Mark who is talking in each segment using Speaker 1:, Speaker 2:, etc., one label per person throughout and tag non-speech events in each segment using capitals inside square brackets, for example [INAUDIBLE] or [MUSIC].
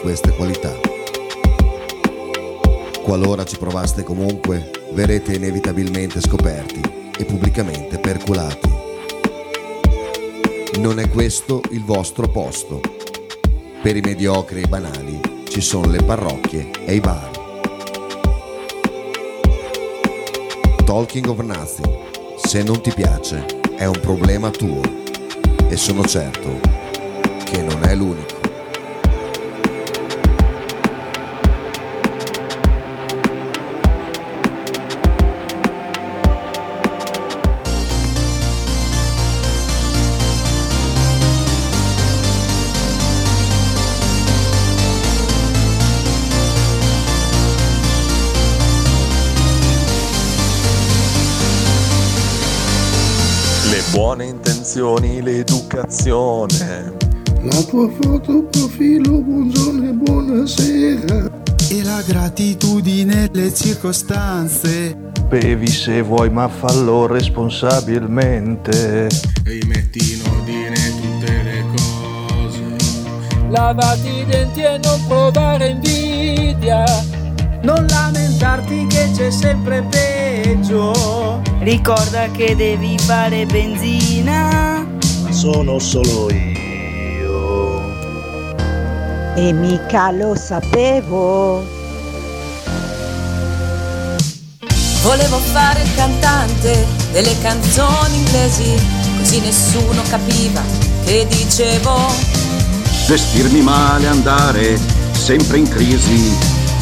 Speaker 1: queste qualità. Qualora ci provaste comunque, verrete inevitabilmente scoperti e pubblicamente perculati. Non è questo il vostro posto. Per i mediocri e i banali ci sono le parrocchie e i bar. Talking of Nothing, se non ti piace, è un problema tuo e sono certo che non è l'unico.
Speaker 2: Le buone intenzioni, l'educazione.
Speaker 3: La tua foto profilo, buongiorno e buonasera.
Speaker 4: e la gratitudine, le circostanze,
Speaker 5: Bevi se vuoi, ma fallo responsabilmente.
Speaker 6: Rimetti in ordine tutte le cose.
Speaker 7: Lavati i denti e non provare invidia. Non lamentarti che c'è sempre peggio.
Speaker 8: Ricorda che devi fare benzina.
Speaker 9: Sono solo io.
Speaker 10: E mica lo sapevo.
Speaker 11: Volevo fare il cantante delle canzoni inglesi, così nessuno capiva che dicevo.
Speaker 12: Vestirmi male, andare sempre in crisi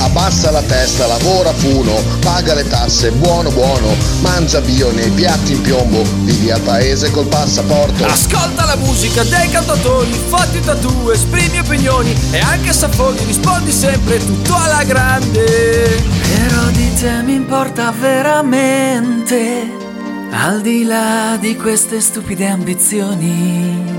Speaker 12: Abbassa la testa, lavora funo, paga le tasse, buono buono, mangia bio nei piatti in piombo, vivi al paese col passaporto.
Speaker 7: Ascolta la musica dei cantatori, fatti tattoo, esprimi opinioni e anche se affoghi rispondi sempre tutto alla grande.
Speaker 13: Però di te mi importa veramente, al di là di queste stupide ambizioni.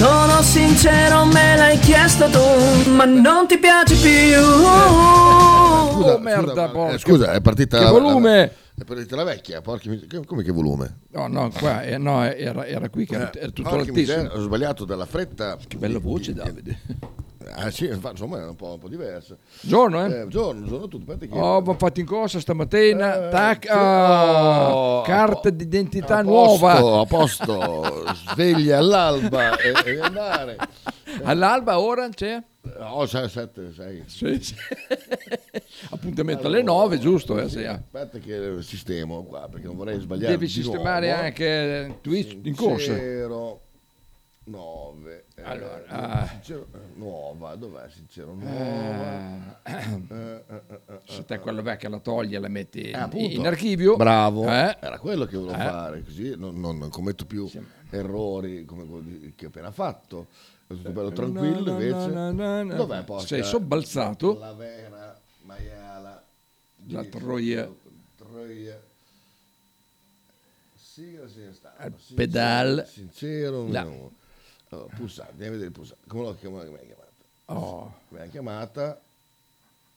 Speaker 7: Sono sincero, me l'hai chiesto tu, ma non ti piace più.
Speaker 14: Scusa, scusa, eh, scusa, è partita
Speaker 15: Oh, Che
Speaker 14: la,
Speaker 15: volume?
Speaker 14: la- è partita la vecchia, porca mis- che- come che volume?
Speaker 15: No, no, qua eh, no, era, era qui che era, era tutto
Speaker 14: Porca miseria, ho
Speaker 15: l'altissimo.
Speaker 14: sbagliato dalla fretta. Che
Speaker 15: bella voce, Davide.
Speaker 14: Ah sì, infa- insomma era un po', un po' diversa.
Speaker 15: Giorno, eh?
Speaker 14: giorno, giorno tutto. Aspetta che-
Speaker 15: Oh, mi ho fatto in corsa stamattina. tac,
Speaker 14: Eh, sì.
Speaker 15: ah,
Speaker 14: Oh,
Speaker 15: carta d'identità
Speaker 14: a
Speaker 15: nuova.
Speaker 14: posto, a
Speaker 15: [LAUGHS]
Speaker 14: posto, sveglia all'alba e, e andare.
Speaker 15: All'alba ora c'è?
Speaker 14: Oh, 7, 6.
Speaker 15: Sì, sì. Appuntamento alle 9, giusto? eh, sì, ah.
Speaker 14: Aspetta che sistemo qua perché non vorrei sbagliare.
Speaker 15: Devi sistemare anche eh, Twitch in corsa.
Speaker 14: Zero. 9.
Speaker 15: Allora, ah.
Speaker 14: Eh,
Speaker 15: Eh,
Speaker 14: sincero, Eh, nuova, dov'è sincero? Nuova. Eh, eh, eh, eh,
Speaker 15: Se te quella vecchia la togli e la metti in-
Speaker 14: appunto.
Speaker 15: in archivio,
Speaker 14: Bravo,
Speaker 15: eh,
Speaker 14: era quello che volevo
Speaker 15: eh,
Speaker 14: fare, così non, non- non commetto più errori come quello di- che ho appena fatto. È tutto bello tranquillo
Speaker 15: Eh, Na, na,
Speaker 14: invece.
Speaker 15: na, na, na.
Speaker 14: Dov'è porca-
Speaker 15: Sei sobbalzato.
Speaker 14: La vera maiala.
Speaker 15: La
Speaker 14: Di-
Speaker 15: troia.
Speaker 14: Troia. Sigla, sigla stampa.
Speaker 15: Al
Speaker 14: Sincero-
Speaker 15: pedal.
Speaker 14: Sincero,
Speaker 15: La-
Speaker 14: no. Allora, pulsante, andiamo a vedere il pulsante. Come l'ho chiamata? Come l'hai chiamata?
Speaker 15: Oh.
Speaker 14: Mi hai chiamata.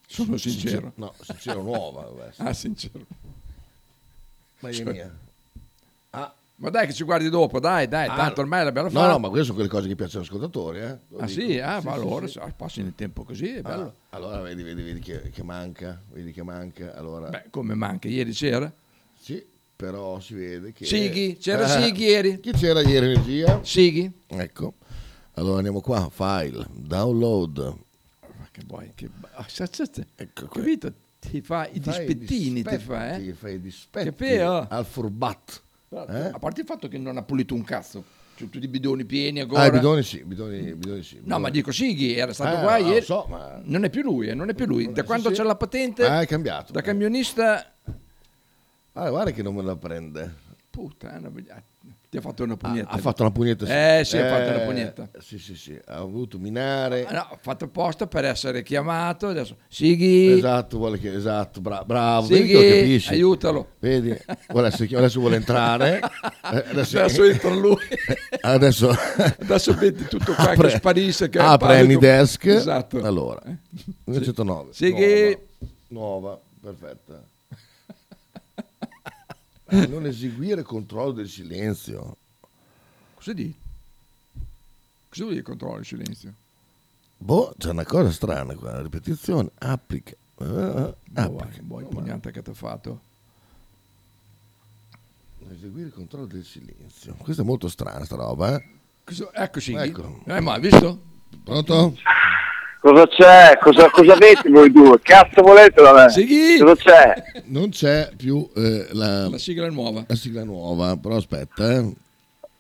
Speaker 15: sono sincero.
Speaker 14: No, sincero nuova. dov'è?
Speaker 15: [LAUGHS] ah, sincero.
Speaker 14: Ma è
Speaker 15: Cioè-
Speaker 14: mia. Ah.
Speaker 15: Ma dai che ci guardi dopo, dai, dai,
Speaker 14: Ah,
Speaker 15: Eh, tanto ormai l'abbiamo
Speaker 14: no,
Speaker 15: fatta.
Speaker 14: no, ma queste sono quelle cose che piacciono agli ascoltatori. Eh? Lo
Speaker 15: Ah
Speaker 14: dico.
Speaker 15: sì, ah,
Speaker 14: Sì,
Speaker 15: ma
Speaker 14: sì,
Speaker 15: allora
Speaker 14: sì.
Speaker 15: ah, passi nel tempo così, è
Speaker 14: Ah,
Speaker 15: bello.
Speaker 14: allora vedi, vedi, vedi che, che manca, vedi che manca. Allora,
Speaker 15: Beh, come manca, ieri c'era?
Speaker 14: Sì, però si vede che...
Speaker 15: Sighi, c'era
Speaker 14: Ah,
Speaker 15: Sighi ieri.
Speaker 14: Chi c'era ieri energia?
Speaker 15: Sighi.
Speaker 14: Ecco. Allora andiamo qua, file, download.
Speaker 15: Ma che vuoi, che... ah, sa- sa- sa-
Speaker 14: Ecco qui.
Speaker 15: Capito? Ti fa i
Speaker 14: Fai i
Speaker 15: dispettini, ti fa, eh?
Speaker 14: dispetti, fai i dispetti
Speaker 15: Capito?
Speaker 14: al furbat. Eh?
Speaker 15: A parte il fatto che non ha pulito un cazzo, c'è tutti i bidoni pieni ancora.
Speaker 14: Ah, i bidoni sì, i bidoni, i bidoni sì. i
Speaker 15: No,
Speaker 14: bidoni-
Speaker 15: ma dico Sighi era stato
Speaker 14: Eh,
Speaker 15: qua
Speaker 14: no,
Speaker 15: ieri.
Speaker 14: lo so, ma-
Speaker 15: Non è più lui, eh, non è più lui. Da quando
Speaker 14: sì.
Speaker 15: c'è la patente
Speaker 14: Ah, è cambiato.
Speaker 15: da camionista
Speaker 14: Ah, guarda che non me la prende.
Speaker 15: puttana, ah, ti ha fatto una
Speaker 14: Ha,
Speaker 15: pugnetta.
Speaker 14: ha fatto una pugnetta. sì.
Speaker 15: Ah, Eh, sì, ha fatto
Speaker 14: Eh,
Speaker 15: una pugnetta.
Speaker 14: Sì, sì, sì, ha voluto minare.
Speaker 15: Ah, No, ha fatto apposta per essere chiamato. Adesso Sighi,
Speaker 14: Esatto, vuole che, esatto, bra- bravo,
Speaker 15: Sighi,
Speaker 14: vedi che lo capisci.
Speaker 15: aiutalo.
Speaker 14: Vedi, vuole essere chi- adesso vuole entrare. Eh,
Speaker 15: Adesso entra lui.
Speaker 14: Adesso,
Speaker 15: [LAUGHS] Adesso vedi tutto qua
Speaker 14: Apre-
Speaker 15: che sparisce. Che
Speaker 14: apre
Speaker 15: appare
Speaker 14: Any
Speaker 15: tu-
Speaker 14: Desk.
Speaker 15: Esatto.
Speaker 14: Allora, 109.
Speaker 15: Sighi,
Speaker 14: Nuova, perfetta. Eh, Non eseguire controllo del silenzio.
Speaker 15: cosa di? Cosa vuol dire controllo il silenzio?
Speaker 14: Boh, c'è una cosa strana qua, ripetizione, applica. Eh, eh,
Speaker 15: Boh,
Speaker 14: applica.
Speaker 15: che buona pugnata che ti ha fatto.
Speaker 14: Eseguire il controllo del silenzio. Questa è molto strana sta roba, eh.
Speaker 15: Cosa- Ecco Sighi.
Speaker 14: Ecco.
Speaker 15: Eh, ma hai visto?
Speaker 14: Pronto?
Speaker 16: Cosa c'è? Cosa, cosa avete voi due? Cazzo volete da me?
Speaker 15: Sighi!
Speaker 16: Cosa c'è?
Speaker 14: Non c'è più eh, la,
Speaker 15: La sigla è nuova.
Speaker 14: la sigla nuova, però aspetta, eh.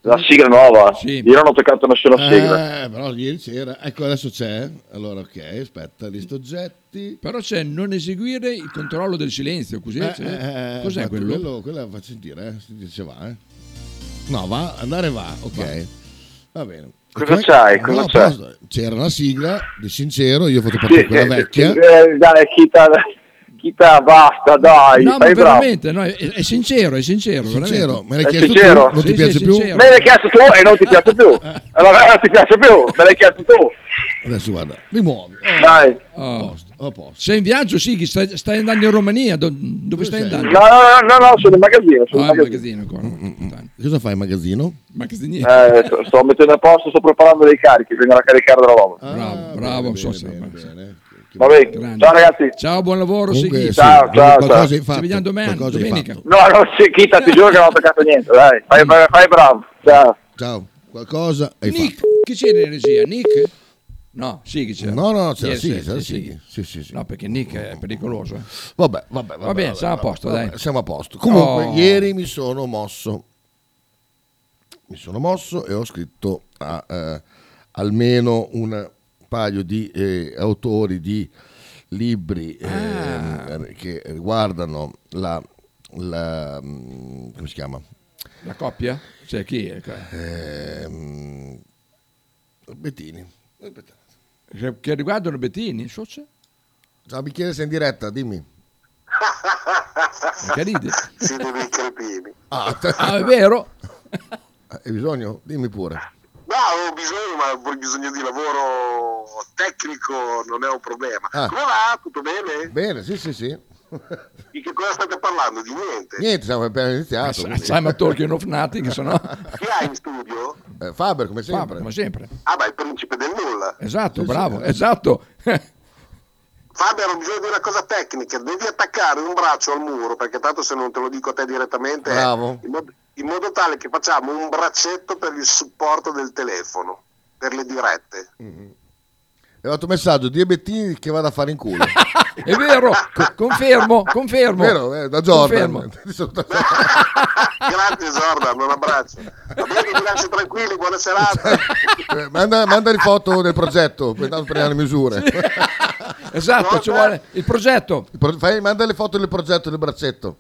Speaker 16: La sigla nuova?
Speaker 15: Sì.
Speaker 16: Io non ho toccato nessuna sigla.
Speaker 14: Eh, però ieri c'era. Ecco, adesso c'è. Allora, ok, aspetta, lista oggetti.
Speaker 15: Però c'è non eseguire il controllo del silenzio, così?
Speaker 14: Eh,
Speaker 15: c'è?
Speaker 14: eh, eh,
Speaker 15: Cos'è
Speaker 14: ma
Speaker 15: quello?
Speaker 14: quello? Quella fa sentire, eh. Senti se va, eh. No, va, andare va, ok. Va bene.
Speaker 16: Cosa
Speaker 14: Ok.
Speaker 16: c'hai? Cosa
Speaker 14: No,
Speaker 16: c'è?
Speaker 14: però C'era una sigla, di sincero, io ho fatto partire quella vecchia.
Speaker 16: eh, dai, chita, chita, basta, dai,
Speaker 15: No, ma
Speaker 16: fai bravo.
Speaker 15: veramente, no, è, è sincero, è sincero.
Speaker 14: Sincero,
Speaker 15: veramente.
Speaker 14: me l'hai
Speaker 16: È
Speaker 14: chiesto tu,
Speaker 16: sincero?
Speaker 14: non
Speaker 15: Sì,
Speaker 14: ti
Speaker 15: sì,
Speaker 14: piace più?
Speaker 15: sincero.
Speaker 16: Me l'hai chiesto tu e non ti piace
Speaker 15: [LAUGHS]
Speaker 16: più. Allora non ti piace più, me l'hai chiesto tu. Eh.
Speaker 14: Adesso guarda, mi muovi. Oh,
Speaker 16: Dai.
Speaker 14: a
Speaker 15: Oh.
Speaker 14: posto, a posto.
Speaker 15: Sei in viaggio, Sighi? Stai, stai andando in Romania? Do- dove stai
Speaker 14: sei?
Speaker 15: andando?
Speaker 16: No, no, no, no, no, sono in magazzino, sono
Speaker 15: Ah,
Speaker 16: in
Speaker 15: il
Speaker 16: magazzino.
Speaker 15: magazzino ancora. Puttana.
Speaker 14: Mm, Cosa fai in magazzino?
Speaker 15: Magazziniere.
Speaker 16: Eh, sto, sto mettendo a posto, sto preparando dei carichi, vengono a caricare la roba.
Speaker 15: Bravo,
Speaker 14: Ah,
Speaker 15: bravo,
Speaker 14: bene,
Speaker 15: so
Speaker 14: bene,
Speaker 15: se-
Speaker 14: bene,
Speaker 15: so se-
Speaker 14: bene. Che
Speaker 16: Va bene,
Speaker 15: Grande.
Speaker 16: ciao ragazzi.
Speaker 15: Ciao, buon lavoro,
Speaker 14: Comunque,
Speaker 15: Sighi.
Speaker 14: sì,
Speaker 16: Ciao, ciao,
Speaker 14: qualcosa
Speaker 16: ciao.
Speaker 14: hai fatto,
Speaker 15: Ci vediamo domani,
Speaker 14: qualcosa hai
Speaker 15: domenica.
Speaker 14: fatto.
Speaker 16: No, no, sì, chita, ti giuro che non ho toccato niente, dai. Fai, fai, fai bravo. Ciao.
Speaker 14: Ciao, qualcosa hai
Speaker 15: Nick, chi c'era in regia? Nick? No, Sighi c'era.
Speaker 14: fatto. No, no, c'era
Speaker 15: Ieri
Speaker 14: sì,
Speaker 15: sera,
Speaker 14: c'era
Speaker 15: sì,
Speaker 14: sì. Sì, sì, sì.
Speaker 15: No, perché Nick è pericoloso. eh.
Speaker 14: Vabbè, vabbè, vabbè,
Speaker 15: Va bene,
Speaker 14: vabbè,
Speaker 15: siamo a
Speaker 14: vabbè,
Speaker 15: posto,
Speaker 14: vabbè,
Speaker 15: dai.
Speaker 14: Siamo a posto. Comunque,
Speaker 15: Oh.
Speaker 14: ieri mi sono mosso. Mi sono mosso e ho scritto a eh, almeno un paio di eh, autori di libri
Speaker 15: Ah.
Speaker 14: ehm, che riguardano la, la, mm, come si chiama?
Speaker 15: La coppia? Cioè, chi è? Che
Speaker 14: Ehm, Bettini. Aspetta.
Speaker 15: che riguardano Bettini? So c'è.
Speaker 14: Ciao Bicchiere, sei in diretta, dimmi.
Speaker 15: Che ridi?
Speaker 14: Ah, [LAUGHS] te-
Speaker 15: Ah, è vero?
Speaker 14: hai bisogno? Dimmi pure.
Speaker 17: No, ho bisogno, ma ho bisogno di lavoro tecnico, non è un problema.
Speaker 14: Ah.
Speaker 17: Come va? Tutto bene?
Speaker 14: Bene, sì, sì, sì.
Speaker 17: Di che cosa state parlando? Di niente?
Speaker 14: Niente, siamo appena iniziato.
Speaker 15: Sa-
Speaker 14: quindi-
Speaker 15: Simon Talking of Nothing, se no...
Speaker 17: Chi hai in studio?
Speaker 14: Eh, Faber, come sempre.
Speaker 15: Fabio, come sempre.
Speaker 17: Ah, ma il principe del nulla.
Speaker 15: Esatto,
Speaker 14: Sì, sì,
Speaker 15: bravo,
Speaker 14: eh.
Speaker 15: esatto. [LAUGHS]
Speaker 17: Fabio, ho bisogno di una cosa tecnica. Devi attaccare un braccio al muro, perché tanto se non te lo dico a te direttamente... è
Speaker 14: Bravo.
Speaker 17: In modo, in modo tale che facciamo un braccetto per il supporto del telefono, per le dirette.
Speaker 14: arrivato un messaggio di Bettini che vado a fare in culo.
Speaker 15: [LAUGHS] È vero, co- confermo, confermo.
Speaker 14: Vero, eh, da Jordan.
Speaker 17: Grazie Jordan, un abbraccio.
Speaker 14: [LAUGHS]
Speaker 17: A voi vi lascio tranquilli, buona serata.
Speaker 14: Eh, manda, manda le foto del progetto, poi tanto prendiamo le misure.
Speaker 15: [LAUGHS] Esatto, ci vuole il progetto.
Speaker 14: Il pro- fai- manda le foto del progetto del braccetto.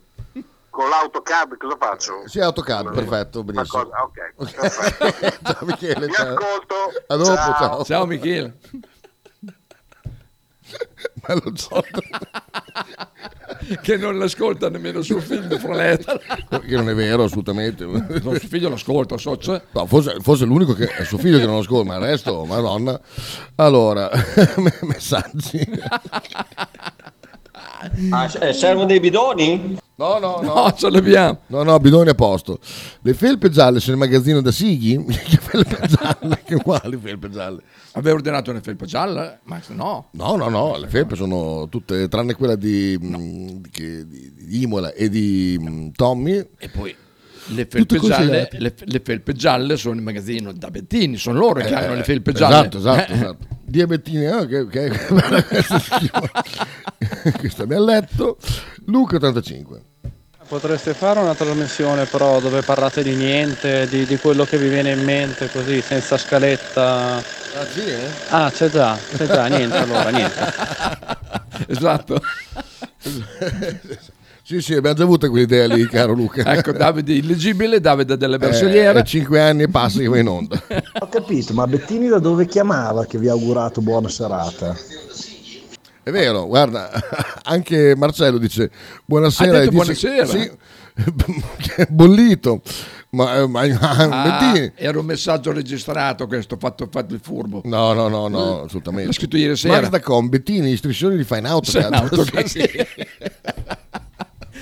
Speaker 17: Con l'autocad cosa faccio?
Speaker 14: Sì, AutoCAD, perfetto,
Speaker 17: Una
Speaker 14: benissimo.
Speaker 17: cosa- ok, perfetto.
Speaker 14: [LAUGHS] Ciao Michele,
Speaker 17: Vi
Speaker 14: ciao.
Speaker 17: ascolto.
Speaker 14: A dopo, ciao.
Speaker 15: Ciao Michele.
Speaker 14: [LAUGHS] Ma lo Jordan.
Speaker 15: che non l'ascolta nemmeno suo figlio fra l'altro.
Speaker 14: [LAUGHS] Che non è vero, assolutamente.
Speaker 15: No, suo figlio l'ascolta, so, cioè,
Speaker 14: No, forse, forse è l'unico che è suo figlio che non lo ascolta, ma il resto, madonna. Allora, [LAUGHS] messaggi.
Speaker 6: Ah, eh,
Speaker 8: servono dei bidoni?
Speaker 14: No, no,
Speaker 15: No, ce l'abbiamo.
Speaker 14: No, no, bidoni a posto. Le felpe gialle sono in magazzino da Sighi? Che felpe gialle? Che quali felpe gialle?
Speaker 15: Avevo ordinato una felpa gialla, ma no.
Speaker 14: No, no, no, le felpe sono tutte, tranne quella di, mh, di che- di- di Imola e di mh, Tommy.
Speaker 15: E poi le
Speaker 14: Tutte
Speaker 15: felpe, gialle,
Speaker 14: considerate.
Speaker 15: le, le felpe gialle sono in magazzino da Bettini, sono loro che
Speaker 14: Eh,
Speaker 15: hanno le felpe gialle.
Speaker 14: Esatto, esatto.
Speaker 15: Eh,
Speaker 14: esatto. Diabettini, ah, che, che, questo schifo. Questa mi ha letto. Luca 85.
Speaker 18: Potreste fare una trasmissione però dove parlate di niente, di, di quello che vi viene in mente così, senza scaletta.
Speaker 14: Ah, sì, eh?
Speaker 18: Ah, c'è già, c'è già, niente allora, niente.
Speaker 15: Esatto.
Speaker 14: Sì, sì, abbiamo già avuto quell'idea lì, caro Luca.
Speaker 15: Ecco, Davide illegibile, Davide
Speaker 14: Eh,
Speaker 15: delle
Speaker 14: Bersagliere.
Speaker 15: bersagliere.
Speaker 14: 5 anni e passa che va in onda.
Speaker 19: Ho capito, ma Bettini da dove chiamava che vi ha augurato buona serata?
Speaker 14: È vero, guarda, [LAUGHS] anche Marcello dice buonasera.
Speaker 19: Ha detto
Speaker 14: e dice-
Speaker 15: buonasera?
Speaker 14: sì, [LAUGHS] bollito. Ma, [LAUGHS] eh, ma, ma-
Speaker 15: Ah,
Speaker 14: Bettini.
Speaker 15: era un messaggio registrato questo, fatto, fatto il furbo. Eh.
Speaker 14: No, no, no, no, assolutamente.
Speaker 15: [LAUGHS] L'ho scritto ieri sera.
Speaker 14: Magda con Bettini, gli striscioni li fai in auto.
Speaker 15: Sì, in
Speaker 14: cazzo.
Speaker 15: [LAUGHS] AutoCAD.
Speaker 14: [LAUGHS]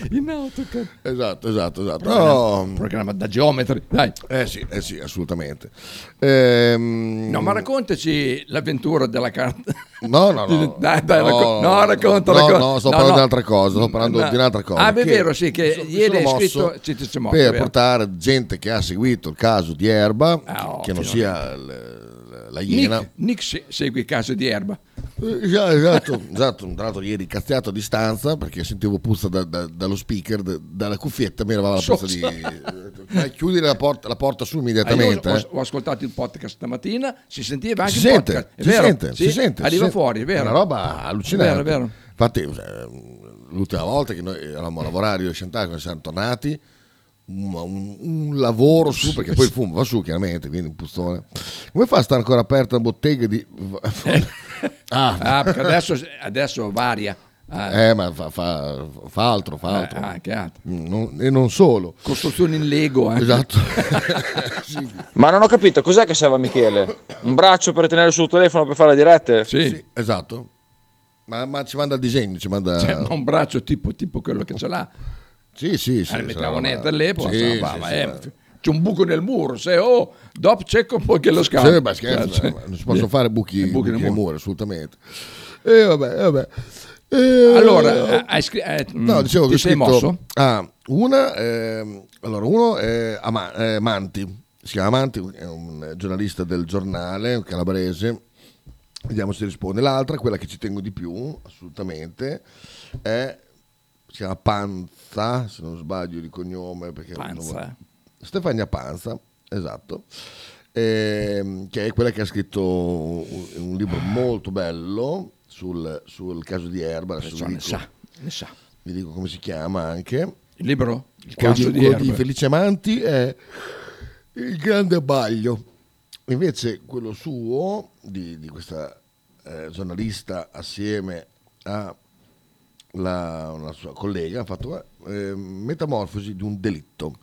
Speaker 14: Sì.
Speaker 15: In AutoCAD.
Speaker 14: Esatto, esatto, esatto.
Speaker 15: Programma-
Speaker 14: No.
Speaker 15: programma da geometri, dai.
Speaker 14: Eh sì, eh sì, assolutamente. Ehm,
Speaker 15: No, ma raccontaci l'avventura della carta.
Speaker 14: No, no, no.
Speaker 15: [LAUGHS] Dai, dai,
Speaker 14: No,
Speaker 15: racco- no, racconta,
Speaker 14: no,
Speaker 15: racconta.
Speaker 14: no, sto parlando di un'altra cosa, sto parlando di un'altra cosa,
Speaker 15: Ah, beh, è
Speaker 14: che
Speaker 15: vero, sì, che
Speaker 14: mi sono- mi
Speaker 15: ieri
Speaker 14: sono
Speaker 15: hai
Speaker 14: mosso
Speaker 15: scritto... Ci, ci siamo,
Speaker 14: per
Speaker 15: è vero.
Speaker 14: portare gente che ha seguito il caso di Erba, che
Speaker 15: finalmente.
Speaker 14: non sia l- la iena.
Speaker 15: Nick, Nick se- segui case di erba.
Speaker 14: Eh, già, Esatto, [LAUGHS] esatto. Tra l'altro, ieri cazziato a distanza perché sentivo puzza da- da- dallo speaker, da- dalla cuffietta mi eravamo la puzza
Speaker 15: [LAUGHS]
Speaker 14: di. Vai, Chiudere la porta, la porta su
Speaker 15: Ah, io
Speaker 14: immediatamente.
Speaker 15: ho,
Speaker 14: eh.
Speaker 15: ho ascoltato il podcast stamattina, si sentiva anche
Speaker 14: Si
Speaker 15: il
Speaker 14: sente,
Speaker 15: podcast. È
Speaker 14: si
Speaker 15: vero?
Speaker 14: sente,
Speaker 15: Sì,
Speaker 14: si sente, si
Speaker 15: Arriva
Speaker 14: sente.
Speaker 15: fuori, è vero.
Speaker 14: Una roba allucinante.
Speaker 15: È vero, è vero.
Speaker 14: Infatti, eh, l'ultima volta che noi eravamo a lavorare, io e Chantal, quando siamo tornati, un, un- un lavoro su, perché poi il fumo va su chiaramente, quindi un puzzone. Come fa a stare ancora aperta la
Speaker 15: [LAUGHS]
Speaker 14: bottega di... ah,
Speaker 15: Ah, perché adesso, adesso
Speaker 14: [LAUGHS]
Speaker 15: varia. Ah,
Speaker 14: Eh, ma fa, fa- fa altro, fa altro.
Speaker 15: ah, che altro.
Speaker 14: Mm, non- e non solo.
Speaker 15: Costruzioni in Lego. eh. anche.
Speaker 14: Esatto.
Speaker 8: Ma non ho capito, cos'è che serve a Michele? Un braccio per tenere sul telefono per fare le dirette?
Speaker 15: Sì.
Speaker 14: Esatto. Ma, ma ci manda il disegno, ci manda...
Speaker 15: Cioè, ma un braccio tipo, tipo quello che ce l'ha.
Speaker 14: Sì, sì, sì.
Speaker 15: Eh,
Speaker 14: sarà
Speaker 15: mettiamo
Speaker 14: una-
Speaker 15: netta all'epoca. eh,
Speaker 14: Sì,
Speaker 15: insomma, ma-
Speaker 14: sì,
Speaker 15: ma
Speaker 14: sì,
Speaker 15: è-
Speaker 14: ma-
Speaker 15: c'è un buco nel muro. Se oh, dopo c'è un po' che lo scavo.
Speaker 14: Sì, ma scherzo,
Speaker 15: Cioè,
Speaker 14: eh, ma non si possono fare buchi,
Speaker 15: buchi
Speaker 14: buchi
Speaker 15: nel
Speaker 14: nel
Speaker 15: muro.
Speaker 14: muro, assolutamente. E vabbè, vabbè. Eh,
Speaker 15: Allora, hai scri- eh,
Speaker 14: no,
Speaker 15: mm,
Speaker 14: dicevo
Speaker 15: ti
Speaker 14: che ho
Speaker 15: sei
Speaker 14: scritto-
Speaker 15: mosso?
Speaker 14: Ah, una, ehm, allora, uno è Ama- eh, Manti, si chiama Manti, è un giornalista del giornale, un calabrese. Vediamo se risponde. L'altra, quella che ci tengo di più, assolutamente, è si chiama Panza, se non sbaglio di cognome. Perché
Speaker 15: Panza.
Speaker 14: Stefania Panza, esatto, ehm, che è quella che ha scritto un, un libro molto bello sul, sul caso di Erba. Adesso
Speaker 15: Perciò
Speaker 14: vi
Speaker 15: ne
Speaker 14: dico,
Speaker 15: sa, ne sa.
Speaker 14: vi dico come si chiama anche.
Speaker 15: Il libro? Il
Speaker 14: Quello
Speaker 15: caso di
Speaker 14: quello
Speaker 15: Erba.
Speaker 14: Felice Manti è Il grande abbaglio. Invece quello suo, di, di questa eh, giornalista assieme a la, una sua collega ha fatto eh, Metamorfosi di un delitto.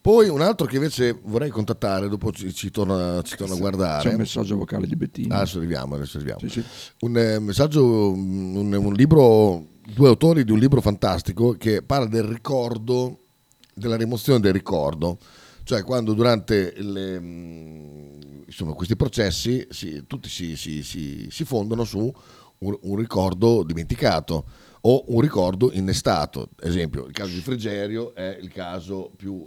Speaker 14: Poi un altro che invece vorrei contattare, dopo ci, ci torno, ci torno a guardare. Ah,
Speaker 15: C'è un messaggio vocale di Bettino.
Speaker 14: Adesso arriviamo, adesso arriviamo.
Speaker 15: Sì, sì.
Speaker 14: Un eh, messaggio, mm, un, un libro, due autori di un libro fantastico che parla del ricordo, della rimozione del ricordo, cioè quando durante le, mm, insomma, questi processi si- tutti si, si- si- si fondono su un, un ricordo dimenticato o un ricordo innestato. Ad esempio, il caso di Frigerio è il caso più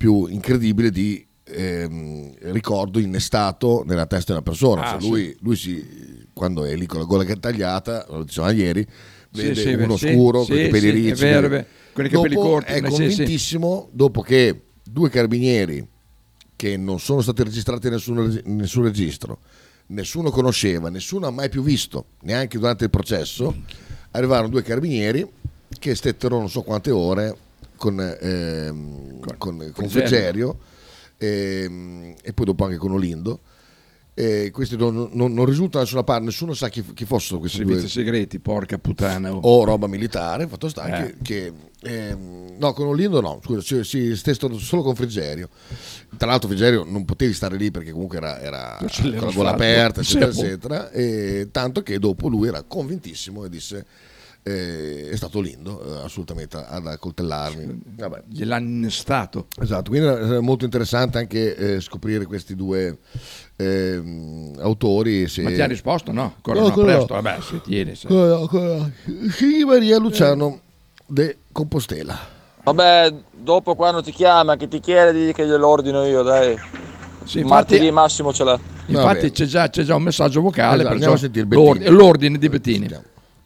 Speaker 14: più incredibile di eh, ehm, ricordo innestato nella testa della persona.
Speaker 15: Ah,
Speaker 14: Cioè, lui, lui si- quando è lì con la gola che è tagliata, lo dicevamo ieri,
Speaker 15: Sì,
Speaker 14: vede
Speaker 15: sì, è vero,
Speaker 14: uno
Speaker 15: sì,
Speaker 14: scuro, con
Speaker 15: sì,
Speaker 14: i capelli
Speaker 15: sì, è
Speaker 14: ricci.
Speaker 15: vero, è
Speaker 14: vede-
Speaker 15: vero, con i capelli
Speaker 14: Dopo
Speaker 15: corti,
Speaker 14: È
Speaker 15: eh, sì, sì.
Speaker 14: convintissimo, dopo che due carabinieri che non sono stati registrati in nessun, reg- in nessun registro, nessuno conosceva, nessuno ha mai più visto, neanche durante il processo, arrivarono due carabinieri che stettero non so quante ore con, ehm, con- con
Speaker 15: Frigerio.
Speaker 14: Frigerio ehm, e poi dopo anche con Olindo. E questi non, non, non risulta da nessuna parte, nessuno sa chi, chi fossero questi
Speaker 15: Servizi
Speaker 14: due
Speaker 15: segreti, porca puttana. oh.
Speaker 14: o roba militare, fatto sta
Speaker 15: Eh.
Speaker 14: che, che, ehm, no, con Olindo no, scusa, si, si stesso solo con Frigerio. Tra l'altro Frigerio non potevi stare lì perché comunque era, era
Speaker 15: Lo ce
Speaker 14: con la
Speaker 15: l'ero
Speaker 14: gola
Speaker 15: fatto.
Speaker 14: aperta, eccetera,
Speaker 15: Sì,
Speaker 14: eccetera, e tanto che dopo lui era convintissimo e disse eh, è stato Lindo eh, assolutamente ad accoltellarmi. Vabbè.
Speaker 15: Gliel'hanno stato.
Speaker 14: Esatto, quindi era molto interessante anche eh, scoprire questi due ehm, autori. se-
Speaker 15: Ma ti ha risposto? No, ancora
Speaker 14: No,
Speaker 15: no,
Speaker 14: ancora
Speaker 15: presto. eh,
Speaker 14: no.
Speaker 15: Vabbè, se tieni. se-
Speaker 14: Ancora no, ancora no. Sì, Maria Luciano de Compostela.
Speaker 8: Vabbè, dopo quando ti chiama, che ti chiede, digli che glielo ordino io, dai.
Speaker 15: Sì, infatti-
Speaker 8: Martedì massimo ce l'ha.
Speaker 15: [LAUGHS] Infatti c'è già, c'è già un messaggio vocale.
Speaker 17: Esatto,
Speaker 15: perciò
Speaker 17: andiamo a sentire
Speaker 15: l'ord-
Speaker 17: Bettini.
Speaker 15: l'ordine di Bettini.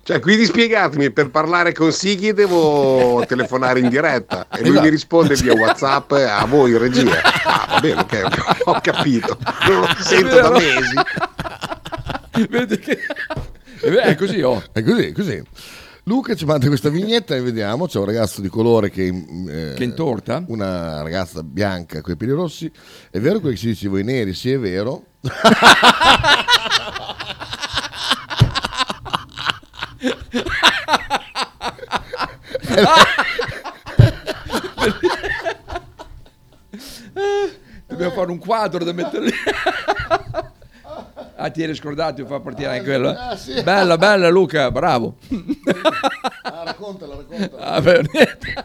Speaker 17: Cioè, quindi spiegatemi, per parlare con Sighi
Speaker 14: [LAUGHS]
Speaker 17: devo telefonare in diretta e lui
Speaker 14: Esatto.
Speaker 17: mi risponde via WhatsApp a voi in
Speaker 14: [LAUGHS]
Speaker 17: regia. Ah, va bene, ok, ho capito. Non [LAUGHS] lo sento da mesi.
Speaker 15: Vedi che... È così, oh.
Speaker 14: È così, è così. Luca ci manda questa vignetta e vediamo, c'è un ragazzo di colore che, eh,
Speaker 15: Che intorta?
Speaker 14: Una ragazza bianca con i peli rossi. È vero quello che si dice voi neri? Sì, è
Speaker 15: [LAUGHS]
Speaker 14: vero.
Speaker 15: Eh, Dobbiamo fare un quadro da mettere lì. [LAUGHS] Ah, ti eri scordato di far partire anche quello. eh?
Speaker 14: Ah, sì.
Speaker 15: Bella, bella Luca, bravo.
Speaker 14: Ah, raccontala, raccontala.
Speaker 15: Ah, beh, [LAUGHS] niente.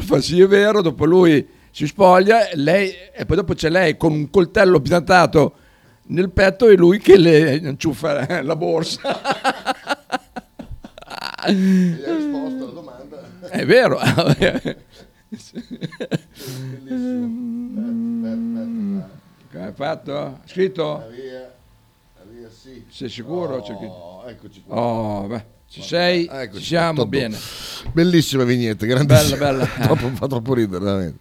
Speaker 15: Fa sì, è vero, dopo lui si spoglia, lei, e poi dopo c'è lei con un coltello piantato nel petto e lui che le inciuffa la borsa. [LAUGHS]
Speaker 14: Gli ha risposto alla domanda.
Speaker 15: È vero. [LAUGHS]
Speaker 14: Eh, Bellissimo.
Speaker 15: Come hai fatto? Scritto?
Speaker 14: Maria, Maria, sì.
Speaker 15: Sei sicuro? C'è chi-
Speaker 14: Oh, eccoci qua.
Speaker 15: Oh, beh, ci sei,
Speaker 14: Ah, Eccoci,
Speaker 15: ci siamo,
Speaker 14: tutto.
Speaker 15: bene.
Speaker 14: Bellissima vignetta, grandissima.
Speaker 15: Bella, bella.
Speaker 14: [LAUGHS] troppo, fa troppo ridere, veramente.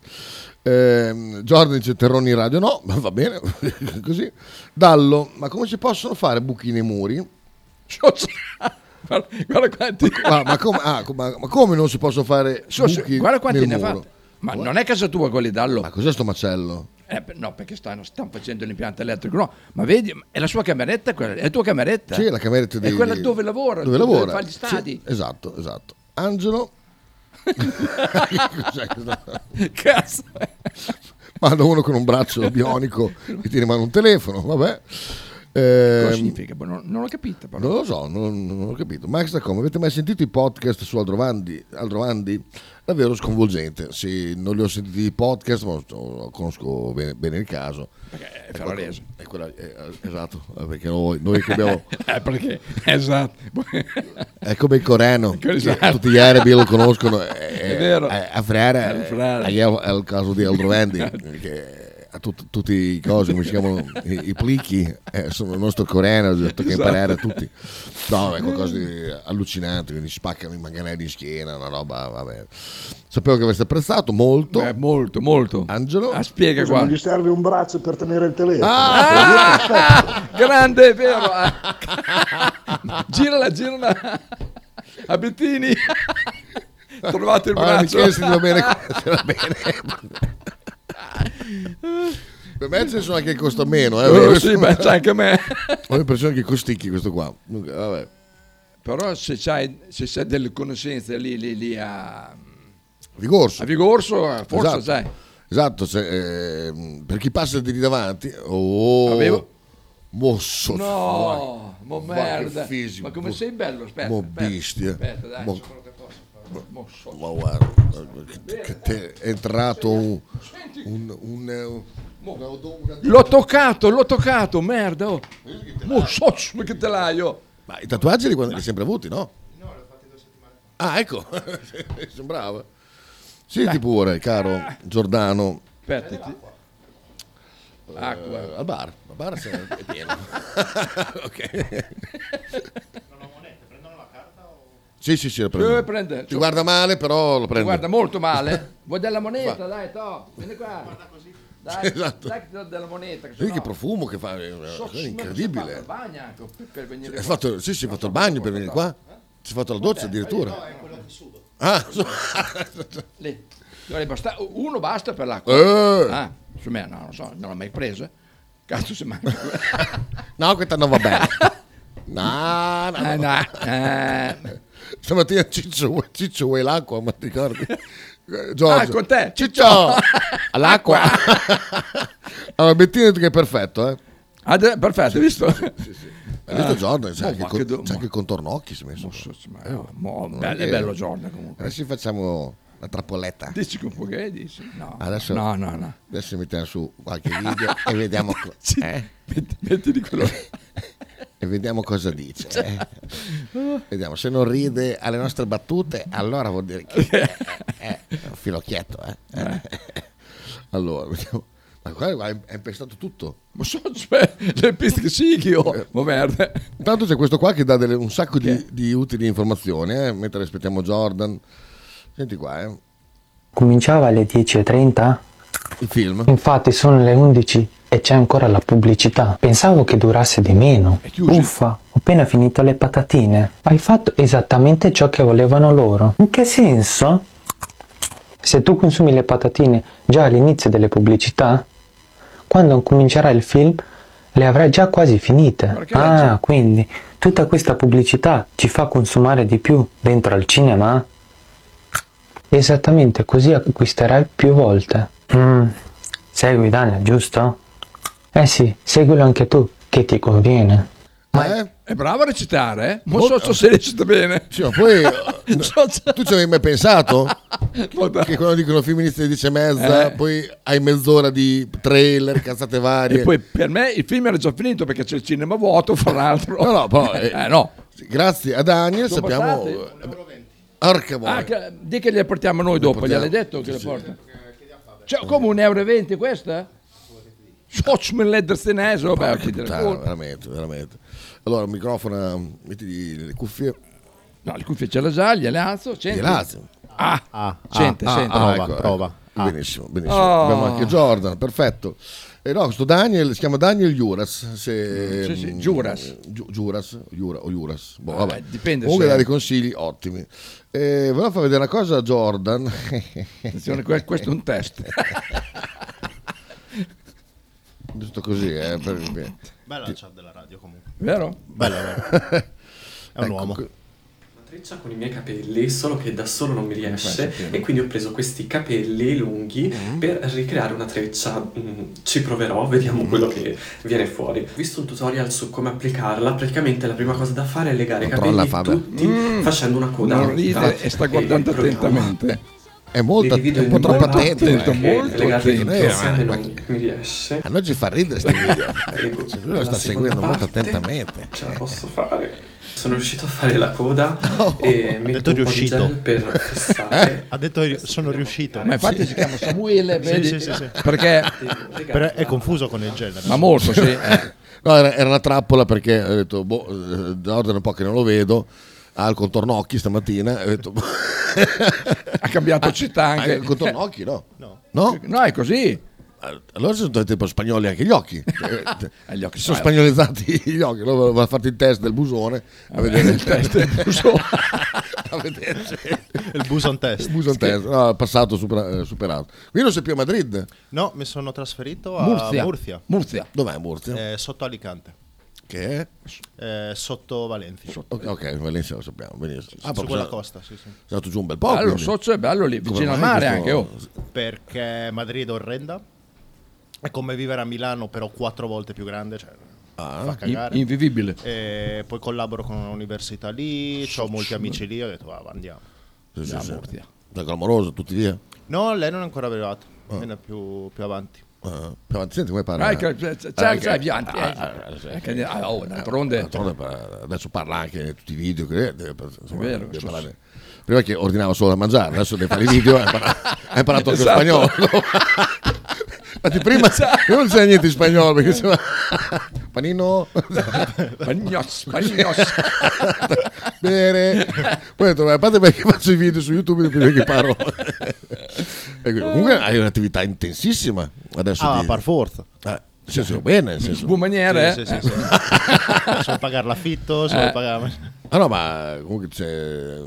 Speaker 14: Ehm, Jordan dice Terroni in radio, no, ma va bene, [LAUGHS] così. Dallo, ma come si possono fare buchi nei
Speaker 15: [LAUGHS]
Speaker 14: muri?
Speaker 15: Guarda, guarda quanti...
Speaker 14: Ma, ma come, ah, com- ma- ma come non si possono fare
Speaker 15: So, so,
Speaker 14: buchi
Speaker 15: guarda quanti
Speaker 14: nel
Speaker 15: ne ha
Speaker 14: muro?
Speaker 15: fatti. Ma non è casa tua quelli dallo.
Speaker 14: Ma cos'è sto macello?
Speaker 15: Eh, beh, no, perché stanno, stanno facendo l'impianto elettrico. No, ma vedi, è la sua cameretta quella, è la tua cameretta.
Speaker 14: Sì, la cameretta
Speaker 15: Cioè, È
Speaker 14: dei-
Speaker 15: quella dove lavora,
Speaker 14: dove lavora.
Speaker 15: fa gli stadi.
Speaker 14: Sì, esatto, esatto. Angelo
Speaker 15: Cazzo.
Speaker 14: manda uno con
Speaker 15: [LAUGHS]
Speaker 14: un braccio bionico che ti rimane un telefono, vabbè. Ehm,
Speaker 15: Cosa significa? Boh, Non, non l'ho capita però.
Speaker 14: Non lo so, non, non ho capito. Max da come avete mai sentito i podcast su Aldrovandi? Aldrovandi? Davvero sconvolgente. Sì, non li ho sentiti i podcast, ma lo conosco bene, bene il caso.
Speaker 15: Perché è
Speaker 14: qualcosa-
Speaker 15: ferrarese.
Speaker 14: è quella- è- [LAUGHS] esatto, eh, perché noi, noi
Speaker 15: [LAUGHS]
Speaker 14: che abbiamo...
Speaker 15: Eh, perché, esatto.
Speaker 14: È come il Corano,
Speaker 15: Quello
Speaker 14: Ecco che
Speaker 15: esatto.
Speaker 14: tutti gli arabi lo
Speaker 15: [LAUGHS]
Speaker 14: conoscono. È,
Speaker 15: È vero. Eh,
Speaker 14: è- a Frera
Speaker 15: È
Speaker 14: è,
Speaker 15: Frera.
Speaker 14: è il caso
Speaker 15: [LAUGHS]
Speaker 14: di Aldrovandi, che ha tut- tutti i cosi, come si chiamano, i, i plichi, eh, sono il nostro Corano, bisogna che
Speaker 15: Esatto.
Speaker 14: imparare a tutti. No, è qualcosa di allucinante, quindi spaccano i manganelli in schiena, una roba, vabbè. Sapevo che avreste apprezzato molto.
Speaker 15: Beh, molto, molto.
Speaker 14: Angelo?
Speaker 15: Ah, spiega
Speaker 14: Scusa,
Speaker 15: qua.
Speaker 14: non
Speaker 19: Gli serve un braccio per tenere il telefono.
Speaker 15: Ah! grande, è vero.
Speaker 14: [LAUGHS]
Speaker 15: Ah. girala, girala. A Bettini. Trovate il
Speaker 14: Guarda,
Speaker 15: braccio.
Speaker 14: Michele, si va bene, si va bene. Per me ce ne sono anche che costa meno, eh.
Speaker 15: Oh, sì, beh, c'è anche me.
Speaker 14: [LAUGHS] Ho l'impressione che costicchi questo qua. Comunque, Vabbè.
Speaker 15: [LAUGHS] Però se c'hai, se c'hai delle conoscenze lì, lì, lì a, a
Speaker 14: Vigorso.
Speaker 15: Vigorso, eh, forse
Speaker 14: Esatto.
Speaker 15: sai.
Speaker 14: Esatto, se, ehm, per chi passa di lì davanti, oh,
Speaker 15: Avevo-
Speaker 14: mosso,
Speaker 15: No, ma
Speaker 14: ma che
Speaker 15: merda.
Speaker 14: fisico.
Speaker 15: Ma come sei bello, aspetta.
Speaker 14: mo
Speaker 15: aspetta,
Speaker 14: bestia.
Speaker 15: Aspetta, dai,
Speaker 14: Mo-
Speaker 15: so quello che posso fare. Mo so.
Speaker 14: ma guarda, che- che te- è entrato un, un, un,
Speaker 15: L'ho toccato, l'ho toccato, merda. Oh. Mo so so che te l'hai io.
Speaker 14: Ma i tatuaggi li, quando- li hai sempre avuti, no? Ah, ecco, [LAUGHS] sembrava. Senti pure, caro Giordano.
Speaker 15: Aspetta, ti- Acqua.
Speaker 14: Eh, al bar, al bar se- è
Speaker 15: [LAUGHS]
Speaker 14: pieno. ok. Sì, sì, sì, lo prendo.
Speaker 15: Eh, prende.
Speaker 14: Ti guarda male, però lo prendo.
Speaker 15: Guarda molto male. Vuoi della moneta?
Speaker 14: Qua.
Speaker 15: Dai, to, vieni qua. Guarda così. Dai,
Speaker 14: Esatto.
Speaker 15: dai che ti do della moneta. Che
Speaker 14: [LAUGHS] Vedi
Speaker 15: sennò-
Speaker 14: che profumo che fa, è
Speaker 15: So-
Speaker 14: una cosa
Speaker 15: so-
Speaker 14: incredibile.
Speaker 15: so- so- bagna anche, per venire
Speaker 14: Hai fatto, sì, sì, hai fatto il bagno per venire qua. Si è fatto la doccia addirittura. Ah, so- [LAUGHS]
Speaker 15: Lì. Dovrebbe basta- uno basta per l'acqua.
Speaker 14: Eh.
Speaker 15: Ah, su me no, non so, non l'ho mai preso. Cazzo se manca.
Speaker 14: [LAUGHS] no, questa non va bene. No, no,
Speaker 15: Eh, no, eh.
Speaker 14: Stamattina Ciccio, vuoi- Ciccio vuoi l'acqua, ma ti ricordi? Eh,
Speaker 15: Ah, con te,
Speaker 14: Ciccio!
Speaker 15: Ciccio. [LAUGHS]
Speaker 14: All'acqua! [LAUGHS] allora, Bettino ha detto che è perfetto, eh.
Speaker 15: Ah, perfetto, hai visto?
Speaker 14: Hai visto
Speaker 15: Ah.
Speaker 14: Jordan? C'è
Speaker 15: Oh,
Speaker 14: anche,
Speaker 15: ma
Speaker 14: con-
Speaker 15: che do-
Speaker 14: c'è anche il contornocchi si è messo.
Speaker 15: Eh, mo- bello- è bello Jordan, comunque.
Speaker 14: Adesso facciamo la trappoletta.
Speaker 15: Dici con Poghe, dici? No.
Speaker 14: Adesso,
Speaker 15: No, no, no.
Speaker 14: Adesso mettiamo su qualche video
Speaker 15: [LAUGHS]
Speaker 14: e vediamo, co-
Speaker 15: Sì,
Speaker 14: eh?
Speaker 15: metti- metti di quello.
Speaker 14: [LAUGHS]
Speaker 15: Cioè.
Speaker 14: e vediamo cosa dice. eh. Vediamo, se non ride alle nostre battute, allora vuol dire che eh, eh, è un filocchietto. eh. [LAUGHS] Allora, vediamo. Ma qua qua è è impestato tutto. Eh.
Speaker 15: Ma so, cioè, le piste che sigio, ma merda.
Speaker 14: Intanto c'è questo qua che dà delle- un sacco di, di utili informazioni, eh, mentre aspettiamo Jordan. Senti qua, eh.
Speaker 20: Cominciava alle 10.30?
Speaker 14: Il film?
Speaker 20: Infatti sono le 11 e c'è ancora la pubblicità. Pensavo che durasse di meno. Uffa, ho appena finito le patatine. Hai fatto esattamente ciò che volevano loro. In che senso? Se tu consumi le patatine già all'inizio delle pubblicità, quando comincerà il film le avrai già quasi finite. Ah, quindi tutta questa pubblicità ci fa consumare di più dentro al cinema? Esattamente così acquisterai più volte. Mm, segui Daniel, giusto? Eh sì, seguilo anche tu, che ti conviene.
Speaker 14: Eh?
Speaker 15: È bravo a recitare, eh? Ma
Speaker 14: Molto-
Speaker 15: so, so se recita bene.
Speaker 14: Sì, ma
Speaker 15: [LAUGHS]
Speaker 14: poi eh, tu ci avevi mai pensato? che quando dicono femministe di 10 e mezza,
Speaker 15: Eh.
Speaker 14: poi hai mezz'ora di trailer, cazzate varie.
Speaker 15: E poi per me il film era già finito perché c'è il cinema vuoto, fra l'altro. [LAUGHS]
Speaker 14: No, no, però, eh,
Speaker 15: eh, no.
Speaker 14: Grazie a Daniel,
Speaker 15: Sono
Speaker 14: sappiamo.
Speaker 15: passati?
Speaker 14: Orca boia.
Speaker 15: Ah, che- di che le portiamo noi dopo,
Speaker 14: portiamo.
Speaker 15: gliel'hai detto che le porta? Cioè, come un euro e venti questa? Schotschmill Edersteneso, beh, chi te ne
Speaker 14: Puttana,
Speaker 15: frega.
Speaker 14: veramente, veramente. Allora, microfono, metti le cuffie.
Speaker 15: No, le cuffie ce le già, gliele alzo, senti.
Speaker 14: Grazie.
Speaker 15: Ah, ecco. sente, sente.
Speaker 14: Ecco, Benissimo, benissimo.
Speaker 15: Oh.
Speaker 14: Abbiamo anche Jordan, perfetto. E no, questo Daniel si chiama Daniel Juras. Se,
Speaker 15: Sì, sì,
Speaker 14: mm,
Speaker 15: Juras.
Speaker 14: Ju- Juras Jura- o Juras. Boh,
Speaker 15: Eh,
Speaker 14: vabbè.
Speaker 15: dipende
Speaker 14: Comunque
Speaker 15: se-
Speaker 14: dà dei consigli ottimi. Eh, volevo far vedere una cosa a
Speaker 15: [LAUGHS]
Speaker 14: Jordan.
Speaker 15: Attenzione, que- questo è un test.
Speaker 14: [LAUGHS] Giusto così, eh. Per...
Speaker 21: Bella la chat della radio comunque.
Speaker 15: Vero?
Speaker 21: Bella, vero.
Speaker 15: [LAUGHS]
Speaker 14: Ecco,
Speaker 21: È un uomo.
Speaker 22: Treccia con i miei capelli, solo che da solo non mi
Speaker 15: Eh,
Speaker 22: riesce
Speaker 21: Perfetto, sì.
Speaker 22: e quindi ho preso questi capelli lunghi
Speaker 15: Mm.
Speaker 22: per ricreare una treccia. Mm, Ci proverò, vediamo
Speaker 15: Mm.
Speaker 22: quello che viene fuori. Ho visto un tutorial su come applicarla, praticamente la prima cosa da fare è legare i
Speaker 14: Controlla,
Speaker 22: capelli
Speaker 14: Fabio.
Speaker 22: tutti facendo una coda.
Speaker 15: Mm.
Speaker 22: eh,
Speaker 15: Non ride
Speaker 22: alta
Speaker 15: e sta
Speaker 22: e
Speaker 15: guardando
Speaker 22: proviamo.
Speaker 15: attentamente.
Speaker 14: È molto,
Speaker 22: Li
Speaker 14: è un
Speaker 22: divido
Speaker 14: po'
Speaker 22: in
Speaker 14: troppo
Speaker 22: due parti,
Speaker 14: attento.
Speaker 22: perché
Speaker 14: eh. Molto
Speaker 22: legarli
Speaker 14: attento.
Speaker 22: tutti insieme
Speaker 14: Eh, ma-
Speaker 22: non mi riesce.
Speaker 14: A noi ci fa ridere sti video.
Speaker 22: Arrivo
Speaker 14: Cioè, Lui lo
Speaker 22: alla
Speaker 14: sta seguendo
Speaker 22: seconda
Speaker 14: molto
Speaker 22: parte.
Speaker 14: attentamente.
Speaker 22: Ce la posso fare. Sono riuscito a fare
Speaker 14: [LAUGHS]
Speaker 22: la coda e
Speaker 21: detto
Speaker 22: mi Eh, un po' di
Speaker 21: riuscito. Eh,
Speaker 22: gel
Speaker 21: [LAUGHS]
Speaker 22: per fissare.
Speaker 21: Ha detto ri- sono riuscito.
Speaker 22: Ma infatti si chiama
Speaker 15: Samuele,
Speaker 21: Sì,
Speaker 15: vedi?
Speaker 21: sì, sì, sì.
Speaker 15: Perché-
Speaker 21: [LAUGHS] Però è confuso con il genere.
Speaker 15: eh.
Speaker 14: [LAUGHS] No, era, era una trappola perché ho detto, boh, eh, Jordan è un po' che non lo vedo, ha il contornocchi stamattina. e Ho detto, boh. [LAUGHS] ha
Speaker 15: cambiato Ah. città anche.
Speaker 14: Il contornocchi, no?
Speaker 21: No.
Speaker 14: No?
Speaker 15: è così.
Speaker 14: Allora sono diventati un po' spagnoli anche
Speaker 15: [LAUGHS]
Speaker 14: gli occhi.
Speaker 15: Eh, gli occhi
Speaker 14: Si
Speaker 15: sono-
Speaker 14: sono spagnolizzati gli occhi, allora va a farti il test del busone. A
Speaker 15: Vabbè,
Speaker 14: vedere
Speaker 15: Eh, il test del [LAUGHS] busone.
Speaker 14: a vedere se-
Speaker 21: Il buson test.
Speaker 14: Il buson test, no, è passato supera- eh, superato. Qui non sei più a Madrid.
Speaker 21: [LAUGHS] No, mi sono
Speaker 15: Ah,
Speaker 21: trasferito a
Speaker 14: Murcia.
Speaker 21: Murcia.
Speaker 14: Murcia. Dov'è Murcia?
Speaker 21: Eh, sotto Alicante.
Speaker 14: Che è?
Speaker 21: Eh, sotto Valencia.
Speaker 14: Ok, ok, Valencia lo sappiamo, benissimo.
Speaker 21: su
Speaker 14: Ah, proprio
Speaker 21: quella
Speaker 14: sa-
Speaker 21: costa, sì, sì.
Speaker 14: è stato giù un bel po'.
Speaker 15: Bello,
Speaker 14: quindi.
Speaker 15: Socio è bello lì,
Speaker 14: Come
Speaker 15: vicino al
Speaker 14: mai
Speaker 15: mare
Speaker 14: questo-
Speaker 15: anche, oh.
Speaker 21: Perché Madrid è orrenda. È come vivere a Milano, però quattro volte più grande. Cioè,
Speaker 14: Ah.
Speaker 21: fa cagare.
Speaker 15: in- invivibile.
Speaker 14: Eh,
Speaker 21: E poi collaboro con un'università lì.
Speaker 14: Cioè,
Speaker 21: Ho molti amici lì. Ho detto, "Ah, va, andiamo.
Speaker 14: Sì, sì,
Speaker 21: Da
Speaker 14: sì.
Speaker 21: Murcia.
Speaker 14: Dai, clamoroso, tutti via.
Speaker 21: No, lei non è ancora arrivata. Viene più, più avanti.
Speaker 14: Eh, più avanti, senti come Ah. parla.
Speaker 15: Ah, ecco, c'è- c'è- c'è- c'è Bianchi, eh.
Speaker 14: Ah,
Speaker 15: Eh, che- ah, oh, d'altronde-
Speaker 14: pa- Eh, adesso parla anche in tutti i video. Che deve, insomma,
Speaker 15: È vero,
Speaker 14: deve
Speaker 15: so-
Speaker 14: parlare. Prima che ordinava solo da mangiare, adesso deve fare i video. Ha imparato, ha imparato anche
Speaker 15: Esatto.
Speaker 14: lo spagnolo. Infatti prima, prima non c'è niente in spagnolo perché sennò- panino
Speaker 15: Pagnos,
Speaker 14: [LAUGHS]
Speaker 15: pagnos.
Speaker 14: bene poi ho detto, "Beh, a parte perché faccio i video su youtube prima che parlo E quindi, comunque hai un'attività intensissima adesso
Speaker 21: Ah,
Speaker 14: di-
Speaker 21: par forza.
Speaker 14: Eh, nel senso, bene nel senso.
Speaker 15: Buon maniere,
Speaker 21: Sì,
Speaker 15: eh?
Speaker 21: sì, sì,
Speaker 14: [LAUGHS]
Speaker 21: sì. Solo pagare l'affitto, solo
Speaker 14: Eh.
Speaker 21: pagare...
Speaker 14: Ah no, ma comunque c'è,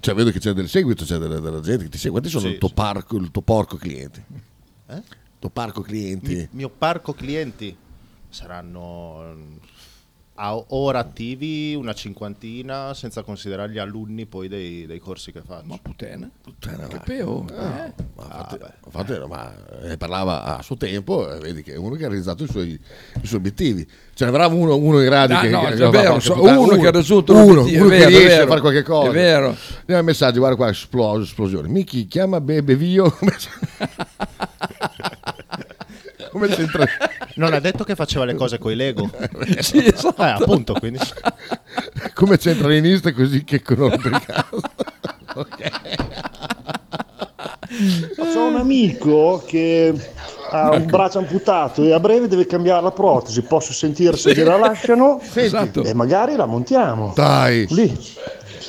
Speaker 14: cioè, vedo che c'è del seguito, c'è della, della gente che ti segue. Quanti sono
Speaker 21: Sì,
Speaker 14: il, tuo parco, il tuo porco clienti?
Speaker 21: Eh?
Speaker 14: Il tuo parco clienti?
Speaker 21: Il mio parco clienti saranno mm, a ora attivi una cinquantina, senza considerare gli alunni poi dei, dei corsi che faccio. Ma
Speaker 15: puttana.
Speaker 14: Puttana,
Speaker 15: Che
Speaker 14: va.
Speaker 15: peo,
Speaker 14: Ah,
Speaker 15: eh.
Speaker 14: Cioè, ma infatti- infatti, no, ma ne parlava a suo tempo, eh, vedi che è uno che ha realizzato i suoi, i suoi obiettivi. Ce n'avrà uno, uno in grado
Speaker 15: Ah,
Speaker 14: che,
Speaker 15: no,
Speaker 14: che-
Speaker 15: è
Speaker 14: che-
Speaker 15: vero,
Speaker 14: che-
Speaker 15: so-
Speaker 14: puttana,
Speaker 15: uno che ha raggiunto
Speaker 14: uno, uno
Speaker 15: l'obiettivo, è
Speaker 14: che
Speaker 15: vero, è
Speaker 14: riesce a
Speaker 15: vero,
Speaker 14: fare qualche cosa.
Speaker 15: è vero.
Speaker 14: Andiamo ai messaggi, guarda qua, esplos- esplosione. Miki chiama Bebe Vio. [LAUGHS] Come c'entra?
Speaker 21: [LAUGHS] Non ha detto che faceva le cose con i Lego.
Speaker 14: Sì, esatto.
Speaker 21: Eh, appunto, quindi.
Speaker 14: [LAUGHS] Come centralinista così che conosco il caso.
Speaker 19: Ho un amico che ha
Speaker 15: Ecco.
Speaker 19: un braccio amputato e a breve deve cambiare la protesi. Posso sentire se gliela
Speaker 15: [LAUGHS]
Speaker 19: lasciano
Speaker 14: Esatto.
Speaker 19: e magari la
Speaker 21: Oh.
Speaker 19: montiamo.
Speaker 14: Dai.
Speaker 19: Lì.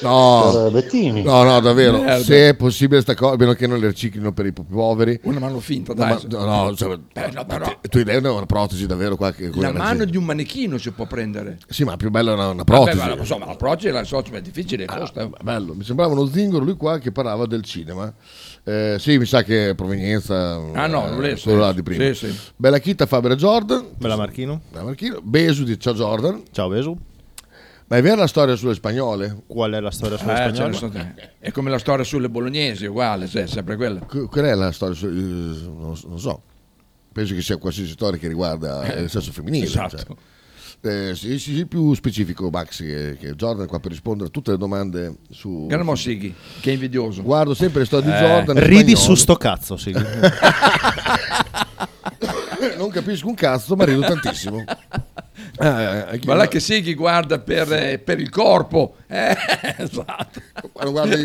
Speaker 14: No.
Speaker 19: Per eh, Bettini.
Speaker 14: No, no, davvero.
Speaker 19: Merda.
Speaker 14: Se è possibile sta cosa, a meno che non le riciclino per i po- poveri.
Speaker 15: Una mano finta,
Speaker 14: No,
Speaker 15: dai.
Speaker 14: ma- no, no, cioè,
Speaker 15: Eh, no, però
Speaker 14: tu idea è una protesi davvero qua che quella
Speaker 15: la
Speaker 14: era-
Speaker 15: mano di un manichino si può prendere.
Speaker 14: Sì, ma più bella è una, una protesi. Ah,
Speaker 15: Vabbè, ma lo so, ma la protesi la so, ma è difficile, costa.
Speaker 14: Bello, mi sembrava uno zingaro lui qua che parlava del cinema. Eh, sì, mi sa che è provenienza
Speaker 15: Ah, no,
Speaker 14: eh,
Speaker 15: non l'è,
Speaker 14: solo
Speaker 15: sì.
Speaker 14: là di prima.
Speaker 15: Sì, sì.
Speaker 14: Bella Chitta Fabra Jordan.
Speaker 21: Bella Marchino.
Speaker 14: Bella Marchino. Besu di Ciao Jordan.
Speaker 21: Ciao Besu.
Speaker 14: Ma è vera la storia sulle spagnole?
Speaker 21: Qual è la storia sulle
Speaker 15: Eh,
Speaker 21: spagnole?
Speaker 15: ce ne sono- È come la storia sulle bolognesi, uguale, sì, è sempre quella.
Speaker 14: Que- Qual è la storia? su- eh, Non, non so, penso che sia qualsiasi storia che riguarda
Speaker 15: Eh,
Speaker 14: il sesso femminile.
Speaker 15: esatto.
Speaker 14: cioè. Eh, sì, sì, sì, più specifico Max che, che Jordan qua per rispondere a tutte le domande su...
Speaker 15: Gran Mosighi, che è invidioso.
Speaker 14: Guardo sempre le storie di
Speaker 15: Eh,
Speaker 14: Jordan. in
Speaker 21: Ridi su
Speaker 14: spagnolo.
Speaker 21: sto cazzo, sì.
Speaker 14: [LAUGHS] non capisco un cazzo, ma rido tantissimo. Eh,
Speaker 15: Ma là che Sighi guarda per, eh, per il corpo.
Speaker 14: [LAUGHS]
Speaker 15: Eh, esatto.
Speaker 14: Quando guardi-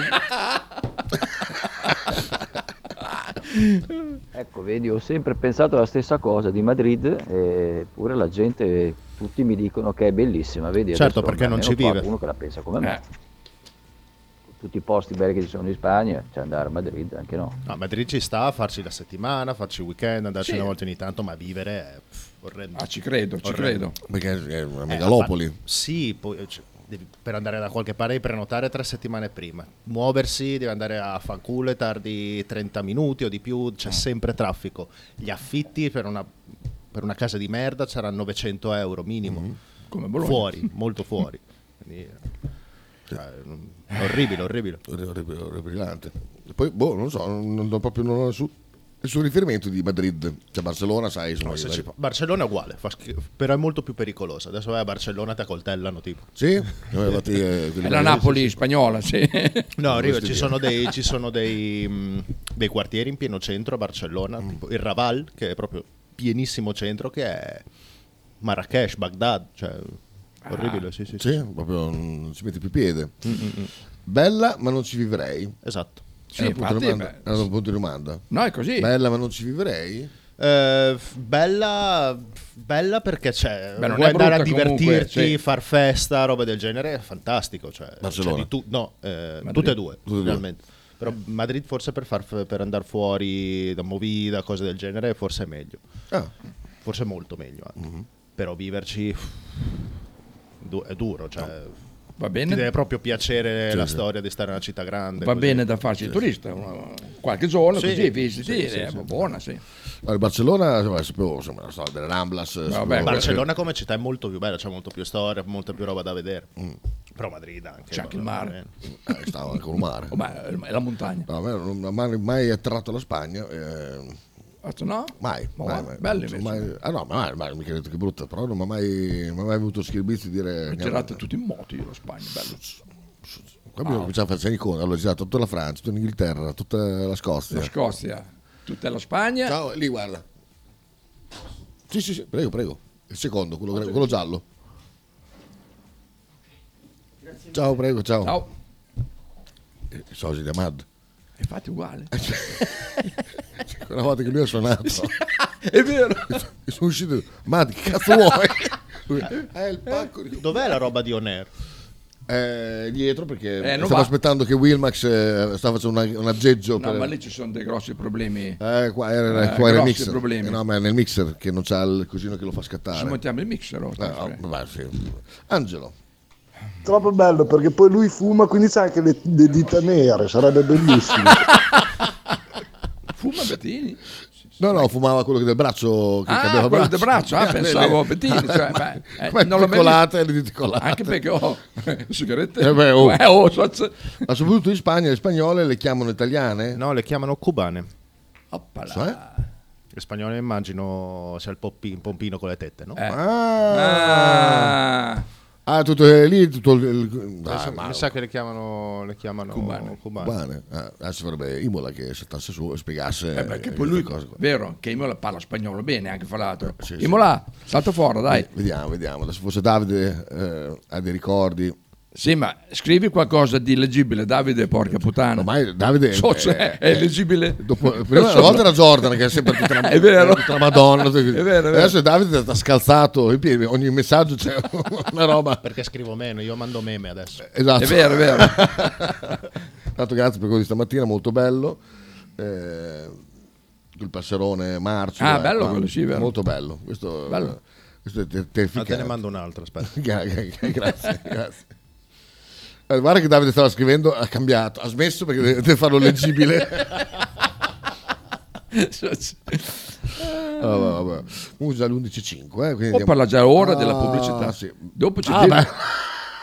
Speaker 23: Ecco, vedi, ho sempre pensato la stessa cosa di Madrid, eppure la gente, tutti mi dicono che è bellissima, vedi?
Speaker 21: Certo,
Speaker 23: adesso
Speaker 21: perché non
Speaker 23: almeno
Speaker 21: ci
Speaker 23: qua
Speaker 21: vive.
Speaker 23: Qualcuno che la pensa come me. Tutti i posti belli che ci sono in Spagna, cioè andare a Madrid, anche no.
Speaker 21: No, Madrid ci sta a farci la settimana, farci il weekend, andarci
Speaker 23: Sì.
Speaker 21: una volta ogni tanto, ma vivere è pff, orrendo.
Speaker 15: Ah, ci credo, ci
Speaker 21: Orrendo.
Speaker 15: credo.
Speaker 14: Perché è una
Speaker 21: Eh,
Speaker 14: megalopoli.
Speaker 21: a par- sì, poi eh, cioè, devi- per andare da qualche parte devi prenotare tre settimane prima. Muoversi, devi andare a fanculo, è tardi 30 minuti o di più, c'è sempre traffico. Gli affitti per una, per una casa di merda saranno 900 euro minimo.
Speaker 15: Come Bologna.
Speaker 21: Fuori, molto fuori. Quindi, eh, cioè, è orribile, orribile.
Speaker 14: Orribile, orribilante. Poi, boh, non so, non ho proprio non ho nessun, nessun riferimento di Madrid. Cioè, Barcellona, sai, insomma,
Speaker 21: Se
Speaker 14: i
Speaker 21: ci-
Speaker 14: vari-
Speaker 21: Barcellona è uguale, fa schifo, però è molto più pericolosa. Adesso vai a Barcellona ti accoltellano tipo.
Speaker 14: Sì? Noi avevate, eh, quelli-
Speaker 15: È la Napoli spagnola, sì.
Speaker 21: No, Riva, ci
Speaker 14: Questi via.
Speaker 21: sono, dei, ci sono dei, mh, dei quartieri in pieno centro a Barcellona,
Speaker 14: Mm.
Speaker 21: tipo il Raval, che è proprio pienissimo centro, che è Marrakesh, Baghdad, cioè
Speaker 15: Ah.
Speaker 21: orribile, sì, sì. sì.
Speaker 14: Sì, proprio non ci metti più piede.
Speaker 15: Mm,
Speaker 14: Bella, ma non ci vivrei.
Speaker 21: Esatto.
Speaker 15: Sì,
Speaker 14: era un punto, di
Speaker 15: infatti,
Speaker 14: domanda.
Speaker 15: beh,
Speaker 14: Era un punto di domanda.
Speaker 15: No, è così.
Speaker 14: Bella, ma non ci vivrei.
Speaker 21: Eh, f- bella, f- bella perché c'è,
Speaker 14: Beh, non
Speaker 21: vuoi
Speaker 14: è
Speaker 21: andare a
Speaker 14: brutta comunque,
Speaker 21: divertirti,
Speaker 14: sì.
Speaker 21: far festa, roba del genere, è fantastico. Cioè,
Speaker 14: Barcellona.
Speaker 21: c'è di tu- no, eh,
Speaker 14: Madrid.
Speaker 21: tutte e due,
Speaker 14: Tutte e due.
Speaker 21: realmente. Però Madrid forse per, far f- per andare fuori da movida, cose del genere, forse è meglio. Forse è molto meglio. anche. Però viverci uff, du- è duro. Cioè,
Speaker 15: Va bene.
Speaker 21: Ti deve proprio piacere
Speaker 15: Sì,
Speaker 21: la
Speaker 15: sì.
Speaker 21: storia di stare in una città grande.
Speaker 15: Va
Speaker 21: così.
Speaker 15: bene da farci il turista, una- qualche giorno
Speaker 21: Sì,
Speaker 15: così, visiti,
Speaker 21: sì, sì,
Speaker 15: è
Speaker 21: sì.
Speaker 15: buona, sì.
Speaker 14: Eh, Allora, Barcellona, insomma, sapevo, insomma, la storia delle Ramblas. sapevo-
Speaker 21: Barcellona come città è molto più bella, c'è molto più storia, molta più roba da vedere. Però Madrid anche.
Speaker 15: C'è anche il mare.
Speaker 14: Mm. Eh, stavo anche col mare.
Speaker 15: Ma eh, è la montagna.
Speaker 14: No, a me non mi ha mai- mai attratto la Spagna. eh,
Speaker 15: Ho detto, Ah, no?
Speaker 14: Mai,
Speaker 15: Ma
Speaker 14: mai,
Speaker 15: guarda,
Speaker 14: mai.
Speaker 15: bello
Speaker 14: Non so
Speaker 15: invece.
Speaker 14: mai- ah no, ma mai, mai, mica detto che è brutta, però non mi ha mai, non mi ha mai avuto schirbizi di dire...
Speaker 15: Ho girato tutti in moto io lo Spagna, bello.
Speaker 14: Qua bisogna cominciare a farsi i conti, allora ho girato tutta la Francia, tutta l'Inghilterra, tutta la Scozia.
Speaker 15: La Scozia, tutta la Spagna.
Speaker 14: Ciao, lì guarda. Sì, sì, sì, prego, prego. Il secondo, quello, quello giallo. Ciao, prego, ciao.
Speaker 15: Ciao.
Speaker 14: Eh, I soci di Ahmad. Eh, cioè,
Speaker 15: Infatti uguale.
Speaker 14: Quella volta che lui ha suonato. È vero. Sono uscito. Ma di che cazzo vuoi? Eh, il pacco
Speaker 21: Dov'è la roba di On Air?
Speaker 14: Eh, dietro perché
Speaker 15: Eh, non
Speaker 14: stavo
Speaker 15: va.
Speaker 14: aspettando che Wilmax eh, stava facendo una- un
Speaker 15: No,
Speaker 14: aggeggio. per-
Speaker 15: ma lì ci sono dei grossi problemi.
Speaker 14: Eh, qua era,
Speaker 15: Eh,
Speaker 14: qua era il
Speaker 15: grossi
Speaker 14: mixer.
Speaker 15: problemi.
Speaker 14: Eh, No, ma è nel mixer che non c'ha il cosino che lo fa scattare.
Speaker 15: Ci montiamo il mixer. oh,
Speaker 14: Eh, oh, ma sì. Angelo.
Speaker 19: Troppo bello perché poi lui fuma, quindi c'ha anche le, le dita nere, sarebbe bellissimo.
Speaker 15: Fuma
Speaker 14: [LAUGHS]
Speaker 15: Bettini?
Speaker 14: No, no, fumava quello che del braccio. Che
Speaker 15: Ah,
Speaker 14: cambiava
Speaker 15: quello del braccio, ah,
Speaker 14: [LAUGHS] Eh,
Speaker 15: pensavo
Speaker 14: le-
Speaker 15: Bettini, cioè,
Speaker 14: ma- [LAUGHS]
Speaker 15: ma- eh,
Speaker 14: ma
Speaker 15: non l'ho mai
Speaker 14: colate,
Speaker 15: visto.
Speaker 14: le reticolate.
Speaker 15: Anche perché
Speaker 14: [LAUGHS]
Speaker 15: ho sigarette.
Speaker 14: Eh beh,
Speaker 15: [LAUGHS]
Speaker 14: oh.
Speaker 15: Eh, oh, so- so-
Speaker 14: Ma soprattutto in Spagna le spagnole le chiamano italiane?
Speaker 21: No, le chiamano cubane.
Speaker 15: Oppala.
Speaker 14: Cioè?
Speaker 21: In spagnolo immagino c'è il poppi- pompino con le tette,
Speaker 15: Eh.
Speaker 21: no?
Speaker 14: Ah. Ah, tutto eh, lì, tutto il- il...
Speaker 21: Mi sa-
Speaker 14: Ah, ma-
Speaker 21: mi sa che le chiamano, le chiamano
Speaker 14: Oh,
Speaker 21: cubane.
Speaker 14: Bene, eh, adesso vorrebbe Imola che saltasse su e spiegasse.
Speaker 15: Eh, perché
Speaker 14: eh,
Speaker 15: poi lui,
Speaker 14: queste cose qua. Eh,
Speaker 15: vero, che Imola parla spagnolo bene, anche fra l'altro.
Speaker 14: sì.
Speaker 15: Imola, salto fuori, dai.
Speaker 14: Eh, Vediamo, vediamo. Adesso forse Davide eh, ha dei ricordi.
Speaker 15: Sì, ma scrivi qualcosa di leggibile, Davide, porca puttana.
Speaker 14: Ormai Davide
Speaker 15: So,
Speaker 14: eh,
Speaker 15: cioè,
Speaker 14: eh,
Speaker 15: è leggibile.
Speaker 14: Dopo, prima una volta era Jordan che è sempre tutta la,
Speaker 15: [LAUGHS] È vero.
Speaker 14: tutta la Madonna.
Speaker 15: È vero, è vero.
Speaker 14: Adesso è Davide sta scalzato i piedi, ogni messaggio c'è
Speaker 15: [LAUGHS]
Speaker 14: una roba.
Speaker 21: Perché scrivo meno, io mando meme adesso. [LAUGHS]
Speaker 14: Esatto.
Speaker 21: vero.
Speaker 14: [LAUGHS] Tanto grazie per quello di stamattina, molto bello. Eh, il passerone marcio.
Speaker 15: Ah,
Speaker 14: eh,
Speaker 15: bello
Speaker 14: ma-
Speaker 15: quello, sì, vero.
Speaker 14: Molto bello. Questo,
Speaker 15: Bello.
Speaker 14: questo è te-
Speaker 21: Ma
Speaker 14: terrificante.
Speaker 21: Ah, te ne mando un altro, aspetta.
Speaker 14: [LAUGHS] Gra- gra- grazie, [LAUGHS] grazie. Eh, guarda che Davide stava scrivendo, ha cambiato, ha smesso perché
Speaker 17: eh,
Speaker 14: deve, deve
Speaker 17: [LAUGHS]
Speaker 15: [LAUGHS]
Speaker 14: farlo leggibile.
Speaker 15: Cioè,
Speaker 14: Ah, vabbè, vabbè. Usa l'11.5. Eh, quindi
Speaker 15: O
Speaker 14: andiamo-
Speaker 15: parla già ora
Speaker 14: Ah,
Speaker 15: della pubblicità.
Speaker 14: sì.
Speaker 15: Dopo ci
Speaker 14: Ah, [LAUGHS]
Speaker 15: dico-
Speaker 14: beh.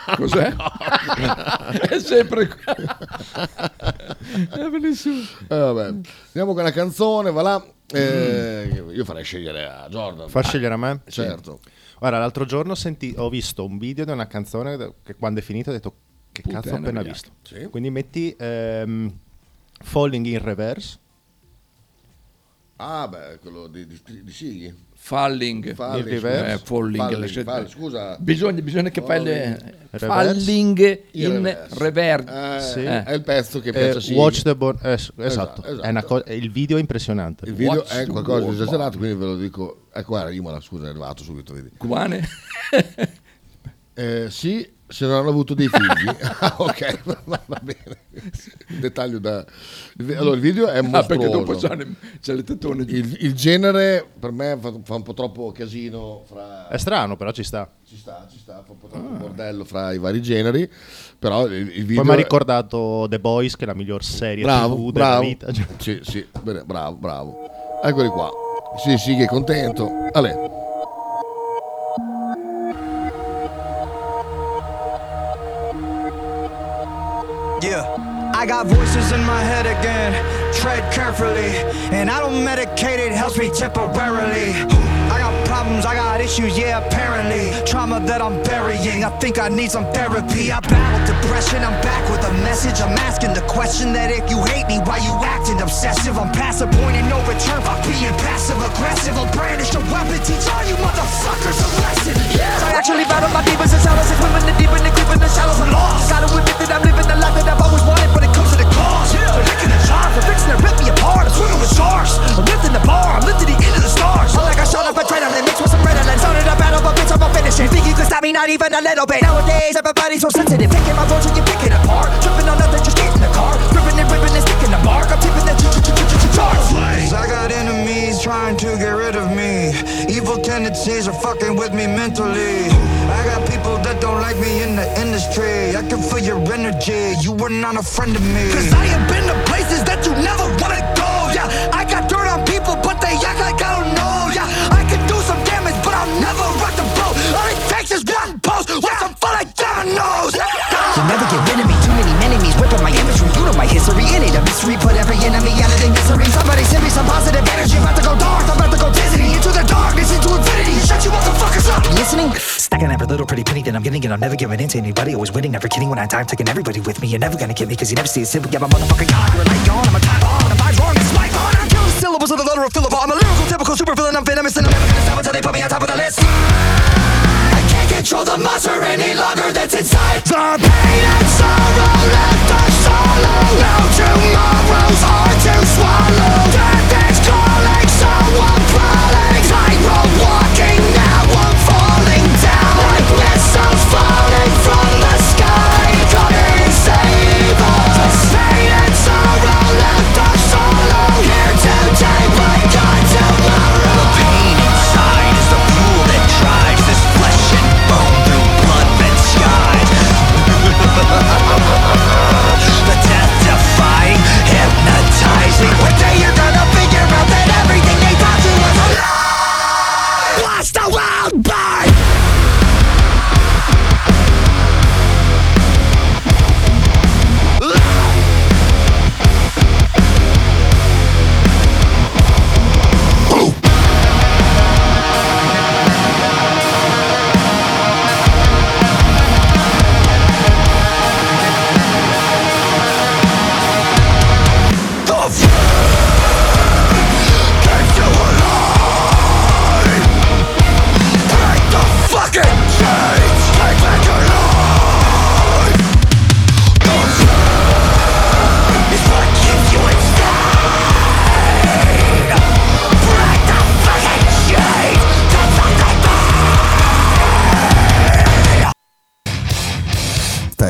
Speaker 14: [LAUGHS]
Speaker 15: Cos'è? è sempre qua.
Speaker 14: è bellissimo. Eh, vabbè. Andiamo con la canzone, va là. Eh, Io farei scegliere a Jordan.
Speaker 21: Fa scegliere a me?
Speaker 14: Sì. Certo.
Speaker 21: Guarda, l'altro giorno senti- ho visto un video di una canzone che quando è finita ho detto che
Speaker 14: Puttana
Speaker 21: cazzo ho appena
Speaker 14: bianca.
Speaker 21: visto.
Speaker 14: Sì.
Speaker 21: Quindi metti ehm, Falling in Reverse.
Speaker 14: Ah, beh, quello di, di, di Sigli.
Speaker 15: Falling.
Speaker 14: Falling,
Speaker 15: Il reverse.
Speaker 14: scusa.
Speaker 15: Eh, falling,
Speaker 14: Ah, Falling,
Speaker 15: le sette-
Speaker 14: falling, scusa.
Speaker 15: Bisogna- bisogna che fai le-
Speaker 14: Reverse.
Speaker 15: falling in rever-
Speaker 14: Eh,
Speaker 15: Sì.
Speaker 14: È il pezzo che
Speaker 21: Eh,
Speaker 14: piace a Sigli.
Speaker 21: Watch the Born. eh, es- esatto.
Speaker 14: Esatto,
Speaker 21: È una co- il video è impressionante.
Speaker 14: Il video
Speaker 21: Watch
Speaker 14: è
Speaker 21: the
Speaker 14: qualcosa di
Speaker 21: Born.
Speaker 14: esagerato, quindi ve lo dico. Ecco, guarda, io me la scusa, è arrivato subito. Vedi.
Speaker 15: Cubane?
Speaker 14: Eh, sì, se non hanno avuto dei figli. [LAUGHS] Ah, ok, va, va bene. Un dettaglio da... Allora, il video è mostruoso.
Speaker 15: Ah, perché dopo c'è le, c'è le tettone.
Speaker 14: Il, il genere per me fa, fa un po' troppo casino fra...
Speaker 21: È strano, però ci sta.
Speaker 14: [LAUGHS] Ci sta, ci sta, fa un po' troppo bordello fra i vari generi, però il, il video...
Speaker 21: Poi mi ha
Speaker 14: è-
Speaker 21: ricordato The Boys, che è la miglior serie
Speaker 14: Bravo,
Speaker 21: TV della
Speaker 14: bravo.
Speaker 21: vita. [LAUGHS]
Speaker 14: Sì, sì, bene, bravo, bravo. Eccoli qua. Sì, sì, che è contento. Ale.
Speaker 24: Yeah, I got voices in my head again. Tread carefully, and I don't medicate it, helps me temporarily. I got problems, I got issues, yeah, apparently. Trauma that I'm burying, I think I need some therapy. I battled depression, I'm back with a message. I'm asking the question that if you hate me, why you acting obsessive? I'm past the point of no return by being passive aggressive. I'll brandish a weapon, teach all you motherfuckers a lesson. Yeah.
Speaker 25: I actually battle my demons and shadows and women the deep and the creep in the shallows and lost. Gotta admit that I'm living the life that I've always wanted, but it comes at a cost. Yeah. They're licking the jar, they're fixing to rip me apart. I'm swimming with sharks. I'm lifting the bar, I'm lifting the end of the stars. All like I shot up a trailer and mixed with some adrenaline. Started a battle, but bitch, I'm a finishing. Think you can stop me? Not even a little bit. Nowadays, everybody's so sensitive. Picking my voice and you picking apart. Tripping on nothing, just get in the car. Ripping and ripping and sticking the mark. I'm tipping the
Speaker 24: Cause I got enemies trying to get rid of me. Evil tendencies are fucking with me mentally. I got people that don't like me in the industry. I can feel your energy. You were not a friend of me.
Speaker 25: Cause I have been to places that you never wanna go. Oh, Yeah, I got dirt on people, but they act like I don't know. Yeah, I can do some damage, but I'll never rock the boat. All it takes is one post with some fun like dominoes.
Speaker 24: You never get rid of me. Too many enemies whipping my imagery. You know my history. In it a mystery. Put every enemy out of their misery. Somebody send me some positive energy. About to go dark. I'm about to go Disney. Into the darkness. Into infinity. Shut you motherfuckers up. You listening?
Speaker 25: Stacking every little pretty penny that I'm getting, and I'm never giving in to anybody. Always winning, never kidding when I time, taking everybody with me. You're never gonna get me, cause you never see a simple. Yeah, my motherfucking god, you're like yawn. I'm a type on, I'm vibe wrong, it's life on. I count the syllables of the letter of Philippa. I'm a lyrical, typical supervillain, I'm venomous, and I'm never gonna stop until they put me on top of the list. I can't control the monster any longer that's inside. The pain and sorrow left us solo. No tomorrows are to swallow. Death is calling, so I'm falling.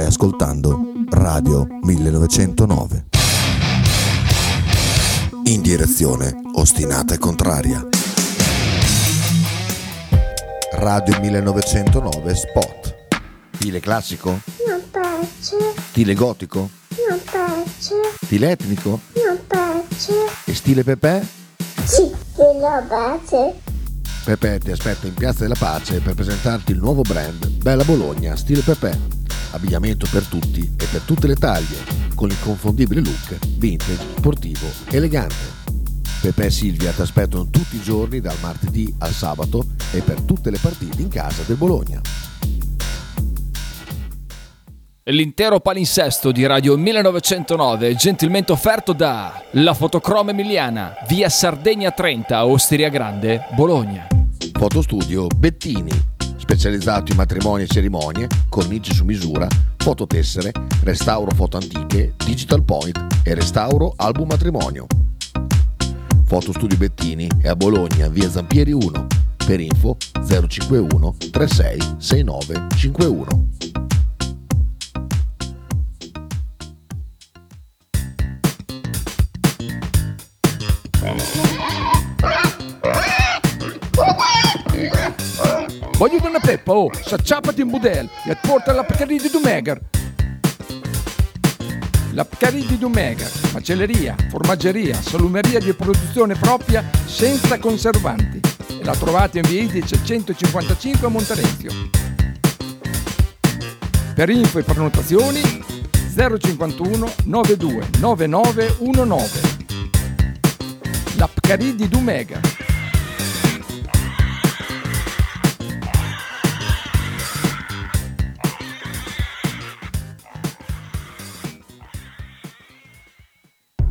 Speaker 1: ascoltando Radio 1909. In direzione ostinata e contraria. Radio 1909 Spot. Stile classico?
Speaker 2: Non piace,
Speaker 1: Stile gotico?
Speaker 2: non piace,
Speaker 1: Stile etnico?
Speaker 2: non piace.
Speaker 1: E stile Pepe?
Speaker 2: Sì, non piace.
Speaker 1: Pepe ti aspetta in Piazza della Pace per presentarti il nuovo brand Bella Bologna Stile Pepe. Abbigliamento per tutti e per tutte le taglie, con l'inconfondibile look vintage, sportivo, elegante. Pepe e Silvia ti aspettano tutti i giorni dal martedì al sabato e per tutte le partite in casa del Bologna.
Speaker 26: L'intero palinsesto di Radio 1909 è gentilmente offerto da La Fotocroma Emiliana, via Sardegna 30, Osteria Grande, Bologna.
Speaker 1: Fotostudio Bettini, specializzato in matrimoni e cerimonie, cornici su misura, fototessere, restauro foto antiche, digital point e restauro album matrimonio. Fotostudio Bettini è a Bologna, via Zampieri 1. Per info 051 36 69 51.
Speaker 15: Voglio una peppa, oh, s'acciappati in budel e porta la Pcaridi di Dumegar. La Pcaridi di Dumegar, macelleria, formaggeria, salumeria di produzione propria senza conservanti. E la trovate in via Idice 155 a Monterezio. Per info e prenotazioni 051 92 9919. La Pcaridi di Dumegar.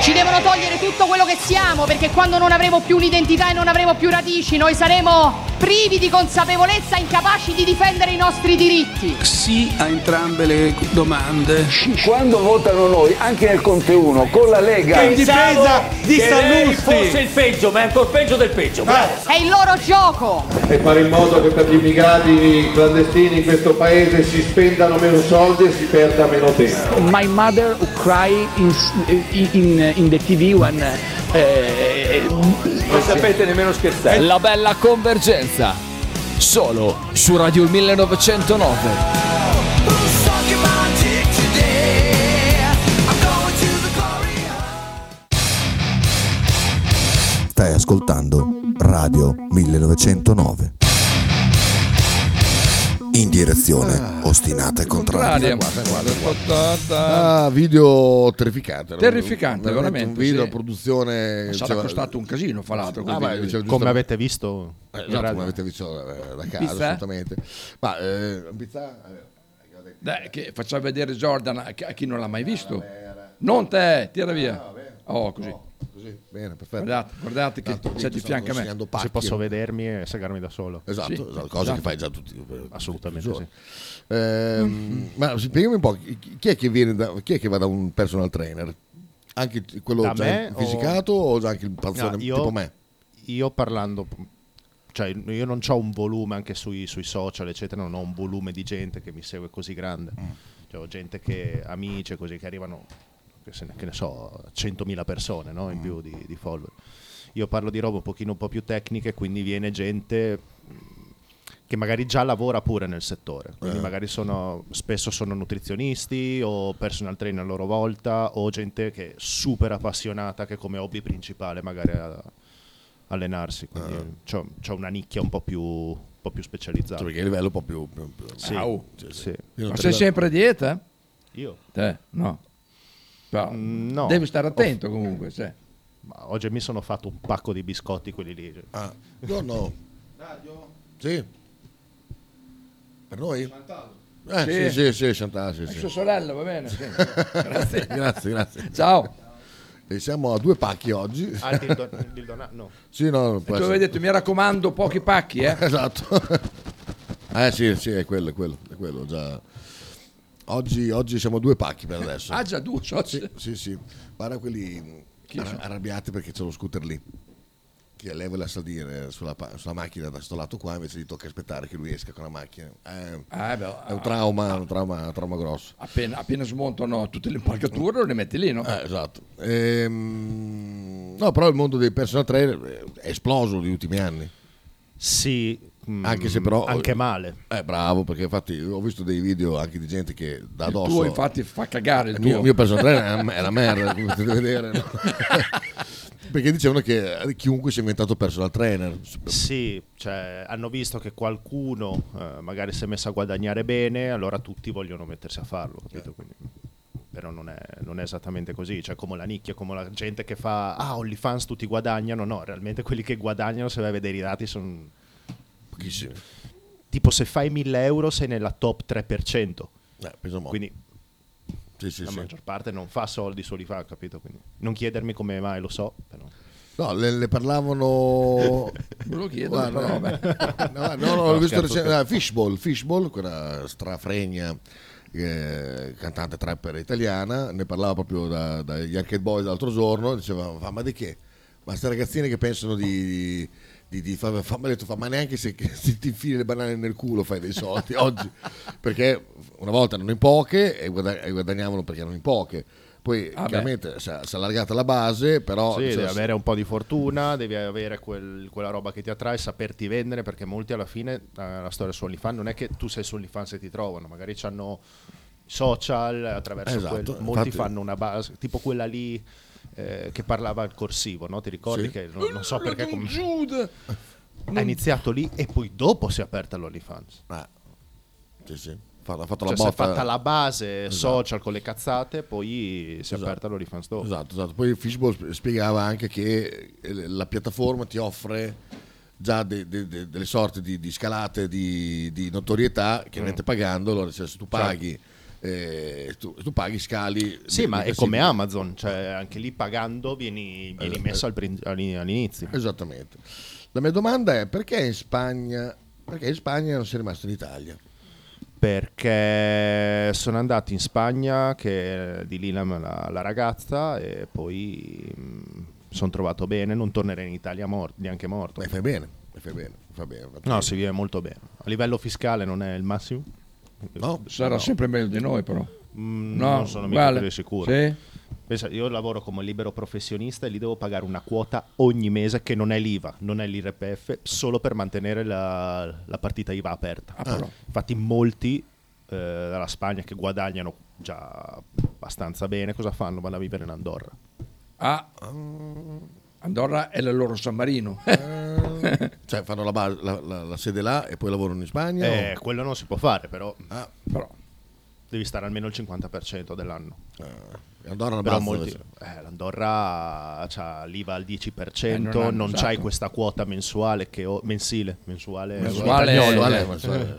Speaker 27: Ci devono togliere tutto quello che siamo, perché quando non avremo più un'identità e non avremo più radici, noi saremo privi di consapevolezza, incapaci di difendere i nostri diritti.
Speaker 28: Sì a entrambe le domande. Quando votano noi, anche nel Conte 1, con la Lega,
Speaker 29: Forse il peggio, ma è ancora peggio del peggio.
Speaker 27: È il loro gioco.
Speaker 30: e fare in modo che per gli immigrati clandestini in questo paese si spendano meno soldi e si perda meno tempo.
Speaker 29: My mother who cry in, in, in the TV when... eh,
Speaker 26: Non sapete nemmeno scherzare. La bella convergenza. Solo su Radio 1909.
Speaker 1: Stai ascoltando Radio 1909. In direzione ostinata e contraria.
Speaker 14: Ah, video terrificante. era un-
Speaker 15: Terrificante, veramente,
Speaker 14: Un video
Speaker 15: sì.
Speaker 14: a produzione.
Speaker 15: Ma sarà costato un casino, fra l'altro, quel
Speaker 14: Ah,
Speaker 15: video
Speaker 14: beh,
Speaker 15: lì.
Speaker 14: cioè,
Speaker 21: Come
Speaker 14: giusto-
Speaker 21: avete visto?
Speaker 14: Eh,
Speaker 21: in
Speaker 14: esatto,
Speaker 21: radio.
Speaker 14: come avete visto eh, da casa,
Speaker 15: Pizza?
Speaker 14: assolutamente. Ma eh, pizza, eh,
Speaker 15: Dai, che facciamo vedere Jordan a chi- a chi non l'ha
Speaker 14: Ah,
Speaker 15: mai visto. Non te, tira via. Oh, così.
Speaker 14: così, bene, perfetto.
Speaker 15: Guardate, guardate che c'è di fianco a me.
Speaker 21: Se posso vedermi e segarmi da solo.
Speaker 14: Esatto,
Speaker 15: Sì,
Speaker 14: esatto,
Speaker 15: esatto.
Speaker 14: cosa che fai già tutti per-
Speaker 21: Assolutamente
Speaker 14: tutti i giorni. Ehm, Ma spiegami un po', chi chi è che, viene da, chi è che va da un personal trainer? Anche quello
Speaker 21: Da
Speaker 14: già
Speaker 21: me o-
Speaker 14: fisicato o... già anche il panzone
Speaker 21: No, io-
Speaker 14: tipo me?
Speaker 21: Io parlando, cioè io non ho un volume anche sui, sui social, eccetera, non ho un volume di gente che mi segue così grande.
Speaker 14: Mm.
Speaker 21: Cioè, ho gente che, amici e così, che arrivano, che, se ne, che ne so, 100.000 persone no? in
Speaker 14: Mm.
Speaker 21: più di, di follower. Io parlo di roba un pochino un po' più tecniche, quindi viene gente mh, che magari già lavora pure nel settore, quindi
Speaker 14: Eh.
Speaker 21: magari sono, spesso sono nutrizionisti o personal trainer a loro volta o gente che è super appassionata che come hobby principale magari ha- allenarsi, quindi c'ho, c'ho una nicchia un po' più, un po' più specializzata.
Speaker 14: Eh. Cioè, perché il livello è un po' più... più- più-
Speaker 21: Sì,
Speaker 14: Ah, oh.
Speaker 21: sì,
Speaker 14: Cioè,
Speaker 21: sì.
Speaker 14: io non
Speaker 15: Ma
Speaker 14: te- Eh.
Speaker 15: sei sempre a
Speaker 14: [LAUGHS]
Speaker 15: dieta?
Speaker 21: Io?
Speaker 15: Te, no.
Speaker 21: Mm, no.
Speaker 15: Devi stare
Speaker 21: Ho-
Speaker 15: attento comunque. se-
Speaker 21: Ma oggi mi sono fatto un pacco di biscotti quelli lì.
Speaker 14: Ah, no, no. Sì. Per noi?
Speaker 15: Chantal.
Speaker 14: Eh, sì, sì, sì, Chantal, sì,
Speaker 15: È
Speaker 14: sì.
Speaker 15: sua sorella, va bene.
Speaker 14: [LAUGHS] grazie.
Speaker 15: Grazie.
Speaker 14: grazie,
Speaker 15: Ciao.
Speaker 14: E siamo a due pacchi oggi.
Speaker 21: Ah, il don- il donato, no.
Speaker 14: Sì, no, non
Speaker 15: E
Speaker 14: può
Speaker 15: tu avevi
Speaker 14: essere.
Speaker 15: detto, mi raccomando, pochi pacchi, eh?
Speaker 14: [LAUGHS] Esatto. [LAUGHS] Eh sì, sì, è quello, è quello, è quello già. Oggi, oggi siamo due pacchi per adesso.
Speaker 15: Ah, già due, soci.
Speaker 14: Sì, sì, sì. Guarda quelli
Speaker 15: Chi
Speaker 14: arra-
Speaker 15: sono?
Speaker 14: arrabbiati perché c'è lo scooter lì. Che lei voleva salire sulla, pa- sulla macchina da sto lato qua, invece gli tocca aspettare che lui esca con la macchina. Eh,
Speaker 15: Ah, beh,
Speaker 14: è un trauma, un trauma, un trauma grosso.
Speaker 15: Appena, appena smontano tutte le impalcature, le metti lì, no?
Speaker 14: esatto. Ehm, no, però il mondo dei personal trainer eh, è esploso negli ultimi anni.
Speaker 21: Sì, mm,
Speaker 14: anche se però
Speaker 21: anche male.
Speaker 14: Eh, bravo, perché infatti ho visto dei video anche di gente che da
Speaker 15: Il
Speaker 14: addosso.
Speaker 15: tuo, infatti, fa cagare il
Speaker 14: Il
Speaker 15: tuo.
Speaker 14: Eh, mio, mio personal trainer è
Speaker 15: [LAUGHS]
Speaker 14: una merda, come potete vedere. no? perché dicevano che chiunque si è inventato personal trainer.
Speaker 21: Sì, cioè, hanno visto che qualcuno eh, magari si è messo a guadagnare bene, allora tutti vogliono mettersi a farlo, capito?
Speaker 14: Certo.
Speaker 21: Quindi, però non è, non è esattamente così, cioè come la nicchia, come la gente che fa ah, OnlyFans tutti guadagnano, no, realmente quelli che guadagnano, se vai a vedere i dati, sono...
Speaker 14: Pochissimi.
Speaker 21: Tipo se fai 1000 euro sei nella top 3%. Quindi
Speaker 14: Eh, sì,
Speaker 21: la
Speaker 14: sì.
Speaker 21: maggior parte non fa soldi, solo li fa, capito? Quindi, non chiedermi come mai, lo so, però...
Speaker 14: No, le, le parlavano.
Speaker 21: Me lo chiedo,
Speaker 15: Ah,
Speaker 14: Guarda,
Speaker 21: però,
Speaker 14: no,
Speaker 21: vabbè.
Speaker 14: [LAUGHS] no,
Speaker 21: No,
Speaker 14: l'ho visto
Speaker 21: scherzo,
Speaker 14: recente.
Speaker 21: scherzo.
Speaker 14: ah, Fishball, Fishball, quella strafregna eh, cantante trapper italiana, ne parlava proprio da, dagli Arcade Boys l'altro giorno. Diceva, "Ma- ma di che? Ma ste ragazzine che pensano di. di, di fa, fa- mi ha detto, "Fa- ma neanche se, se ti infili le banane nel culo fai
Speaker 21: [LAUGHS]
Speaker 14: dei soldi oggi perché una volta erano in poche e guada- e guadagnavano perché erano in poche poi
Speaker 21: Ah, beh.
Speaker 14: chiaramente si è si è allargata la base però
Speaker 21: sì,
Speaker 14: cioè,
Speaker 21: devi avere un po' di fortuna, devi avere quel- quella roba che ti attrae, saperti vendere, perché molti alla fine, eh, la storia su OnlyFans, non è che tu sei su OnlyFans e ti trovano, magari hanno social, attraverso
Speaker 14: Esatto,
Speaker 21: quel- molti
Speaker 14: infatti-
Speaker 21: fanno una base, tipo quella lì eh, che parlava il corsivo, no? ti ricordi
Speaker 14: Sì.
Speaker 21: che non, non so perché... com-
Speaker 15: Giude.
Speaker 21: [LAUGHS] ha iniziato lì e poi dopo si è aperta l'OnlyFans.
Speaker 14: Sì, sì. Fa- Eh, Ha fatto
Speaker 21: Cioè,
Speaker 14: la
Speaker 21: si è
Speaker 14: botta.
Speaker 21: fatta la base
Speaker 14: Esatto.
Speaker 21: social con le cazzate, poi si è aperta l'OnlyFans dopo.
Speaker 14: Esatto, esatto. Poi Fishbowl sp- spiegava anche che eh, la piattaforma ti offre già de- de- de- delle sorte di, di scalate di, di notorietà,
Speaker 21: Mm.
Speaker 14: chiaramente pagando, allora cioè, se
Speaker 21: Certo.
Speaker 14: tu paghi, eh, tu, tu paghi scali.
Speaker 21: Sì,
Speaker 14: di-
Speaker 21: ma
Speaker 14: di
Speaker 21: è come
Speaker 14: classifica.
Speaker 21: Amazon, cioè anche lì pagando vieni, vieni
Speaker 14: Eh,
Speaker 21: messo
Speaker 14: eh.
Speaker 21: al prin- all'in- all'inizio.
Speaker 14: Esattamente. La mia domanda è perché in Spagna, perché in Spagna non sei rimasto in Italia?
Speaker 21: Perché sono andato in Spagna, che eh, di lì la, la- la ragazza, e poi sono trovato bene, non tornerei in Italia mor- neanche morto.
Speaker 14: Beh, fai bene, fai bene, fai bene.
Speaker 21: No, si vive molto bene. A livello fiscale non è il massimo?
Speaker 14: No,
Speaker 15: Sarà sempre meglio di noi, però.
Speaker 21: Mm,
Speaker 15: No,
Speaker 21: non sono mica
Speaker 15: uguale.
Speaker 21: così sicuro.
Speaker 15: Sì?
Speaker 21: Pensa, io lavoro come libero professionista e lì devo pagare una quota ogni mese che non è l'IVA, non è l'IRPF, solo per mantenere la, la partita IVA aperta.
Speaker 15: Ah, però.
Speaker 21: Infatti molti eh, dalla Spagna che guadagnano già abbastanza bene, cosa fanno? Vanno a vivere in Andorra.
Speaker 15: Ah, Andorra è la loro San Marino.
Speaker 14: Cioè fanno la, base- la- la- la sede là e poi lavorano in Spagna?
Speaker 21: Eh,
Speaker 14: o- Ah,
Speaker 21: quello non si può fare però. eh,
Speaker 15: però.
Speaker 21: Devi stare almeno il 50% dell'anno.
Speaker 14: Andorra non
Speaker 21: Però
Speaker 14: basta,
Speaker 21: molti-
Speaker 14: invece.
Speaker 21: eh, L'Andorra c'ha l'IVA al 10%,
Speaker 14: Eh, non
Speaker 21: non,
Speaker 14: hanno,
Speaker 21: c'hai
Speaker 14: esatto.
Speaker 21: questa quota mensuale che ho, mensile, mensuale,
Speaker 14: Mensuale,
Speaker 21: spagnolo,
Speaker 14: eh,
Speaker 21: eh.
Speaker 14: mensuale.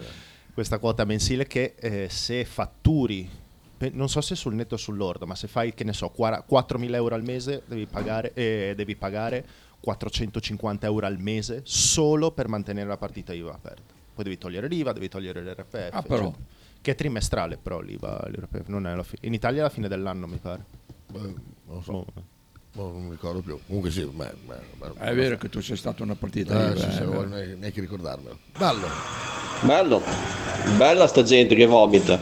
Speaker 21: questa quota mensile che eh, se fatturi, pe- non so se sul netto o sull'ordo, ma se fai che ne so, quara- 4.000 euro al mese devi pagare, eh, devi pagare 450 euro al mese solo per mantenere la partita IVA aperta. Poi devi togliere l'IVA, devi togliere l'RPF.
Speaker 15: Ah, però.
Speaker 21: eccetera. Che è trimestrale però l'IVA, l'RPF, non è alla fine. In Italia è alla fine dell'anno mi pare.
Speaker 14: non so. Boh, non mi ricordo più. Comunque sì, ma, ma- ma-
Speaker 15: Ah, È vero che tu sei stato in una partita.
Speaker 14: Eh,
Speaker 15: lì,
Speaker 14: sì,
Speaker 15: beh,
Speaker 14: sì,
Speaker 15: beh.
Speaker 14: non voglio neanche neanche ricordarmelo. Ballo.
Speaker 6: Bello. Bella sta gente che vomita.